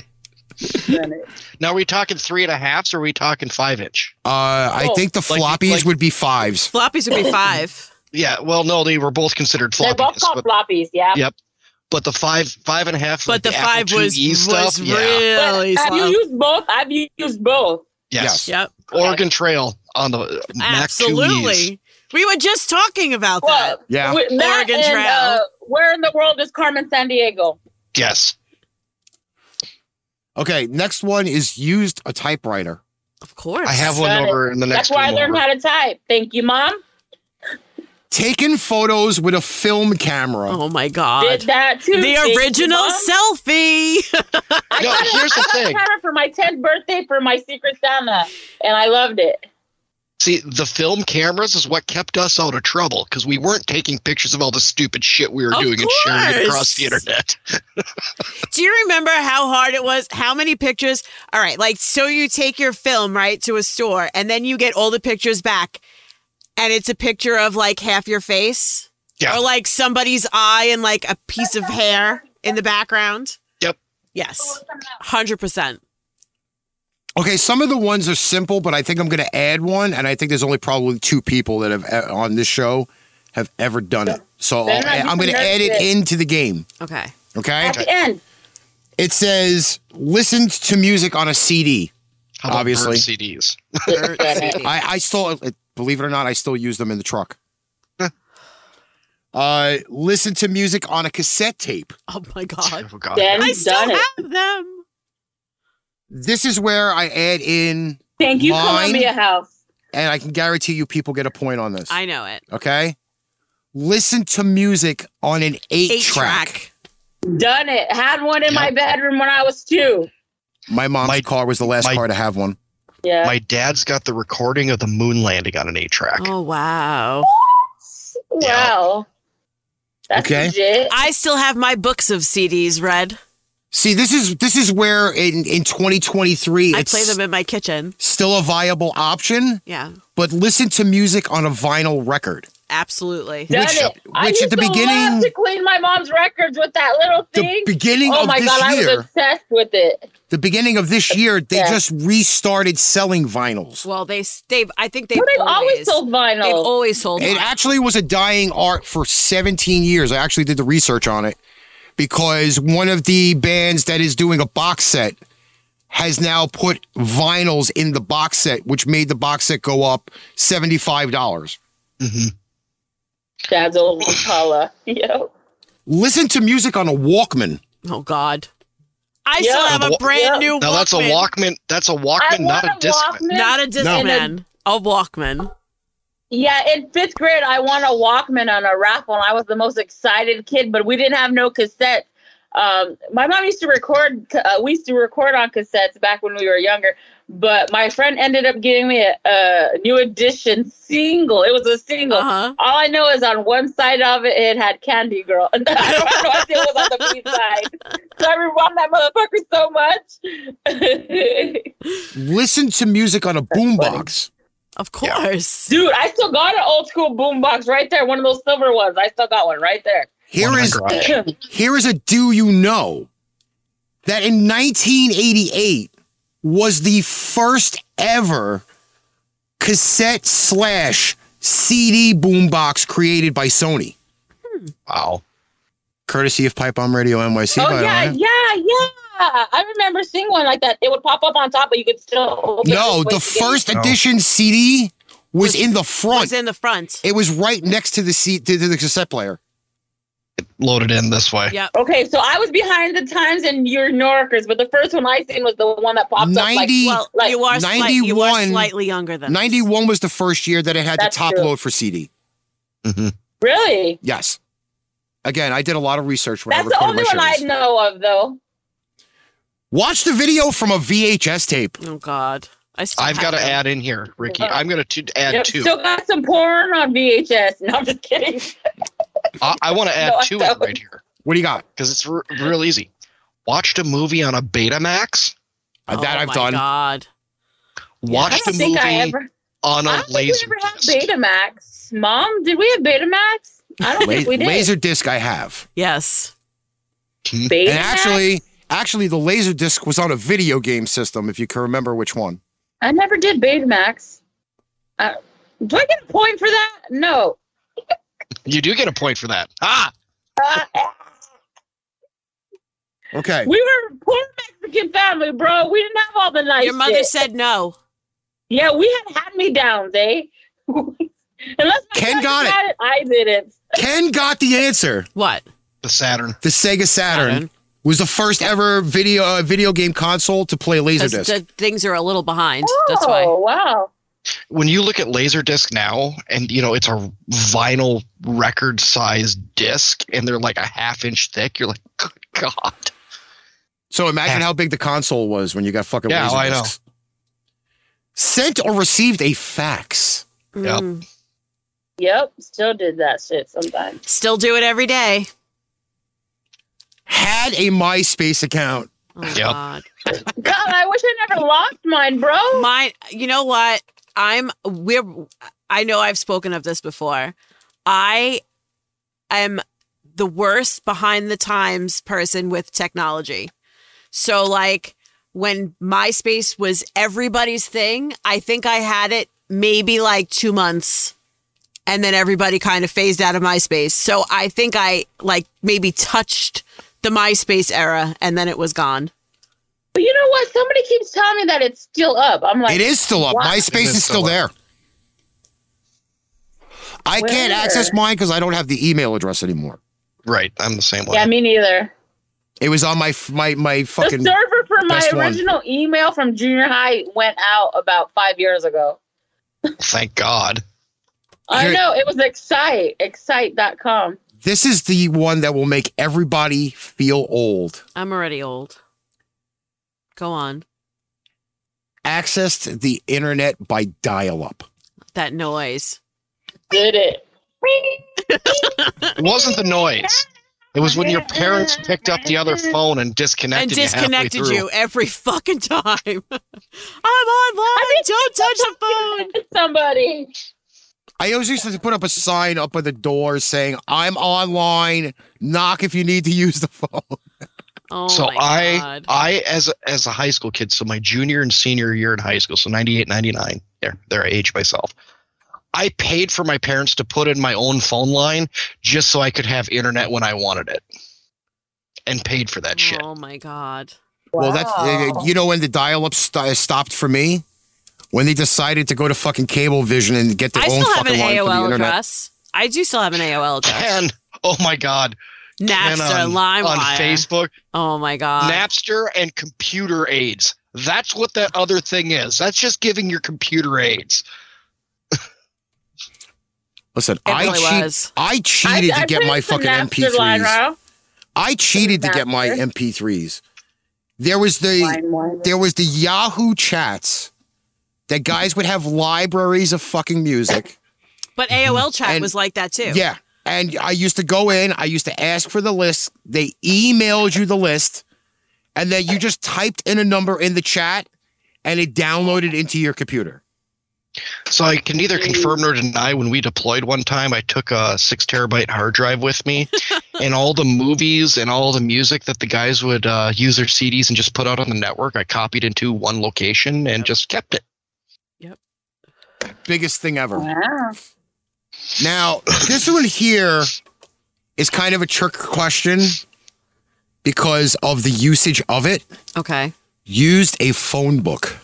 [SPEAKER 3] it.
[SPEAKER 5] Now, are we talking three and a halfs or are we talking five inch?
[SPEAKER 1] uh, I
[SPEAKER 3] Oh,
[SPEAKER 1] think the
[SPEAKER 5] like-
[SPEAKER 1] floppies
[SPEAKER 5] like-
[SPEAKER 1] would be fives.
[SPEAKER 2] Floppies would
[SPEAKER 5] Oh.
[SPEAKER 2] be five.
[SPEAKER 5] Yeah, well, no, they were both considered
[SPEAKER 3] They're
[SPEAKER 5] floppy
[SPEAKER 3] both
[SPEAKER 5] disks,
[SPEAKER 3] called
[SPEAKER 5] but,
[SPEAKER 3] floppies. Yeah.
[SPEAKER 5] Yeah, but the five, five and a half,
[SPEAKER 2] But
[SPEAKER 5] like
[SPEAKER 2] the
[SPEAKER 5] Apple
[SPEAKER 2] five was
[SPEAKER 5] IIe
[SPEAKER 2] was
[SPEAKER 5] stuff, yeah,
[SPEAKER 2] really
[SPEAKER 3] Have
[SPEAKER 2] slow.
[SPEAKER 3] uh, you used both? I've used both.
[SPEAKER 5] yes,
[SPEAKER 2] Yep.
[SPEAKER 5] Oregon Trail on the uh, Mac 2Es.
[SPEAKER 2] Absolutely. We were just talking about that.
[SPEAKER 3] Well,
[SPEAKER 1] Yeah.
[SPEAKER 3] with that
[SPEAKER 2] Oregon
[SPEAKER 3] and,
[SPEAKER 2] Trail.
[SPEAKER 3] uh, where in the world is Carmen San Diego?
[SPEAKER 5] Yes,
[SPEAKER 1] Okay. Next one is used a typewriter.
[SPEAKER 2] Of course.
[SPEAKER 5] I have one
[SPEAKER 3] Got it.
[SPEAKER 5] over in the
[SPEAKER 3] That's
[SPEAKER 5] next
[SPEAKER 3] where I
[SPEAKER 5] one.
[SPEAKER 3] learned
[SPEAKER 5] over.
[SPEAKER 3] how to type. Thank you, mom.
[SPEAKER 1] Taken photos with a film camera.
[SPEAKER 2] Oh my God.
[SPEAKER 3] Did that too. Thank
[SPEAKER 2] The
[SPEAKER 3] you,
[SPEAKER 2] original
[SPEAKER 3] Mom.
[SPEAKER 2] selfie.
[SPEAKER 3] I
[SPEAKER 5] No,
[SPEAKER 3] got it-
[SPEAKER 5] here's
[SPEAKER 3] I got
[SPEAKER 5] the
[SPEAKER 3] a
[SPEAKER 5] thing.
[SPEAKER 3] camera for my 10th birthday for my Secret Santa, and I loved it.
[SPEAKER 5] See, the film cameras is what kept us out of trouble because we weren't taking pictures of all the stupid shit we were
[SPEAKER 2] Of
[SPEAKER 5] doing and sharing it across the
[SPEAKER 2] course.
[SPEAKER 5] internet.
[SPEAKER 2] Do you remember how hard it was? How many pictures? All right, like so you take your film, right, to a store and then you get all the pictures back and it's a picture of like half your face
[SPEAKER 5] Yeah.
[SPEAKER 2] or like somebody's eye and like a piece of hair in the background.
[SPEAKER 5] Yep.
[SPEAKER 2] Yes. 100%.
[SPEAKER 1] Okay, some of the ones are simple, but I think I'm going to add one, and I think there's only probably two people that have uh, on this show have ever done it. So
[SPEAKER 3] Then I
[SPEAKER 1] I'll, I'm
[SPEAKER 3] think
[SPEAKER 1] going to add it
[SPEAKER 3] that's it.
[SPEAKER 1] into the game.
[SPEAKER 2] Okay.
[SPEAKER 1] Okay,
[SPEAKER 3] At the end,
[SPEAKER 1] it says listened to music on a CD.
[SPEAKER 5] How about
[SPEAKER 1] Obviously.
[SPEAKER 5] burn CDs.
[SPEAKER 2] Or CD.
[SPEAKER 1] I, I still believe it or not, I still use them in the truck. uh, listened to music on a cassette tape.
[SPEAKER 2] oh my god.
[SPEAKER 5] Oh, God.
[SPEAKER 3] Then
[SPEAKER 2] I
[SPEAKER 3] I've
[SPEAKER 2] still
[SPEAKER 3] done it.
[SPEAKER 2] have them.
[SPEAKER 1] This is where I add in,
[SPEAKER 3] Thank you,
[SPEAKER 1] Mine.
[SPEAKER 3] Columbia House.
[SPEAKER 1] and I can guarantee you, people get a point on this.
[SPEAKER 2] I know it.
[SPEAKER 1] okay, listen to music on an eight,
[SPEAKER 2] Eight
[SPEAKER 1] track.
[SPEAKER 2] track.
[SPEAKER 3] Done it. Had one in
[SPEAKER 5] Yeah.
[SPEAKER 3] my bedroom when I was two.
[SPEAKER 1] My mom's
[SPEAKER 5] My-
[SPEAKER 1] car was the last
[SPEAKER 5] my-
[SPEAKER 1] car to have one.
[SPEAKER 3] Yeah.
[SPEAKER 5] My dad's got the recording of the moon landing on an eight track.
[SPEAKER 2] Oh wow.
[SPEAKER 3] wow. That's
[SPEAKER 1] Okay.
[SPEAKER 3] legit.
[SPEAKER 2] I still have my books of CDs read.
[SPEAKER 1] See, this is this is where in in 2023
[SPEAKER 2] I
[SPEAKER 1] it's
[SPEAKER 2] play them in my kitchen.
[SPEAKER 1] still a viable option,
[SPEAKER 2] Yeah.
[SPEAKER 1] but listen to music on a vinyl record.
[SPEAKER 2] Absolutely.
[SPEAKER 3] Done
[SPEAKER 1] which-
[SPEAKER 3] it. I
[SPEAKER 1] which
[SPEAKER 3] used
[SPEAKER 1] at the
[SPEAKER 3] to
[SPEAKER 1] beginning-
[SPEAKER 3] love to clean my mom's records with that little
[SPEAKER 1] The
[SPEAKER 3] thing.
[SPEAKER 1] beginning
[SPEAKER 3] Oh
[SPEAKER 1] of
[SPEAKER 3] my
[SPEAKER 1] this
[SPEAKER 3] god, I
[SPEAKER 1] year,
[SPEAKER 3] was obsessed with it.
[SPEAKER 1] the beginning of this year, they
[SPEAKER 3] Yeah.
[SPEAKER 1] just restarted selling vinyls.
[SPEAKER 2] Well, they they I think they've,
[SPEAKER 3] But they've
[SPEAKER 2] always,
[SPEAKER 3] always sold
[SPEAKER 2] they've
[SPEAKER 3] vinyl.
[SPEAKER 2] always sold.
[SPEAKER 1] It
[SPEAKER 2] vinyl.
[SPEAKER 1] actually was a dying art for 17 years. I actually did the research on it because one of the bands that is doing a box set has now put vinyls in the box set, which made the box set go up $75.
[SPEAKER 5] Mhm.
[SPEAKER 3] Dad's old Impala. Yep.
[SPEAKER 1] Listen to music on a Walkman.
[SPEAKER 2] Oh God. I
[SPEAKER 3] Yeah.
[SPEAKER 2] still have a
[SPEAKER 5] Wa-
[SPEAKER 2] brand new.
[SPEAKER 5] Now that's a
[SPEAKER 2] Walkman.
[SPEAKER 5] Walkman. That's a
[SPEAKER 3] I
[SPEAKER 5] Walkman,
[SPEAKER 3] want
[SPEAKER 5] not a Discman.
[SPEAKER 3] Walkman.
[SPEAKER 2] Not a
[SPEAKER 1] No.
[SPEAKER 2] Discman. A Walkman.
[SPEAKER 3] Yeah, in fifth grade, I won a Walkman on a raffle, and I was the most excited kid. But we didn't have no cassettes. Um, my mom used to record. Uh, we used to record on cassettes back when we were younger. But my friend ended up getting me a, a new edition single. It was a single.
[SPEAKER 2] Uh huh.
[SPEAKER 3] All I know is on one side of it, it had Candy Girl. I don't know if it was on the B side. So I rewound that motherfucker so much.
[SPEAKER 1] Listen to music on a boombox.
[SPEAKER 2] Of course.
[SPEAKER 3] Dude, I still got an old school boombox right there. One of those silver ones. I still got one right there. Oh,
[SPEAKER 1] Here
[SPEAKER 5] One in Oh my
[SPEAKER 1] is
[SPEAKER 5] garage.
[SPEAKER 1] here is a do you know that in 1988 was the first ever cassette slash CD boombox created by Sony,
[SPEAKER 5] Wow.
[SPEAKER 1] courtesy of Pipe Bomb Radio NYC. by
[SPEAKER 4] oh
[SPEAKER 1] the
[SPEAKER 4] yeah,
[SPEAKER 1] way.
[SPEAKER 4] yeah, yeah.
[SPEAKER 3] I remember seeing one like that. It would pop up on top, but you could still. open
[SPEAKER 1] No,
[SPEAKER 3] it
[SPEAKER 1] the
[SPEAKER 3] with-
[SPEAKER 1] first
[SPEAKER 5] No.
[SPEAKER 1] edition
[SPEAKER 3] Oh.
[SPEAKER 1] CD was in the front.
[SPEAKER 2] It's in the front.
[SPEAKER 1] It was right next to the seat to the cassette player.
[SPEAKER 5] Loaded in this way.
[SPEAKER 2] Yeah.
[SPEAKER 3] Okay, so I was behind the times and you're Yorkers, but the first one I seen was the one that popped up. Like,
[SPEAKER 1] 90
[SPEAKER 2] Well,
[SPEAKER 3] Like,
[SPEAKER 2] you, are slight, you are
[SPEAKER 1] 91
[SPEAKER 2] slightly younger than us.
[SPEAKER 1] 91 was the first year that it had the
[SPEAKER 3] That's
[SPEAKER 1] top
[SPEAKER 3] true.
[SPEAKER 1] load for CD.
[SPEAKER 5] Mhm.
[SPEAKER 3] really?
[SPEAKER 1] Yes. Again, I did a lot of research when
[SPEAKER 3] That's
[SPEAKER 1] I
[SPEAKER 3] the
[SPEAKER 1] recorded my
[SPEAKER 3] only one I
[SPEAKER 1] shows.
[SPEAKER 3] know of, though.
[SPEAKER 1] Watch the video from a VHS tape.
[SPEAKER 2] Oh God, I still
[SPEAKER 5] I've
[SPEAKER 2] have
[SPEAKER 5] got to
[SPEAKER 2] them.
[SPEAKER 5] add in here, Ricky. I'm going to add
[SPEAKER 3] Yep,
[SPEAKER 5] two.
[SPEAKER 3] Still got some porn on VHS. No, I'm just kidding.
[SPEAKER 5] I, I want to add
[SPEAKER 3] No, I
[SPEAKER 5] two in
[SPEAKER 3] don't.
[SPEAKER 5] right here
[SPEAKER 1] What do you got?
[SPEAKER 5] because it's r- real easy. Watched a movie on a Betamax.
[SPEAKER 1] Uh, that
[SPEAKER 2] Oh,
[SPEAKER 1] I've
[SPEAKER 2] my
[SPEAKER 1] done.
[SPEAKER 2] God,
[SPEAKER 3] I
[SPEAKER 5] Watched
[SPEAKER 3] don't
[SPEAKER 5] a
[SPEAKER 3] think I
[SPEAKER 5] movie
[SPEAKER 3] ever.
[SPEAKER 5] on
[SPEAKER 3] I
[SPEAKER 5] a
[SPEAKER 3] don't think we
[SPEAKER 5] laser.
[SPEAKER 3] ever had Betamax. Mom, did we have Betamax? I don't think we did.
[SPEAKER 1] laser disc I have.
[SPEAKER 2] yes,
[SPEAKER 3] Betamax?
[SPEAKER 1] And actually, actually the laser disc was on a video game system if you can remember which one.
[SPEAKER 3] I never did Betamax. Uh, do I get a point for that? No.
[SPEAKER 5] You do get a point for that. Ah,
[SPEAKER 3] Uh,
[SPEAKER 1] Okay.
[SPEAKER 3] we were a poor Mexican family, bro. We didn't have all the nice.
[SPEAKER 2] your mother
[SPEAKER 3] shit.
[SPEAKER 2] said no.
[SPEAKER 3] Yeah, we had had me downs, eh? Unless my
[SPEAKER 1] Ken
[SPEAKER 3] cousin
[SPEAKER 1] got it.
[SPEAKER 3] had I didn't.
[SPEAKER 1] Ken got the answer.
[SPEAKER 2] What?
[SPEAKER 5] the Saturn.
[SPEAKER 1] The Sega Saturn,
[SPEAKER 2] Saturn.
[SPEAKER 1] was the first ever video uh, video game console to play laser
[SPEAKER 2] 'Cause
[SPEAKER 1] disc.
[SPEAKER 2] the things are a little behind. That's why.
[SPEAKER 3] Oh wow!
[SPEAKER 5] When you look at Laserdisc now, and you know it's a vinyl record-sized disc, and they're like a half inch thick. You're like, good God.
[SPEAKER 1] So imagine how big the console was when you got fucking
[SPEAKER 5] Yeah,
[SPEAKER 1] laser
[SPEAKER 5] I know.
[SPEAKER 1] discs. Sent or received a fax.
[SPEAKER 5] Yep.
[SPEAKER 2] Mm.
[SPEAKER 3] Yep, still did that shit sometimes.
[SPEAKER 2] Still do it every day.
[SPEAKER 1] Had a MySpace account.
[SPEAKER 2] Oh,
[SPEAKER 5] Yep.
[SPEAKER 2] God.
[SPEAKER 3] God, I wish I never lost mine, bro.
[SPEAKER 2] Mine. You know what? I'm. We're. I know I've spoken of this before. I am the worst behind the times person with technology. So like when MySpace was everybody's thing, I think I had it maybe like 2 months and then everybody kind of phased out of MySpace. So I think I like maybe touched the MySpace era and then it was gone.
[SPEAKER 3] But you know what? Somebody keeps telling me that it's still up. I'm like,
[SPEAKER 1] It is still up.
[SPEAKER 3] Wow.
[SPEAKER 1] MySpace
[SPEAKER 5] It
[SPEAKER 1] is,
[SPEAKER 5] is
[SPEAKER 1] still
[SPEAKER 5] still
[SPEAKER 1] there. I can't
[SPEAKER 3] Where?
[SPEAKER 1] access mine because I don't have the email address anymore.
[SPEAKER 5] Right. I'm the same way.
[SPEAKER 3] Yeah, me neither.
[SPEAKER 1] It was on my f- my my fucking.
[SPEAKER 3] the server for my
[SPEAKER 1] best one.
[SPEAKER 3] original email from junior high went out about five years ago.
[SPEAKER 5] Thank God.
[SPEAKER 3] I
[SPEAKER 1] Here-
[SPEAKER 3] know it was Excite, Excite.com.
[SPEAKER 1] This is the one that will make everybody feel old.
[SPEAKER 2] I'm already old. Go on.
[SPEAKER 1] Accessed the internet by dial-up.
[SPEAKER 2] That noise.
[SPEAKER 3] Did it?
[SPEAKER 5] It wasn't the noise. It was when your parents picked up the other phone and disconnected.
[SPEAKER 2] and
[SPEAKER 5] you halfway
[SPEAKER 2] disconnected
[SPEAKER 5] through.
[SPEAKER 2] you every fucking time. I'm online. Don't touch the phone.
[SPEAKER 3] Somebody.
[SPEAKER 1] I always used to put up a sign up at the door saying, I'm online. Knock if you need to use the phone.
[SPEAKER 2] Oh
[SPEAKER 5] so
[SPEAKER 2] my
[SPEAKER 5] I
[SPEAKER 2] god.
[SPEAKER 5] I as a, as a high school kid, so my junior and senior year in high school, so 98, 99, there there I aged myself. I paid for my parents to put in my own phone line just so I could have internet when I wanted it. And paid for that shit.
[SPEAKER 2] Oh my god.
[SPEAKER 1] Well, that's, uh,
[SPEAKER 3] Wow.
[SPEAKER 1] you know, when the dial up st- eh, stopped for me, when they decided to go to fucking cable vision and get their
[SPEAKER 2] I
[SPEAKER 1] own
[SPEAKER 2] still have an
[SPEAKER 1] fucking line for the
[SPEAKER 2] AOL
[SPEAKER 1] internet.
[SPEAKER 2] address. I do still have an AOL address.
[SPEAKER 5] Ken, oh my god. Ken
[SPEAKER 2] Napster,
[SPEAKER 5] on, on
[SPEAKER 2] LimeWire.
[SPEAKER 5] Facebook,
[SPEAKER 2] Oh my god.
[SPEAKER 5] Napster and computer aids. That's what that other thing is. That's just giving your computer aids.
[SPEAKER 1] Listen,
[SPEAKER 2] It
[SPEAKER 1] I,
[SPEAKER 2] really
[SPEAKER 1] cheat-
[SPEAKER 2] was.
[SPEAKER 1] I cheated to get
[SPEAKER 3] paid
[SPEAKER 1] my
[SPEAKER 3] for
[SPEAKER 1] fucking
[SPEAKER 3] Napster Line,
[SPEAKER 1] MP3s.
[SPEAKER 3] Ralph.
[SPEAKER 1] I cheated to get my
[SPEAKER 3] Napster.
[SPEAKER 1] MP3s. There was the
[SPEAKER 3] Line one.
[SPEAKER 1] there was the Yahoo chats that guys would have libraries of fucking music.
[SPEAKER 2] But AOL chat
[SPEAKER 1] And-
[SPEAKER 2] was like that too.
[SPEAKER 1] Yeah. And I used to go in, I used to ask for the list. They emailed you the list, and then you just typed in a number in the chat and it downloaded into your computer.
[SPEAKER 5] So I can neither confirm nor deny. When we deployed one time, I took a six terabyte hard drive with me, and all the movies and all the music that the guys would uh, use their CDs and just put out on the network, I copied into one location and just kept it.
[SPEAKER 1] Biggest thing ever.
[SPEAKER 3] Wow.
[SPEAKER 1] Now, this one here is kind of a trick question because of the usage of it.
[SPEAKER 2] Okay.
[SPEAKER 1] Used a phone book.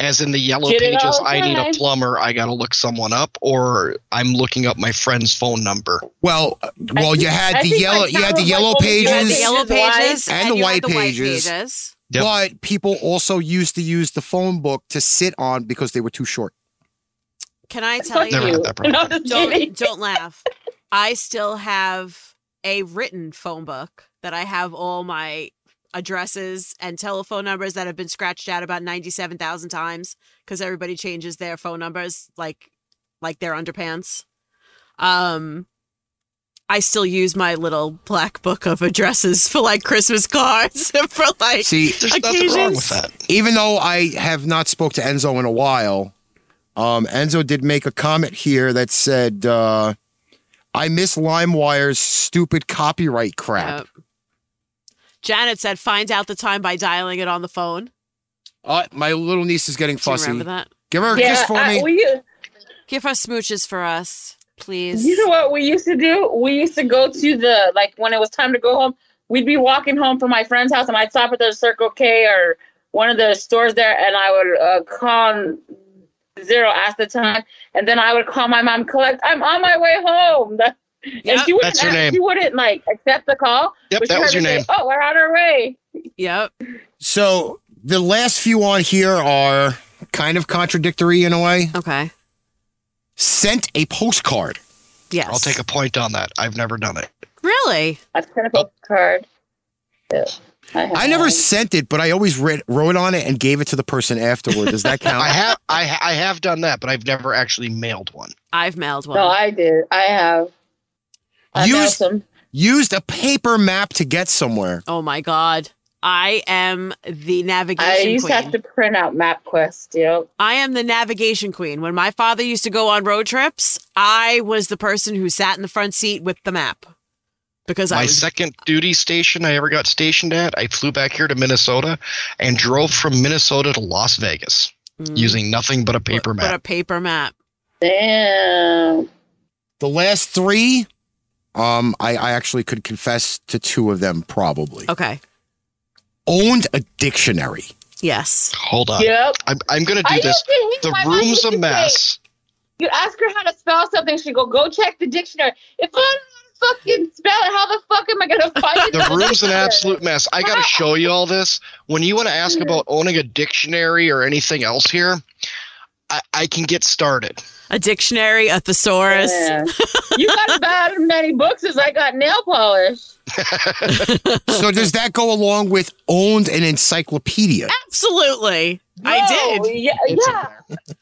[SPEAKER 5] As in the yellow
[SPEAKER 3] Get it
[SPEAKER 5] pages,
[SPEAKER 3] all
[SPEAKER 5] I need a
[SPEAKER 3] done.
[SPEAKER 5] plumber, I gotta look someone up, or I'm looking up my friend's phone number.
[SPEAKER 1] Well, uh, well,
[SPEAKER 3] think-
[SPEAKER 1] you had
[SPEAKER 3] I
[SPEAKER 1] the
[SPEAKER 3] think
[SPEAKER 1] yellow,
[SPEAKER 3] my
[SPEAKER 1] you had the
[SPEAKER 3] phone was
[SPEAKER 1] yellow
[SPEAKER 3] like what we
[SPEAKER 2] You
[SPEAKER 3] do at
[SPEAKER 2] had the
[SPEAKER 1] pages,
[SPEAKER 2] yellow pages
[SPEAKER 1] And the
[SPEAKER 2] you had
[SPEAKER 1] white pages.
[SPEAKER 2] pages.
[SPEAKER 5] Yep.
[SPEAKER 1] but people also used to use the phone book to sit on because they were too short.
[SPEAKER 2] Can I tell
[SPEAKER 3] Fuck
[SPEAKER 2] you?
[SPEAKER 5] Never had that problem.
[SPEAKER 3] No, I'm just kidding.
[SPEAKER 2] don't don't laugh. I still have a written phone book that I have all my addresses and telephone numbers that have been scratched out about 97,000 times cuz everybody changes their phone numbers like like their underpants. Um I still use my little black book of addresses for like Christmas cards for like
[SPEAKER 1] See,
[SPEAKER 5] There's nothing wrong
[SPEAKER 2] Occasions.
[SPEAKER 5] with that.
[SPEAKER 1] even though I have not spoke to Enzo in a while, um, Enzo did make a comment here that said, uh, "I miss LimeWire's stupid copyright crap."
[SPEAKER 2] Yep. Janet said find out the time by dialing it on the phone.
[SPEAKER 1] Uh, my little niece is getting
[SPEAKER 2] Do you
[SPEAKER 1] fussy.
[SPEAKER 2] remember that?
[SPEAKER 1] Give her a kiss
[SPEAKER 3] Yeah,
[SPEAKER 1] for
[SPEAKER 3] I-
[SPEAKER 1] me.
[SPEAKER 3] we u-
[SPEAKER 2] Give us smooches for us, please.
[SPEAKER 3] You know what we used to do? We used to go to the like when it was time to go home. We'd be walking home from my friend's house, and I'd stop at the Circle K or one of the stores there, and I would uh, call zero at the time, and then I would call my mom, collect. I'm on my way home. That, and
[SPEAKER 2] Yep.
[SPEAKER 3] she wouldn't.
[SPEAKER 5] That's your
[SPEAKER 3] ask-
[SPEAKER 5] name.
[SPEAKER 3] She wouldn't like accept the call.
[SPEAKER 5] Yep,
[SPEAKER 3] but she
[SPEAKER 5] that was
[SPEAKER 3] heard
[SPEAKER 5] your
[SPEAKER 3] me say,
[SPEAKER 5] name.
[SPEAKER 3] oh, we're on our way.
[SPEAKER 2] Yep.
[SPEAKER 1] So the last few on here are kind of contradictory in a way.
[SPEAKER 2] Okay.
[SPEAKER 1] Sent a postcard.
[SPEAKER 2] Yes.
[SPEAKER 5] I'll take a point on that. I've never done it.
[SPEAKER 2] Really?
[SPEAKER 3] I've sent a
[SPEAKER 5] Oh.
[SPEAKER 3] postcard. Yeah, have
[SPEAKER 1] I never
[SPEAKER 3] one.
[SPEAKER 1] sent it, but I always read, wrote on it and gave it to the person afterward. Does that
[SPEAKER 5] I
[SPEAKER 1] count?
[SPEAKER 5] have I, ha- I have done that, but I've never actually mailed one.
[SPEAKER 2] I've mailed one.
[SPEAKER 3] No, I did. I have. I've
[SPEAKER 1] You
[SPEAKER 3] had
[SPEAKER 1] s-
[SPEAKER 3] some.
[SPEAKER 1] Used a paper map to get somewhere.
[SPEAKER 2] oh my god. I am the navigation
[SPEAKER 3] I used
[SPEAKER 2] queen.
[SPEAKER 3] to have to print out MapQuest. You know,
[SPEAKER 2] I am the navigation queen. When my father used to go on road trips, I was the person who sat in the front seat with the map. Because I
[SPEAKER 5] My
[SPEAKER 2] was
[SPEAKER 5] second duty station I ever got stationed at, I flew back here to Minnesota and drove from Minnesota to Las Vegas
[SPEAKER 2] Mm,
[SPEAKER 5] using nothing but a
[SPEAKER 2] but-
[SPEAKER 5] paper
[SPEAKER 2] But
[SPEAKER 5] map.
[SPEAKER 2] a paper map.
[SPEAKER 3] damn.
[SPEAKER 1] The last three, um, I, I actually could confess to two of them probably.
[SPEAKER 2] Okay.
[SPEAKER 1] Owned a dictionary.
[SPEAKER 2] Yes.
[SPEAKER 5] Hold on.
[SPEAKER 3] Yep.
[SPEAKER 5] I'm, I'm going to
[SPEAKER 3] I used
[SPEAKER 5] do this.
[SPEAKER 3] to hate
[SPEAKER 5] The
[SPEAKER 3] my mom
[SPEAKER 5] room's
[SPEAKER 3] used to
[SPEAKER 5] a
[SPEAKER 3] say,
[SPEAKER 5] mess.
[SPEAKER 3] You ask her how to spell something, she go go check the dictionary. If I don't know how to fucking spell it, how the fuck am I gonna find it?
[SPEAKER 5] The room's an absolute mess. I got to show you all this. When you want to
[SPEAKER 2] Mm-hmm.
[SPEAKER 5] ask about owning a dictionary or anything else here, I, I can get started.
[SPEAKER 2] A dictionary, a thesaurus.
[SPEAKER 3] Yeah. You got about as many books as I got nail polish.
[SPEAKER 1] so does that go along with owned an encyclopedia?
[SPEAKER 2] Absolutely. I
[SPEAKER 3] Yo,
[SPEAKER 2] did.
[SPEAKER 3] Yeah,
[SPEAKER 5] It's in
[SPEAKER 3] yeah.
[SPEAKER 5] there.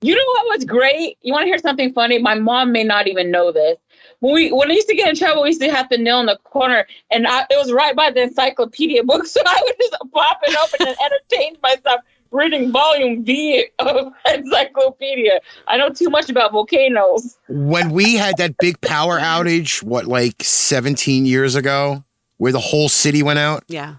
[SPEAKER 3] You know what was great? You want to hear something funny? My mom may not even know this. When we when I used to get in trouble, we used to have to kneel in the corner, and I, it was right by the encyclopedia book, so I would just pop it open and entertain myself reading volume V of encyclopedia. I know too much about volcanoes.
[SPEAKER 1] When we had that big power outage, what like 17 years ago, where the whole city went out,
[SPEAKER 2] Yeah.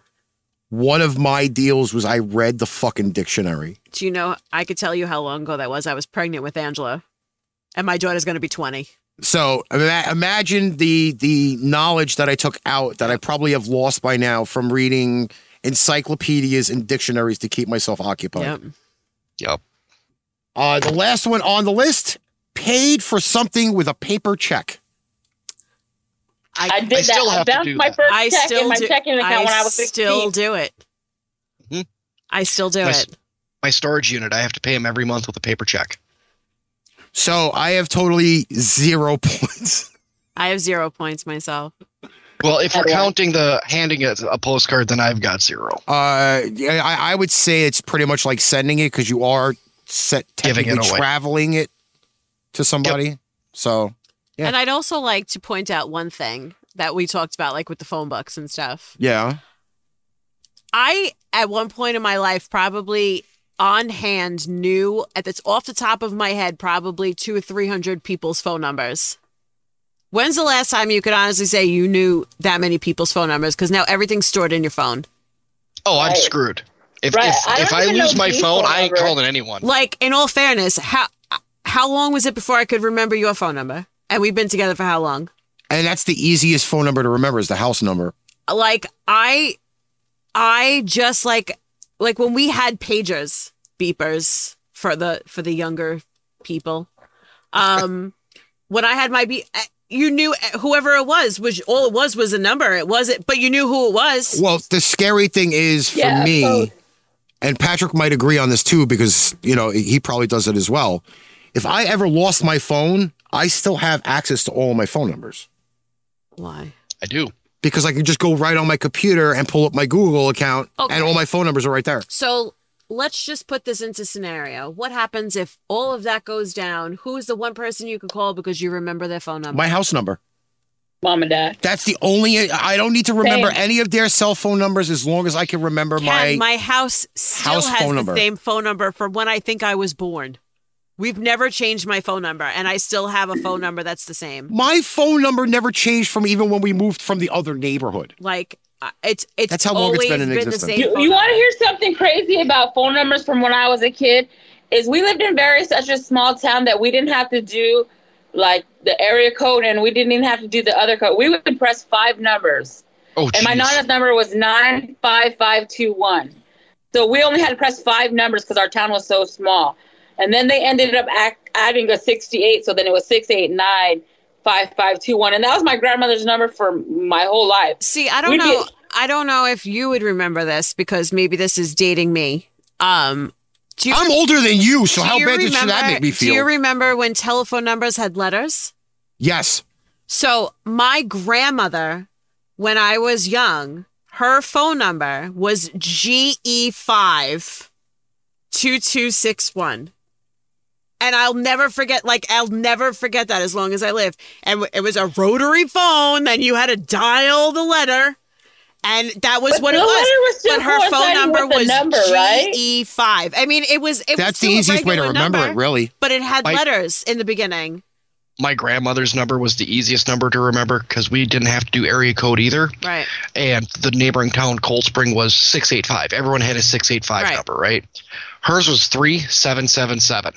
[SPEAKER 1] one of my deals was I read the fucking dictionary.
[SPEAKER 2] Do you know I could tell you how long ago that was? I was pregnant with Angela. And my daughter's gonna be twenty.
[SPEAKER 1] So ima- imagine the the knowledge that I took out that I probably have lost by now from reading encyclopedias and dictionaries to keep myself occupied.
[SPEAKER 2] Yep.
[SPEAKER 5] Yep.
[SPEAKER 1] Uh, the last one on the list paid for something with a paper check.
[SPEAKER 3] I,
[SPEAKER 2] I,
[SPEAKER 3] did
[SPEAKER 5] I
[SPEAKER 3] that.
[SPEAKER 5] still
[SPEAKER 3] I
[SPEAKER 5] have to
[SPEAKER 3] bounced
[SPEAKER 5] do
[SPEAKER 3] my
[SPEAKER 5] that.
[SPEAKER 3] first
[SPEAKER 2] I
[SPEAKER 3] check
[SPEAKER 2] still
[SPEAKER 3] in my
[SPEAKER 2] do-
[SPEAKER 3] checking account
[SPEAKER 2] I
[SPEAKER 3] when I was
[SPEAKER 2] still
[SPEAKER 3] 16.
[SPEAKER 2] do it.
[SPEAKER 5] Mhm.
[SPEAKER 2] I still do
[SPEAKER 5] My s-
[SPEAKER 2] it.
[SPEAKER 5] My storage unit, I have to pay him every month with a paper check.
[SPEAKER 1] So I have totally zero points.
[SPEAKER 2] I have zero points myself.
[SPEAKER 5] Well, if we're
[SPEAKER 3] Okay.
[SPEAKER 5] counting the handing a, a postcard, then I've got zero.
[SPEAKER 1] Uh, yeah, I, I would say it's pretty much like sending it because you are set
[SPEAKER 5] Giving it
[SPEAKER 1] technically
[SPEAKER 5] away.
[SPEAKER 1] traveling it to somebody. So Yeah.
[SPEAKER 2] And I'd also like to point out one thing that we talked about, like with the phone books and stuff.
[SPEAKER 1] yeah,
[SPEAKER 2] I, at one point in my life, probably on hand knew at that's off the top of my head, probably two or 300 people's phone numbers. When's the last time you could honestly say you knew that many people's phone numbers? Because now everything's stored in your phone.
[SPEAKER 5] Oh, I'm
[SPEAKER 3] Right.
[SPEAKER 5] screwed. If
[SPEAKER 3] Right.
[SPEAKER 5] if,
[SPEAKER 3] I
[SPEAKER 5] if
[SPEAKER 3] don't
[SPEAKER 5] I
[SPEAKER 3] even
[SPEAKER 5] lose
[SPEAKER 3] know
[SPEAKER 5] my
[SPEAKER 3] people
[SPEAKER 5] phone, I ain't
[SPEAKER 3] ever.
[SPEAKER 5] calling anyone.
[SPEAKER 2] Like, in all fairness, how how long was it before I could remember your phone number? And we've been together for how long?
[SPEAKER 1] And that's the easiest phone number to remember is the house number.
[SPEAKER 2] Like I, I just like like when we had pagers, beepers for the for the younger people. Um, when I had my be, eh, you knew whoever it was was all it was was a number. It wasn't, but you knew who it was.
[SPEAKER 1] Well, the scary thing is for
[SPEAKER 3] Yeah,
[SPEAKER 1] me,
[SPEAKER 3] both.
[SPEAKER 1] and Patrick might agree on this too, because you know he probably does it as well. If I ever lost my phone, I still have access to all my phone numbers
[SPEAKER 2] Why?
[SPEAKER 5] I do.
[SPEAKER 1] because I can just go right on my computer and pull up my Google account,
[SPEAKER 2] Okay.
[SPEAKER 1] and all my phone numbers are right there.
[SPEAKER 2] So let's just put this into scenario. What happens if all of that goes down? Who's the one person you could call because you remember their phone number?
[SPEAKER 1] My house number.
[SPEAKER 3] Mom and dad.
[SPEAKER 1] That's the only. I don't need to remember
[SPEAKER 3] Same.
[SPEAKER 1] any of their cell phone numbers as long as I can remember
[SPEAKER 2] Ken,
[SPEAKER 1] my.
[SPEAKER 2] my house still
[SPEAKER 1] house
[SPEAKER 2] has
[SPEAKER 1] phone
[SPEAKER 2] the
[SPEAKER 1] number.
[SPEAKER 2] same phone number from when I think I was born. We've never changed my phone number, and I still have a phone number that's the same.
[SPEAKER 1] My phone number never changed from even when we moved from the other neighborhood.
[SPEAKER 2] Like uh, it's it's
[SPEAKER 1] That's how long it's
[SPEAKER 2] always
[SPEAKER 1] been in
[SPEAKER 2] the
[SPEAKER 1] existence.
[SPEAKER 2] same.
[SPEAKER 3] You,
[SPEAKER 2] phone
[SPEAKER 3] you want
[SPEAKER 2] number.
[SPEAKER 3] to hear something crazy about phone numbers from when I was a kid? Is we lived in very such a small town that we didn't have to do like the area code and we didn't even have to do the other code. We would press five numbers.
[SPEAKER 5] Oh,
[SPEAKER 3] And my
[SPEAKER 5] jeez.
[SPEAKER 3] Nana's number was 95521. So we only had to press five numbers because our town was so small. And then they ended up ac adding a 68, so then it was 689 5521. And that was my grandmother's number for my whole life.
[SPEAKER 2] See, I don't
[SPEAKER 3] We
[SPEAKER 2] know.
[SPEAKER 3] did-
[SPEAKER 2] I don't know if you would remember this because maybe this is dating me. Um, do you
[SPEAKER 1] I'm older than you, so
[SPEAKER 2] do
[SPEAKER 1] how
[SPEAKER 2] you
[SPEAKER 1] bad did should that
[SPEAKER 2] remember-
[SPEAKER 1] make me
[SPEAKER 2] Do
[SPEAKER 1] feel?
[SPEAKER 2] you remember when telephone numbers had letters?
[SPEAKER 1] yes.
[SPEAKER 2] So my grandmother, when I was young, her phone number was GE five two two six one. And I'll never forget, like, I'll never forget that as long as I live. And it was a rotary phone, then you had to dial the letter. And that was
[SPEAKER 3] But
[SPEAKER 2] what
[SPEAKER 3] the
[SPEAKER 2] it was.
[SPEAKER 3] letter was still
[SPEAKER 2] but her phone
[SPEAKER 3] coinciding
[SPEAKER 2] number
[SPEAKER 3] with the
[SPEAKER 2] was E
[SPEAKER 3] number, right?
[SPEAKER 2] GE5. I mean, it was. It was
[SPEAKER 1] That's the
[SPEAKER 2] still a
[SPEAKER 1] easiest way to
[SPEAKER 2] regular
[SPEAKER 1] remember
[SPEAKER 2] number,
[SPEAKER 1] it, really.
[SPEAKER 2] But it had
[SPEAKER 5] Like-
[SPEAKER 2] letters in the beginning.
[SPEAKER 5] my grandmother's number was the easiest number to remember because we didn't have to do area code either.
[SPEAKER 2] Right.
[SPEAKER 5] And the neighboring town, Cold Spring, was 685. Everyone had a 685
[SPEAKER 2] Right.
[SPEAKER 5] number, right? Hers was 3777.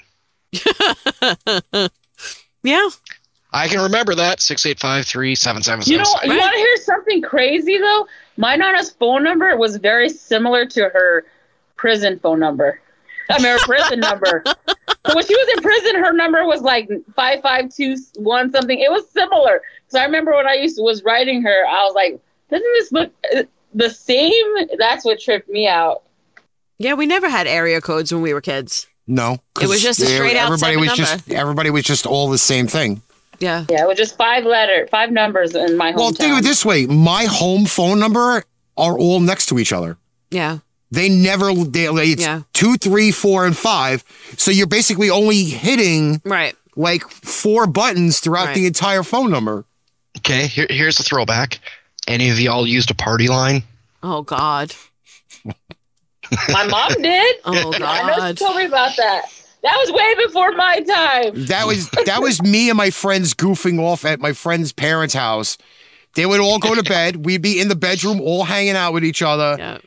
[SPEAKER 2] Yeah.
[SPEAKER 5] I can remember that 685
[SPEAKER 3] You know, you
[SPEAKER 2] Right.
[SPEAKER 3] want to hear something crazy though? My Nana's phone number was very similar to her prison phone number. I mean, her prison number. So when she was in prison, her number was like five five two one something. It was similar. So I remember when I used to, was writing her, I was like, "Doesn't this look uh, the same?" That's what tripped me out.
[SPEAKER 2] Yeah, we never had area codes when we were kids.
[SPEAKER 1] No.
[SPEAKER 2] It was
[SPEAKER 1] 'cause
[SPEAKER 2] just a
[SPEAKER 1] they-
[SPEAKER 2] straight out
[SPEAKER 1] Everybody
[SPEAKER 2] seven
[SPEAKER 1] was
[SPEAKER 2] number.
[SPEAKER 1] just everybody was just all the same thing.
[SPEAKER 2] Yeah.
[SPEAKER 3] Yeah, it was just five letter, five numbers in my hometown.
[SPEAKER 1] Well, think of it this way: my home phone number are all next to each other.
[SPEAKER 2] Yeah.
[SPEAKER 1] They never. They, it's
[SPEAKER 2] Yeah.
[SPEAKER 1] two, three, four, and five. So you're basically only hitting
[SPEAKER 2] Right.
[SPEAKER 1] like four buttons throughout
[SPEAKER 2] Right.
[SPEAKER 1] the entire phone number.
[SPEAKER 5] Okay, here, here's a throwback. Any of y'all used a party line?
[SPEAKER 2] Oh God.
[SPEAKER 3] My mom did.
[SPEAKER 2] Oh
[SPEAKER 3] I know she
[SPEAKER 2] God.
[SPEAKER 3] told me about that. That was way before my time.
[SPEAKER 1] That was that was me and my friends goofing off at my friend's parents' house. They would all go to bed. We'd be in the bedroom, all hanging out with each other.
[SPEAKER 2] Yeah.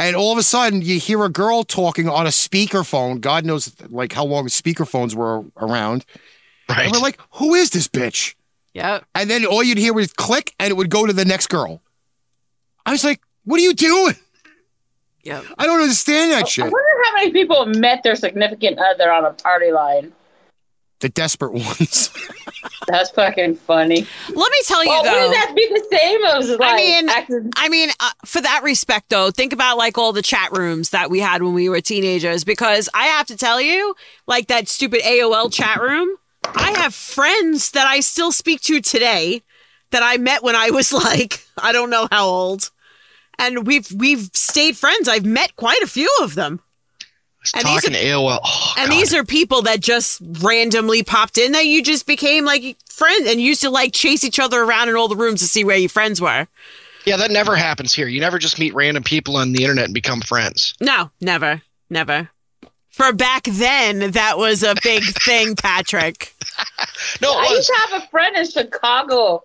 [SPEAKER 1] And all of a sudden, you hear a girl talking on a speakerphone. God knows, like how long speakerphones were around.
[SPEAKER 5] Right.
[SPEAKER 1] And we're like, "Who is this bitch?"
[SPEAKER 2] Yeah.
[SPEAKER 1] And then all you'd hear was click, and it would go to the next girl. I was like, "What are you doing?
[SPEAKER 2] Yeah.
[SPEAKER 1] I don't understand
[SPEAKER 2] Oh,
[SPEAKER 1] that
[SPEAKER 3] I
[SPEAKER 1] shit."
[SPEAKER 3] wonder how many people met their significant other on a party line.
[SPEAKER 1] The desperate ones.
[SPEAKER 3] That's fucking funny.
[SPEAKER 2] Let me tell you
[SPEAKER 3] Well,
[SPEAKER 2] though.
[SPEAKER 3] wouldn't that be the same as like?
[SPEAKER 2] mean-
[SPEAKER 3] accident-
[SPEAKER 2] I mean, uh, for that respect, though, think about like all the chat rooms that we had when we were teenagers. Because I have to tell you, like that stupid AOL chat room, I have friends that I still speak to today that I met when I was like I don't know how old, and we've we've stayed friends. I've met quite a few of them, and these
[SPEAKER 5] Talking AOL. Oh,
[SPEAKER 2] and
[SPEAKER 5] God.
[SPEAKER 2] these are people that just randomly popped in that you just became like friends and used to like chase each other around in all the rooms to see where your friends were.
[SPEAKER 5] yeah, that never happens here. You never just meet random people on the internet and become friends.
[SPEAKER 2] No, never, never. For back then, that was a big thing, Patrick.
[SPEAKER 5] No,
[SPEAKER 3] I
[SPEAKER 5] it
[SPEAKER 3] used
[SPEAKER 5] was.
[SPEAKER 3] to have a friend in Chicago.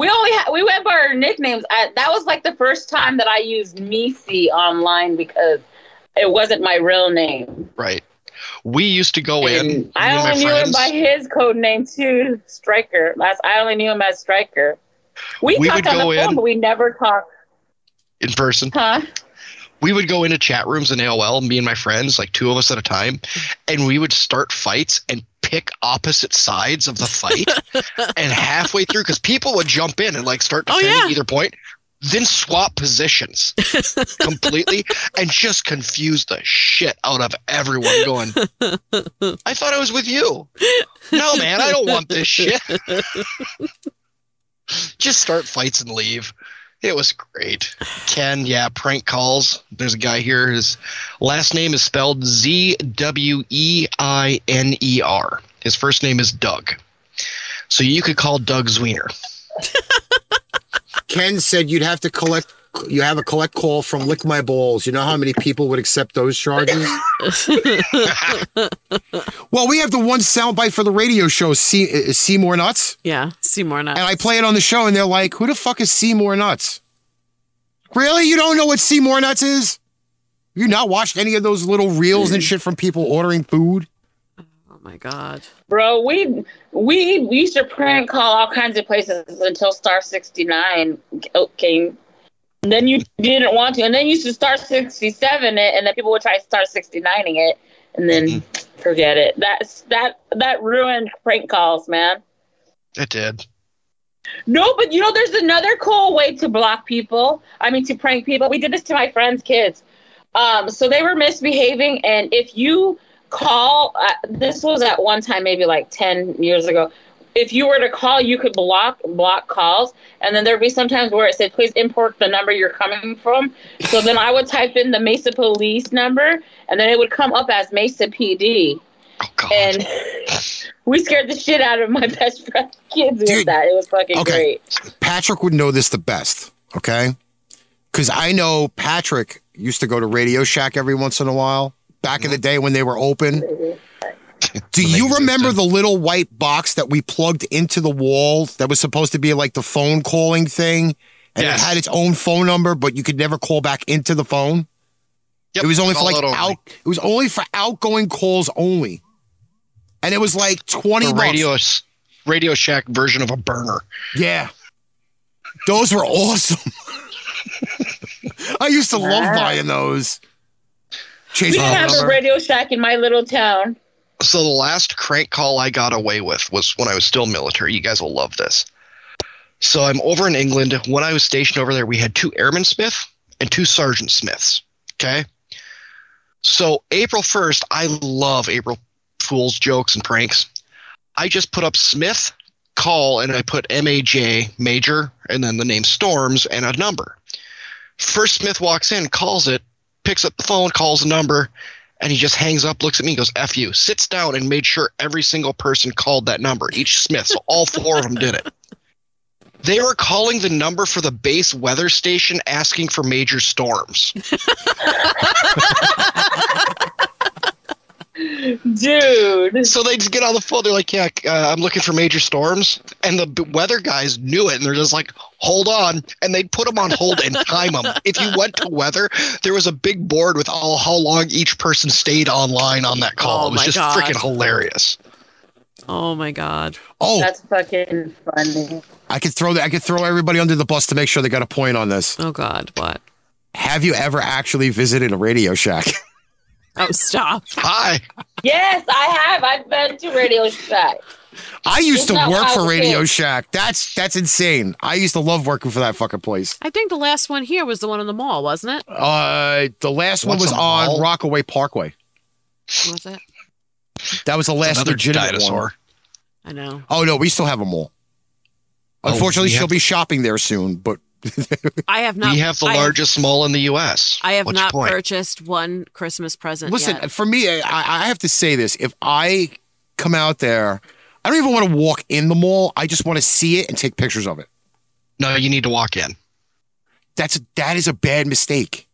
[SPEAKER 3] We only ha- we went by our nicknames. I, that was like the first time that I used Missy online because it wasn't my real name.
[SPEAKER 5] Right. We used to go in. me
[SPEAKER 3] And I
[SPEAKER 5] and my
[SPEAKER 3] only knew him
[SPEAKER 5] friends.
[SPEAKER 3] by his code name too, Striker. Last I only knew him as Striker. We,
[SPEAKER 5] We
[SPEAKER 3] talked
[SPEAKER 5] would
[SPEAKER 3] on the
[SPEAKER 5] go in-
[SPEAKER 3] phone, but we never talked.
[SPEAKER 5] in person.
[SPEAKER 3] Huh?
[SPEAKER 5] We would go into chat rooms in AOL, me and my friends, like two of us at a time, and we would start fights and pick opposite sides of the fight. and halfway through, because people would jump in and like start
[SPEAKER 2] Oh,
[SPEAKER 5] defending
[SPEAKER 2] yeah.
[SPEAKER 5] either point, then swap positions completely and just confuse the shit out of everyone going, I thought I was with you. No, man, I don't want this shit. just start fights and leave. It was great. Ken, yeah, prank calls. There's a guy here. His last name is spelled Z W E I N E R. His first name is Doug. So you could call Doug Zwiener.
[SPEAKER 1] Ken said you'd have to collect. You have a collect call from Lick My Balls. You know how many people would accept those charges? well, we have the one soundbite for the radio show, Se- uh, Seymour Nuts,
[SPEAKER 2] yeah, Seymour Nuts.
[SPEAKER 1] and I play it on the show, and they're like, "Who the fuck is Seymour Nuts?" Really, you don't know what Seymour Nuts is? You not watched any of those little reels and shit from people ordering food?
[SPEAKER 2] oh my god.
[SPEAKER 3] Bro, we we we used to prank call all kinds of places until Star sixty nine came. And then you didn't want to, and then you used to Star sixty seven it, and then people would try Star sixty nining it, and then
[SPEAKER 5] Mm-hmm.
[SPEAKER 3] forget it. That's that that ruined prank calls, man.
[SPEAKER 5] It did.
[SPEAKER 3] No, but you know, there's another cool way to block people. I mean, to prank people. We did this to my friend's kids. Um, so they were misbehaving, and if you call, uh, this was at one time maybe like ten years ago. If you were to call, you could block block calls, and then there'd be sometimes where it said, "Please import the number you're coming from." So then I would type in the Mesa Police number, and then it would come up as Mesa PD,
[SPEAKER 5] Oh, God.
[SPEAKER 3] and we scared the shit out of my best friend's kids with
[SPEAKER 1] Dude.
[SPEAKER 3] that. It was fucking
[SPEAKER 1] Okay.
[SPEAKER 3] great.
[SPEAKER 1] Patrick would know this the best, okay? Because I know Patrick used to go to Radio Shack every once in a while back in the day when they were open. Do
[SPEAKER 5] When they
[SPEAKER 1] you remember
[SPEAKER 5] existed.
[SPEAKER 1] the little white box that we plugged into the wall that was supposed to be like the phone calling thing? And
[SPEAKER 5] Yes.
[SPEAKER 1] it had its own phone number, but you could never call back into the phone.
[SPEAKER 5] Yep,
[SPEAKER 1] it was only for
[SPEAKER 5] call
[SPEAKER 1] like
[SPEAKER 5] out only.
[SPEAKER 1] out. It was only for outgoing calls only, and it was like twenty
[SPEAKER 5] The
[SPEAKER 1] bucks.
[SPEAKER 5] radio, radio Shack version of a burner.
[SPEAKER 1] Yeah. Those were awesome. I used to love buying those. Change
[SPEAKER 3] We
[SPEAKER 1] my
[SPEAKER 3] didn't have
[SPEAKER 1] number.
[SPEAKER 3] a Radio Shack in my little town.
[SPEAKER 5] So the last crank call I got away with was when I was still military. You guys will love this. So I'm over in England. When I was stationed over there, we had two Airman Smith and two Sergeant Smiths. Okay. So April 1st, I love April Fool's jokes and pranks. I just put up Smith call and I put M A J major and then the name Storms and a number. First Smith walks in, calls it, picks up the phone, calls the number, and he just hangs up, looks at me, goes, F you, sits down and made sure every single person called that number, each Smith. So all four of them did it. They were calling the number for the base weather station asking for major storms.
[SPEAKER 3] Dude.
[SPEAKER 5] So they just get on the phone. They're like, "Yeah, uh, I'm looking for major storms," and the b- weather guys knew it, and they're just like, "Hold on," and they put them on hold and time them. If you went to weather, there was a big board with all how long each person stayed online on that call.
[SPEAKER 2] Oh
[SPEAKER 5] it was
[SPEAKER 2] my
[SPEAKER 5] just
[SPEAKER 2] God.
[SPEAKER 5] freaking hilarious.
[SPEAKER 2] Oh my god.
[SPEAKER 1] Oh,
[SPEAKER 3] That's fucking funny.
[SPEAKER 1] I could throw that. I could throw everybody under the bus to make sure they got a point on this.
[SPEAKER 2] Oh god. What?
[SPEAKER 1] Have you ever actually visited a Radio Shack?
[SPEAKER 2] Oh stop.
[SPEAKER 5] Hi,
[SPEAKER 3] Yes, I have. I've been to Radio Shack.
[SPEAKER 1] I used
[SPEAKER 3] It's
[SPEAKER 1] to
[SPEAKER 3] not
[SPEAKER 1] work
[SPEAKER 3] how
[SPEAKER 1] for
[SPEAKER 3] it
[SPEAKER 1] Radio
[SPEAKER 3] is.
[SPEAKER 1] Shack. That's that's insane. I used to love working for that fucking place.
[SPEAKER 2] I think the last one here was the one in the mall, wasn't it?
[SPEAKER 1] Uh, the last one was
[SPEAKER 5] What's a
[SPEAKER 1] on
[SPEAKER 5] mall?
[SPEAKER 1] Rockaway Parkway.
[SPEAKER 2] Was it?
[SPEAKER 1] That was the last
[SPEAKER 5] another
[SPEAKER 1] legitimate
[SPEAKER 5] dinosaur.
[SPEAKER 1] one.
[SPEAKER 2] I know.
[SPEAKER 1] Oh no, we still have a mall.
[SPEAKER 5] Oh,
[SPEAKER 1] Unfortunately,
[SPEAKER 5] we
[SPEAKER 1] she'll
[SPEAKER 5] have-
[SPEAKER 1] be shopping there soon, but
[SPEAKER 2] I have not.
[SPEAKER 5] we have the
[SPEAKER 2] I
[SPEAKER 5] largest mall in the U.S.
[SPEAKER 2] I have
[SPEAKER 5] What's your
[SPEAKER 2] not
[SPEAKER 5] point?
[SPEAKER 2] purchased one Christmas present.
[SPEAKER 1] Listen,
[SPEAKER 2] yet.
[SPEAKER 1] for me, I, I have to say this. If I come out there, I don't even want to walk in the mall. I just want to see it and take pictures of it.
[SPEAKER 5] No, you need to walk in.
[SPEAKER 1] That's that is a bad mistake.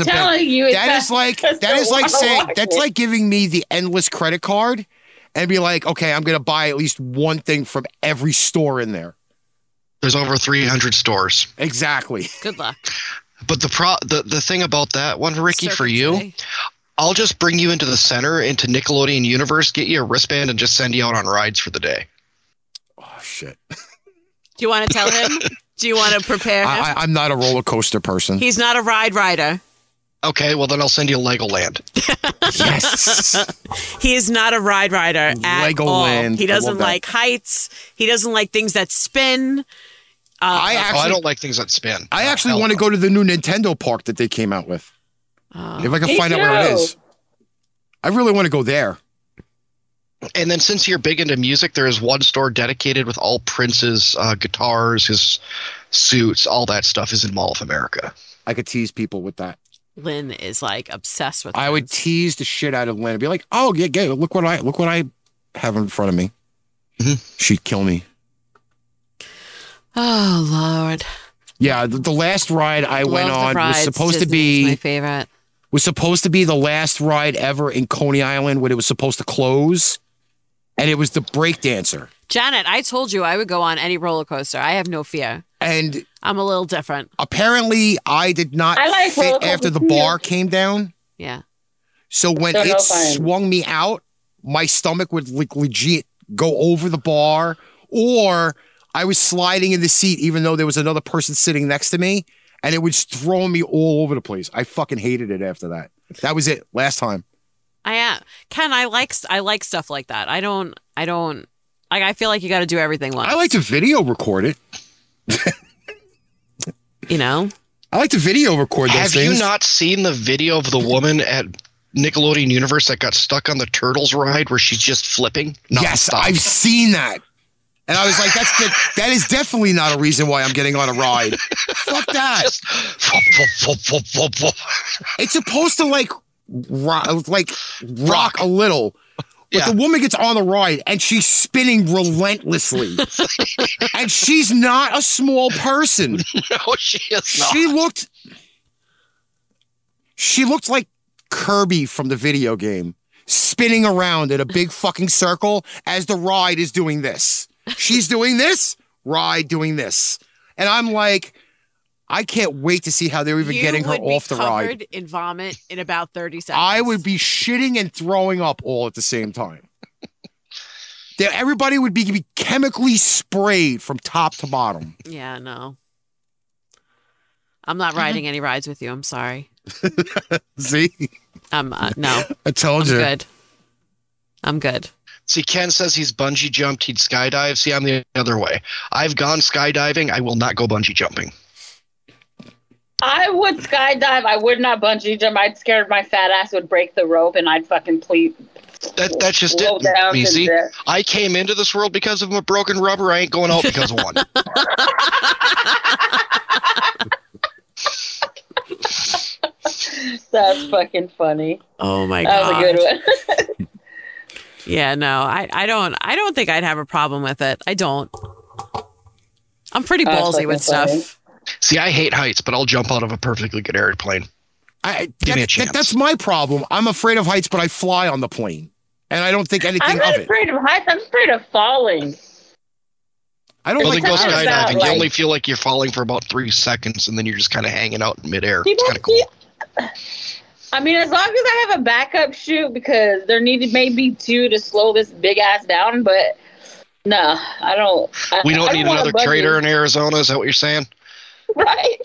[SPEAKER 1] is a bad-
[SPEAKER 3] telling you it's
[SPEAKER 1] That is like
[SPEAKER 3] just
[SPEAKER 1] that
[SPEAKER 3] a
[SPEAKER 1] is like
[SPEAKER 3] lot of
[SPEAKER 1] saying
[SPEAKER 3] walking.
[SPEAKER 1] that's like giving me the endless credit card and be like, okay, I'm gonna buy at least one thing from every store in there.
[SPEAKER 5] There's over 300 stores.
[SPEAKER 1] Exactly.
[SPEAKER 2] Good luck.
[SPEAKER 5] But the pro the, the thing about that one, Ricky, for
[SPEAKER 2] Circuit
[SPEAKER 5] you,
[SPEAKER 2] City.
[SPEAKER 5] I'll just bring you into the center, into Nickelodeon Universe, get you a wristband, and just send you out on rides for the day.
[SPEAKER 1] Oh shit!
[SPEAKER 2] Do you want to tell him? Do you want to prepare him?
[SPEAKER 1] I, um, I, I'm not a roller coaster person.
[SPEAKER 2] He's not a ride rider.
[SPEAKER 5] Okay, well then I'll send you Legoland. Oh,
[SPEAKER 1] yes.
[SPEAKER 2] He is not a ride rider at all.
[SPEAKER 1] Legoland.
[SPEAKER 2] He
[SPEAKER 1] I
[SPEAKER 2] doesn't
[SPEAKER 1] love that.
[SPEAKER 2] like heights. He doesn't like things that spin. Uh,
[SPEAKER 1] I
[SPEAKER 5] oh, I
[SPEAKER 1] actually,
[SPEAKER 5] don't like things that spin. Uh,
[SPEAKER 1] I actually
[SPEAKER 5] Hell
[SPEAKER 1] want to
[SPEAKER 5] no.
[SPEAKER 1] go to the new Nintendo park that they came out with.
[SPEAKER 2] uh,
[SPEAKER 1] If I can
[SPEAKER 3] Me
[SPEAKER 1] find out where it
[SPEAKER 3] too.
[SPEAKER 1] is, I really want to go there.
[SPEAKER 5] And then since you're big into music, there is one store dedicated with all Prince's uh, guitars, his suits, all that stuff is in Mall of America.
[SPEAKER 1] I could tease people with that.
[SPEAKER 2] Lynn is like obsessed with.
[SPEAKER 1] I would
[SPEAKER 2] those.
[SPEAKER 1] tease the shit out of Lynn and be like, "Oh yeah, yeah, look what I look what I have in front of me." She'd kill me.
[SPEAKER 2] oh Lord!
[SPEAKER 1] Yeah, the, the last ride I went
[SPEAKER 2] Love the
[SPEAKER 1] on was
[SPEAKER 2] rides.
[SPEAKER 1] supposed to
[SPEAKER 2] Disney is my
[SPEAKER 1] be
[SPEAKER 2] favorite.
[SPEAKER 1] was supposed to be the last ride ever in Coney Island when it was supposed to close, and it was the breakdancer.
[SPEAKER 2] Janet, I told you I would go on any roller coaster. I have no fear.
[SPEAKER 1] And
[SPEAKER 2] I'm a little different.
[SPEAKER 1] apparently, I did not
[SPEAKER 3] I like roller
[SPEAKER 1] fit
[SPEAKER 3] coasters
[SPEAKER 1] after the
[SPEAKER 3] too.
[SPEAKER 1] bar came down.
[SPEAKER 2] Yeah.
[SPEAKER 1] So when
[SPEAKER 3] They're
[SPEAKER 1] it
[SPEAKER 3] no fun.
[SPEAKER 1] swung me out, my stomach would like legit go over the bar, or I was sliding in the seat even though there was another person sitting next to me, and it was throwing me all over the place. I fucking hated it after that. That was it last time.
[SPEAKER 2] I am. Ken, I like st- I like stuff like that. I don't. I don't. Like I feel like you got to do everything once.
[SPEAKER 1] I like to video record it.
[SPEAKER 2] you know.
[SPEAKER 1] I like to video record those
[SPEAKER 5] Have
[SPEAKER 1] things.
[SPEAKER 5] you not seen the video of the woman at Nickelodeon Universe that got stuck on the Turtles ride where she's just flipping?
[SPEAKER 1] yes,
[SPEAKER 5] nonstop?
[SPEAKER 1] I've seen that. And I was like, that's the, that is definitely not a reason why I'm getting on a ride. Fuck that.
[SPEAKER 5] just whoop, whoop, whoop, whoop, whoop, whoop.
[SPEAKER 1] It's supposed to like rock, like rock a little. But
[SPEAKER 5] Yeah.
[SPEAKER 1] the woman gets on the ride and she's spinning relentlessly. and she's not a small person.
[SPEAKER 5] No, she is not.
[SPEAKER 1] She looked She looked like Kirby from the video game, spinning around in a big fucking circle as the ride is doing this. She's doing this, ride doing this. And I'm like I can't wait to see how they're even
[SPEAKER 2] You
[SPEAKER 1] getting her
[SPEAKER 2] would be
[SPEAKER 1] off the ride.
[SPEAKER 2] covered in vomit in about 30 seconds.
[SPEAKER 1] I would be shitting and throwing up all at the same time. There, everybody would be, be chemically sprayed from top to bottom.
[SPEAKER 2] Yeah, no. I'm
[SPEAKER 1] Mm-hmm.
[SPEAKER 2] not riding any rides with you. I'm sorry.
[SPEAKER 1] See,
[SPEAKER 2] I'm uh, no.
[SPEAKER 1] I told
[SPEAKER 2] I'm
[SPEAKER 1] you.
[SPEAKER 2] good. I'm good.
[SPEAKER 5] See, Ken says he's bungee jumped, he'd skydive. See, I'm the other way. I've gone skydiving. I will not go bungee jumping.
[SPEAKER 3] I would skydive. I would not bungee jump. I'd scared my fat ass would break the rope and I'd fucking pleat.
[SPEAKER 5] That that's just
[SPEAKER 3] blow
[SPEAKER 5] it.
[SPEAKER 3] down
[SPEAKER 5] Me,
[SPEAKER 3] to
[SPEAKER 5] see,
[SPEAKER 3] death.
[SPEAKER 5] I came into this world because of a broken rubber. I ain't going out because of one.
[SPEAKER 3] That's fucking funny.
[SPEAKER 2] Oh my
[SPEAKER 3] That was a good one.
[SPEAKER 2] Yeah, no. I, I don't I don't think I'd have a problem with it. I don't. I'm pretty
[SPEAKER 3] That's
[SPEAKER 2] ballsy
[SPEAKER 3] fucking
[SPEAKER 2] with
[SPEAKER 3] funny.
[SPEAKER 2] stuff.
[SPEAKER 5] see, I hate heights, but I'll jump out of a perfectly good airplane.
[SPEAKER 1] I,
[SPEAKER 5] Give me a
[SPEAKER 1] that-
[SPEAKER 5] chance.
[SPEAKER 1] that- that's my problem. I'm afraid of heights, but I fly on the plane, and I don't think
[SPEAKER 3] I'm
[SPEAKER 1] anything
[SPEAKER 3] not
[SPEAKER 1] of it.
[SPEAKER 3] afraid of heights. I'm afraid of falling.
[SPEAKER 1] I don't
[SPEAKER 5] Well,
[SPEAKER 1] like
[SPEAKER 5] then go
[SPEAKER 3] Sometimes
[SPEAKER 1] heights.
[SPEAKER 3] it's not
[SPEAKER 5] skydiving.
[SPEAKER 3] like-
[SPEAKER 5] You only feel like you're falling for about three seconds, and then you're just kind of hanging out in midair. It's
[SPEAKER 3] People
[SPEAKER 5] kind of cool.
[SPEAKER 3] see- I mean, as long as I have a backup chute, because there needed maybe two to slow this big ass down, but no, I don't. I,
[SPEAKER 5] We
[SPEAKER 3] I
[SPEAKER 5] don't need
[SPEAKER 3] wanna
[SPEAKER 5] another
[SPEAKER 3] bungee.
[SPEAKER 5] trader in Arizona. Is that what you're saying?
[SPEAKER 3] Right?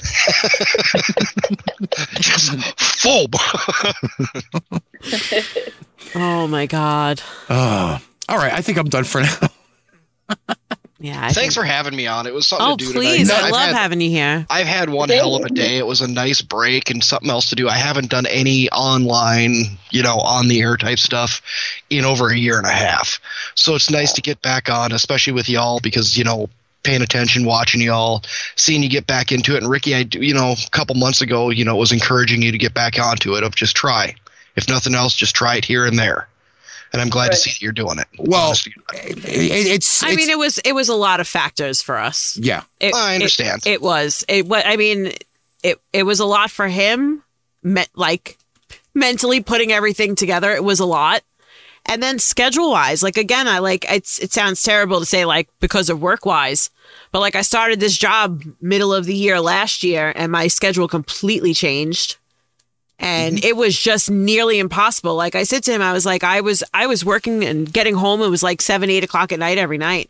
[SPEAKER 5] Just full.
[SPEAKER 2] Oh my god.
[SPEAKER 5] Oh.
[SPEAKER 1] Ah. all right, I think I'm done for now.
[SPEAKER 2] Yeah. I
[SPEAKER 5] Thanks
[SPEAKER 2] think-
[SPEAKER 5] for having me on. It was something
[SPEAKER 2] Oh
[SPEAKER 5] to do
[SPEAKER 2] please,
[SPEAKER 5] tonight.
[SPEAKER 2] I
[SPEAKER 5] I've
[SPEAKER 2] love
[SPEAKER 5] had-
[SPEAKER 2] having you here.
[SPEAKER 5] I've had one
[SPEAKER 3] Thank
[SPEAKER 5] hell of a
[SPEAKER 3] you.
[SPEAKER 5] day. It was a nice break and something else to do. I haven't done any online, you know, on the air type stuff in over a year and a half. So it's nice to get back on, especially with y'all, because, you know, paying attention, watching y'all, seeing you get back into it. And Ricky, I, do- you know, a couple months ago, you know, was encouraging you to get back onto it of just try. If nothing else, just try it here and there. And I'm glad to
[SPEAKER 3] Right.
[SPEAKER 5] see that you're doing it.
[SPEAKER 1] Well,
[SPEAKER 5] Honestly,
[SPEAKER 1] It- it- it's,
[SPEAKER 2] I
[SPEAKER 1] it's-
[SPEAKER 2] mean it was it was a lot of factors for us.
[SPEAKER 1] yeah,
[SPEAKER 2] It,
[SPEAKER 5] I
[SPEAKER 2] it-
[SPEAKER 5] understand.
[SPEAKER 2] It was. It what I mean, it it was a lot for him. Me- like mentally putting everything together, it was a lot. And then schedule wise, like again, I like it's it sounds terrible to say like because of work wise, but like I started this job middle of the year last year and my schedule completely changed.
[SPEAKER 5] Mm-hmm.
[SPEAKER 2] and it was just nearly impossible. Like I said to him, I was like, I was I was working and getting home. It was like seven, eight o'clock at night every night,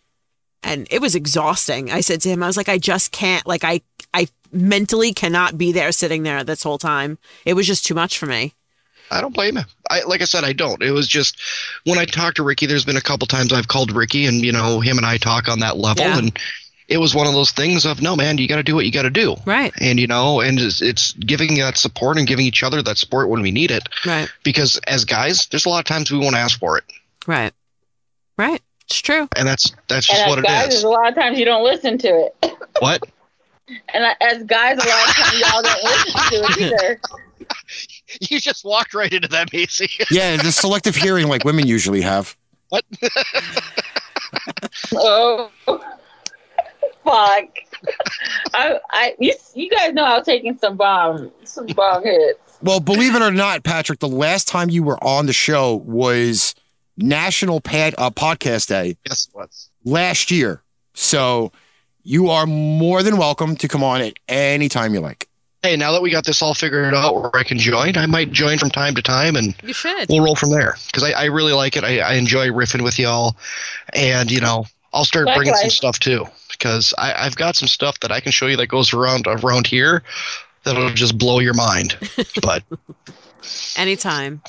[SPEAKER 2] and it was exhausting. I said to him, I was like, I just can't. Like I I mentally cannot be there sitting there this whole time. It was just too much for me.
[SPEAKER 5] I don't blame him. I like I said, I don't. It was just when I talked to Ricky. There's been a couple times I've called Ricky, and you know him and I talk on that level,
[SPEAKER 2] Yeah.
[SPEAKER 5] and it was one of those things of no man, you got to do what you got to do,
[SPEAKER 2] Right.
[SPEAKER 5] and you know, and it's, it's giving that support and giving each other that support when we need it.
[SPEAKER 2] Right.
[SPEAKER 5] Because as guys, there's a lot of times we won't ask for it,
[SPEAKER 2] Right. Right. It's true.
[SPEAKER 5] and that's that's just
[SPEAKER 3] And
[SPEAKER 5] what
[SPEAKER 3] as guys,
[SPEAKER 5] it
[SPEAKER 3] there's
[SPEAKER 5] is.
[SPEAKER 3] a lot of times you don't listen to it.
[SPEAKER 5] What?
[SPEAKER 3] And I- as guys, a lot of times y'all don't listen to it either.
[SPEAKER 5] You just walked right into that, Macy.
[SPEAKER 1] Yeah, the selective hearing like women usually have.
[SPEAKER 3] Oh, fuck! I, I, you, you guys know I was taking some bomb, some bomb hits.
[SPEAKER 1] Well, believe it or not, Patrick, the last time you were on the show was National Pad uh, Podcast Day
[SPEAKER 5] Yes, it was.
[SPEAKER 1] last year. So you are more than welcome to come on at any time you like.
[SPEAKER 5] Hey, now that we got this all figured out where I can join, I might join from time to time, and
[SPEAKER 2] You should.
[SPEAKER 5] we'll roll from there because I, I really like it. I, I enjoy riffing with y'all, and you know I'll start bringing some
[SPEAKER 3] Likewise.
[SPEAKER 5] stuff too because I, I've got some stuff that I can show you that goes around around here that'll just blow your mind. but
[SPEAKER 2] Anytime.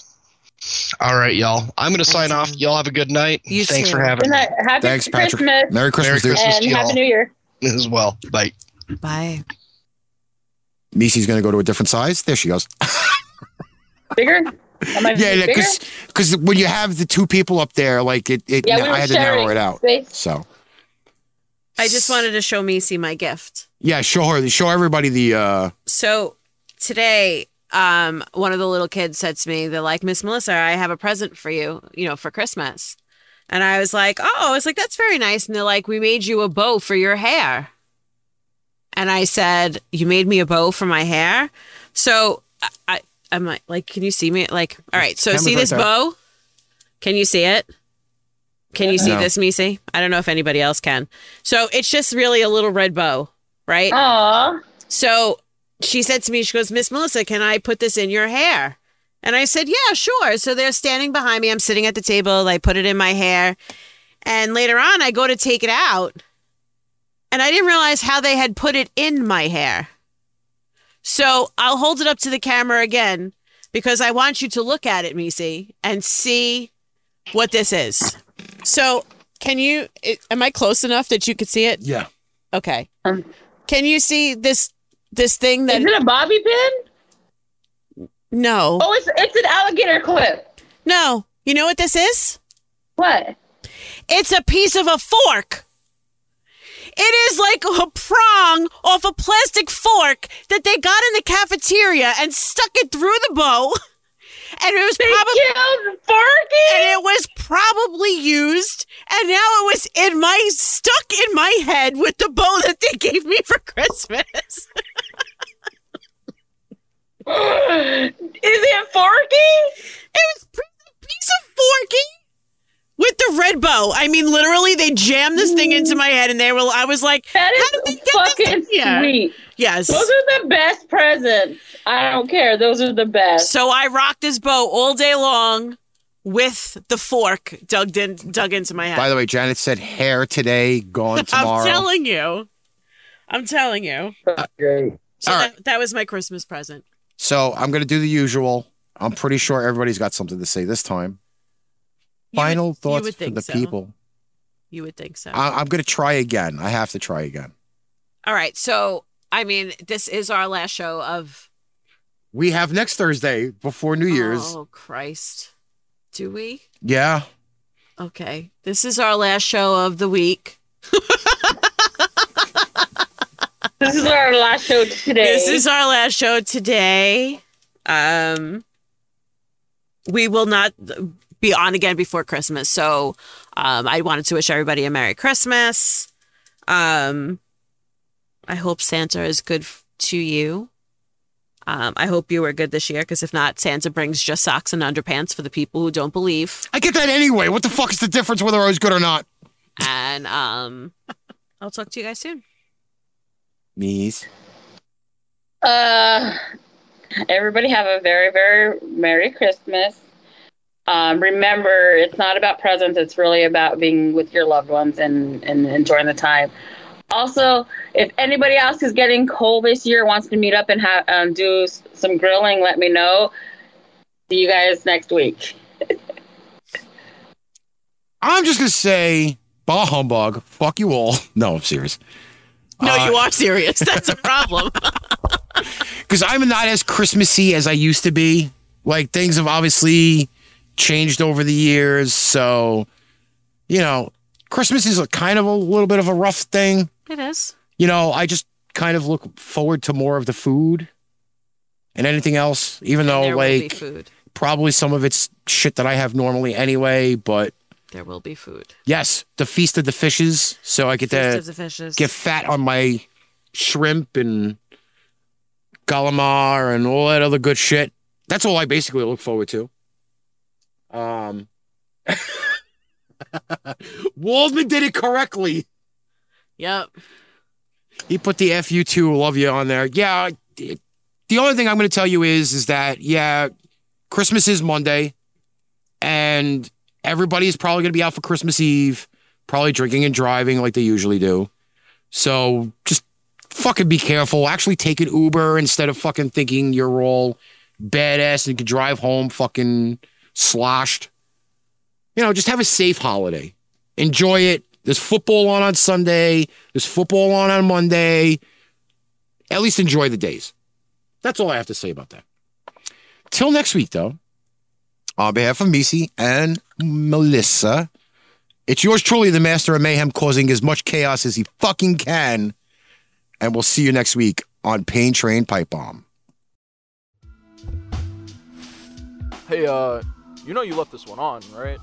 [SPEAKER 5] all right, y'all, I'm gonna sign off. Y'all have a good night.
[SPEAKER 2] You
[SPEAKER 5] Thanks
[SPEAKER 2] too.
[SPEAKER 5] for having
[SPEAKER 3] Good
[SPEAKER 5] me
[SPEAKER 3] night. Happy
[SPEAKER 1] Thanks, Patrick.
[SPEAKER 3] Christmas
[SPEAKER 1] Merry Christmas,
[SPEAKER 5] Merry
[SPEAKER 1] dude.
[SPEAKER 5] Christmas
[SPEAKER 3] and
[SPEAKER 5] to
[SPEAKER 3] Happy
[SPEAKER 5] y'all.
[SPEAKER 3] New Year.
[SPEAKER 5] as well. Bye.
[SPEAKER 2] Bye.
[SPEAKER 1] Misi's going to go to a different size. There she goes.
[SPEAKER 3] Bigger? Am I
[SPEAKER 1] Yeah,
[SPEAKER 3] bigger?
[SPEAKER 1] because because when you have the two people up there, like it, it
[SPEAKER 3] Yeah, we were
[SPEAKER 1] I had to
[SPEAKER 3] sharing
[SPEAKER 1] narrow it out.
[SPEAKER 3] space.
[SPEAKER 1] So
[SPEAKER 2] I just wanted to show Macy my gift.
[SPEAKER 1] yeah, show her, show everybody the. uh
[SPEAKER 2] so today um one of the little kids said to me they're like miss melissa i have a present for you you know for christmas and i was like oh it's like that's very nice and they're like we made you a bow for your hair and i said you made me a bow for my hair so i, I i'm like, like can you see me like all right so
[SPEAKER 1] Camera's
[SPEAKER 2] see
[SPEAKER 1] right
[SPEAKER 2] this
[SPEAKER 1] there.
[SPEAKER 2] bow can you see it can you see
[SPEAKER 1] No.
[SPEAKER 2] this Misi? i don't know if anybody else can so it's just really a little red bow right
[SPEAKER 3] Aw,
[SPEAKER 2] so she said to me, she goes, Miss Melissa, can I put this in your hair? And I said, Yeah, sure. So they're standing behind me. I'm sitting at the table. I put it in my hair. And later on, I go to take it out. And I didn't realize how they had put it in my hair. So I'll hold it up to the camera again because I want you to look at it, Misi, and see what this is. So can you, i- am I close enough that you could see it?
[SPEAKER 1] Yeah.
[SPEAKER 2] Okay.
[SPEAKER 3] Um,
[SPEAKER 2] Can you see this this thing that
[SPEAKER 3] is it a bobby pin?
[SPEAKER 2] No.
[SPEAKER 3] Oh, it's it's an alligator clip.
[SPEAKER 2] No. You know what this is?
[SPEAKER 3] What?
[SPEAKER 2] It's a piece of a fork. It is like a prong off a plastic fork that they got in the cafeteria and stuck it through the bow. And it was
[SPEAKER 3] They
[SPEAKER 2] probably
[SPEAKER 3] killed Forky.
[SPEAKER 2] and it was probably used and now it was in my stuck in my head with the bow that they gave me for Christmas.
[SPEAKER 3] is it Forky?
[SPEAKER 2] It was pre- a piece of forky with the red bow. I mean, literally, they jammed this thing into my head, and they were. I was like,
[SPEAKER 3] That
[SPEAKER 2] did they
[SPEAKER 3] is
[SPEAKER 2] get this
[SPEAKER 3] fucking
[SPEAKER 2] here?
[SPEAKER 3] sweet.
[SPEAKER 2] yes.
[SPEAKER 3] Those are the best presents. I don't care. Those are the best.
[SPEAKER 2] So I rocked this bow all day long with the fork dug in, dug into my
[SPEAKER 1] By
[SPEAKER 2] head.
[SPEAKER 1] the way, Janet said hair today, gone tomorrow.
[SPEAKER 2] I'm telling you. I'm telling you.
[SPEAKER 3] Great.
[SPEAKER 2] So
[SPEAKER 1] All
[SPEAKER 2] that, that was my Christmas present.
[SPEAKER 1] so I'm going to do the usual. I'm pretty sure everybody's got something to say this time.
[SPEAKER 2] You would-
[SPEAKER 1] Final Uh,
[SPEAKER 2] you
[SPEAKER 1] thoughts
[SPEAKER 2] would
[SPEAKER 1] for
[SPEAKER 2] think
[SPEAKER 1] the
[SPEAKER 2] so.
[SPEAKER 1] people.
[SPEAKER 2] You would think so.
[SPEAKER 1] I, I'm going to try again. I have to try again.
[SPEAKER 2] all right. So I mean, this is our last show of
[SPEAKER 1] We have next Thursday before New Year's.
[SPEAKER 2] Oh Christ. Do we?
[SPEAKER 1] Yeah.
[SPEAKER 2] Okay. This is our last show of the week.
[SPEAKER 3] This is our last show today.
[SPEAKER 2] This is our last show today. Um, we will not be on again before Christmas. So um, I wanted to wish everybody a Merry Christmas. Um, I hope Santa is good f- to you. Um, I hope you were good this year because if not, Santa brings just socks and underpants for the people who don't believe.
[SPEAKER 1] I get that anyway. What the fuck is the difference whether I was good or not?
[SPEAKER 2] And um, I'll talk to you guys soon.
[SPEAKER 1] Me's.
[SPEAKER 3] Uh, Everybody have a very, very Merry Christmas. Um, remember, it's not about presents. It's really about being with your loved ones and, and enjoying the time. Also, if anybody else who's getting cold this year wants to meet up and have, um, do s- some grilling, let me know. See you guys next week.
[SPEAKER 1] I'm just gonna say, bah humbug, fuck you all. No, I'm serious.
[SPEAKER 2] No,
[SPEAKER 1] Uh,
[SPEAKER 2] you are serious. That's a problem.
[SPEAKER 1] because I'm not as Christmassy as I used to be. Like things have obviously changed over the years, so you know, Christmas is a kind of a little bit of a rough thing.
[SPEAKER 2] it is.
[SPEAKER 1] You know, I just kind of look forward to more of the food and anything else, even though
[SPEAKER 2] there will be
[SPEAKER 1] like
[SPEAKER 2] food.
[SPEAKER 1] probably some of it's shit that I have normally anyway. But
[SPEAKER 2] There will be food.
[SPEAKER 1] yes, the feast of the fishes, so I get
[SPEAKER 2] Feast
[SPEAKER 1] to
[SPEAKER 2] of the fishes.
[SPEAKER 1] get fat on my shrimp and calamar and all that other good shit. That's all I basically look forward to. Um, Waldman did it correctly.
[SPEAKER 2] Yep.
[SPEAKER 1] He put the "f you too, love you" on there. Yeah. it- The only thing I'm going to tell you is, is that yeah, Christmas is Monday, and everybody's probably going to be out for Christmas Eve, probably drinking and driving like they usually do. So just fucking be careful. Actually, take an Uber instead of fucking thinking you're all badass and can drive home fucking sloshed. You know, just have a safe holiday. Enjoy it. There's football on on Sunday. There's football on on Monday. At least enjoy the days. That's all I have to say about that. Till next week, though, on behalf of Misi and Melissa, it's yours truly, the master of mayhem, causing as much chaos as he fucking can. And we'll see you next week on Pain Train Pipe Bomb.
[SPEAKER 6] Hey, uh, you know you left this one on, right?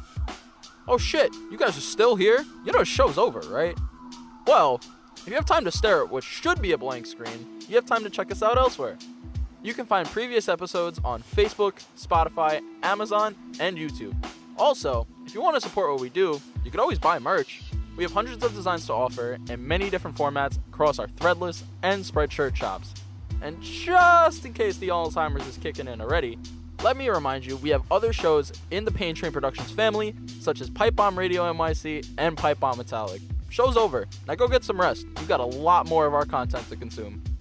[SPEAKER 6] Oh shit, you guys are still here? You know the show's over, right? Well, if you have time to stare at what should be a blank screen, you have time to check us out elsewhere. You can find previous episodes on Facebook, Spotify, Amazon, and YouTube. Also, if you want to support what we do, you can always buy merch. We have hundreds of designs to offer in many different formats across our threadless and Spreadshirt shops. And just in case the Alzheimer's is kicking in already, let me remind you we have other shows in the Pain Train Productions family, such as Pipe Bomb Radio NYC and Pipe Bomb Metallic. Show's over. Now go get some rest. You've got a lot more of our content to consume.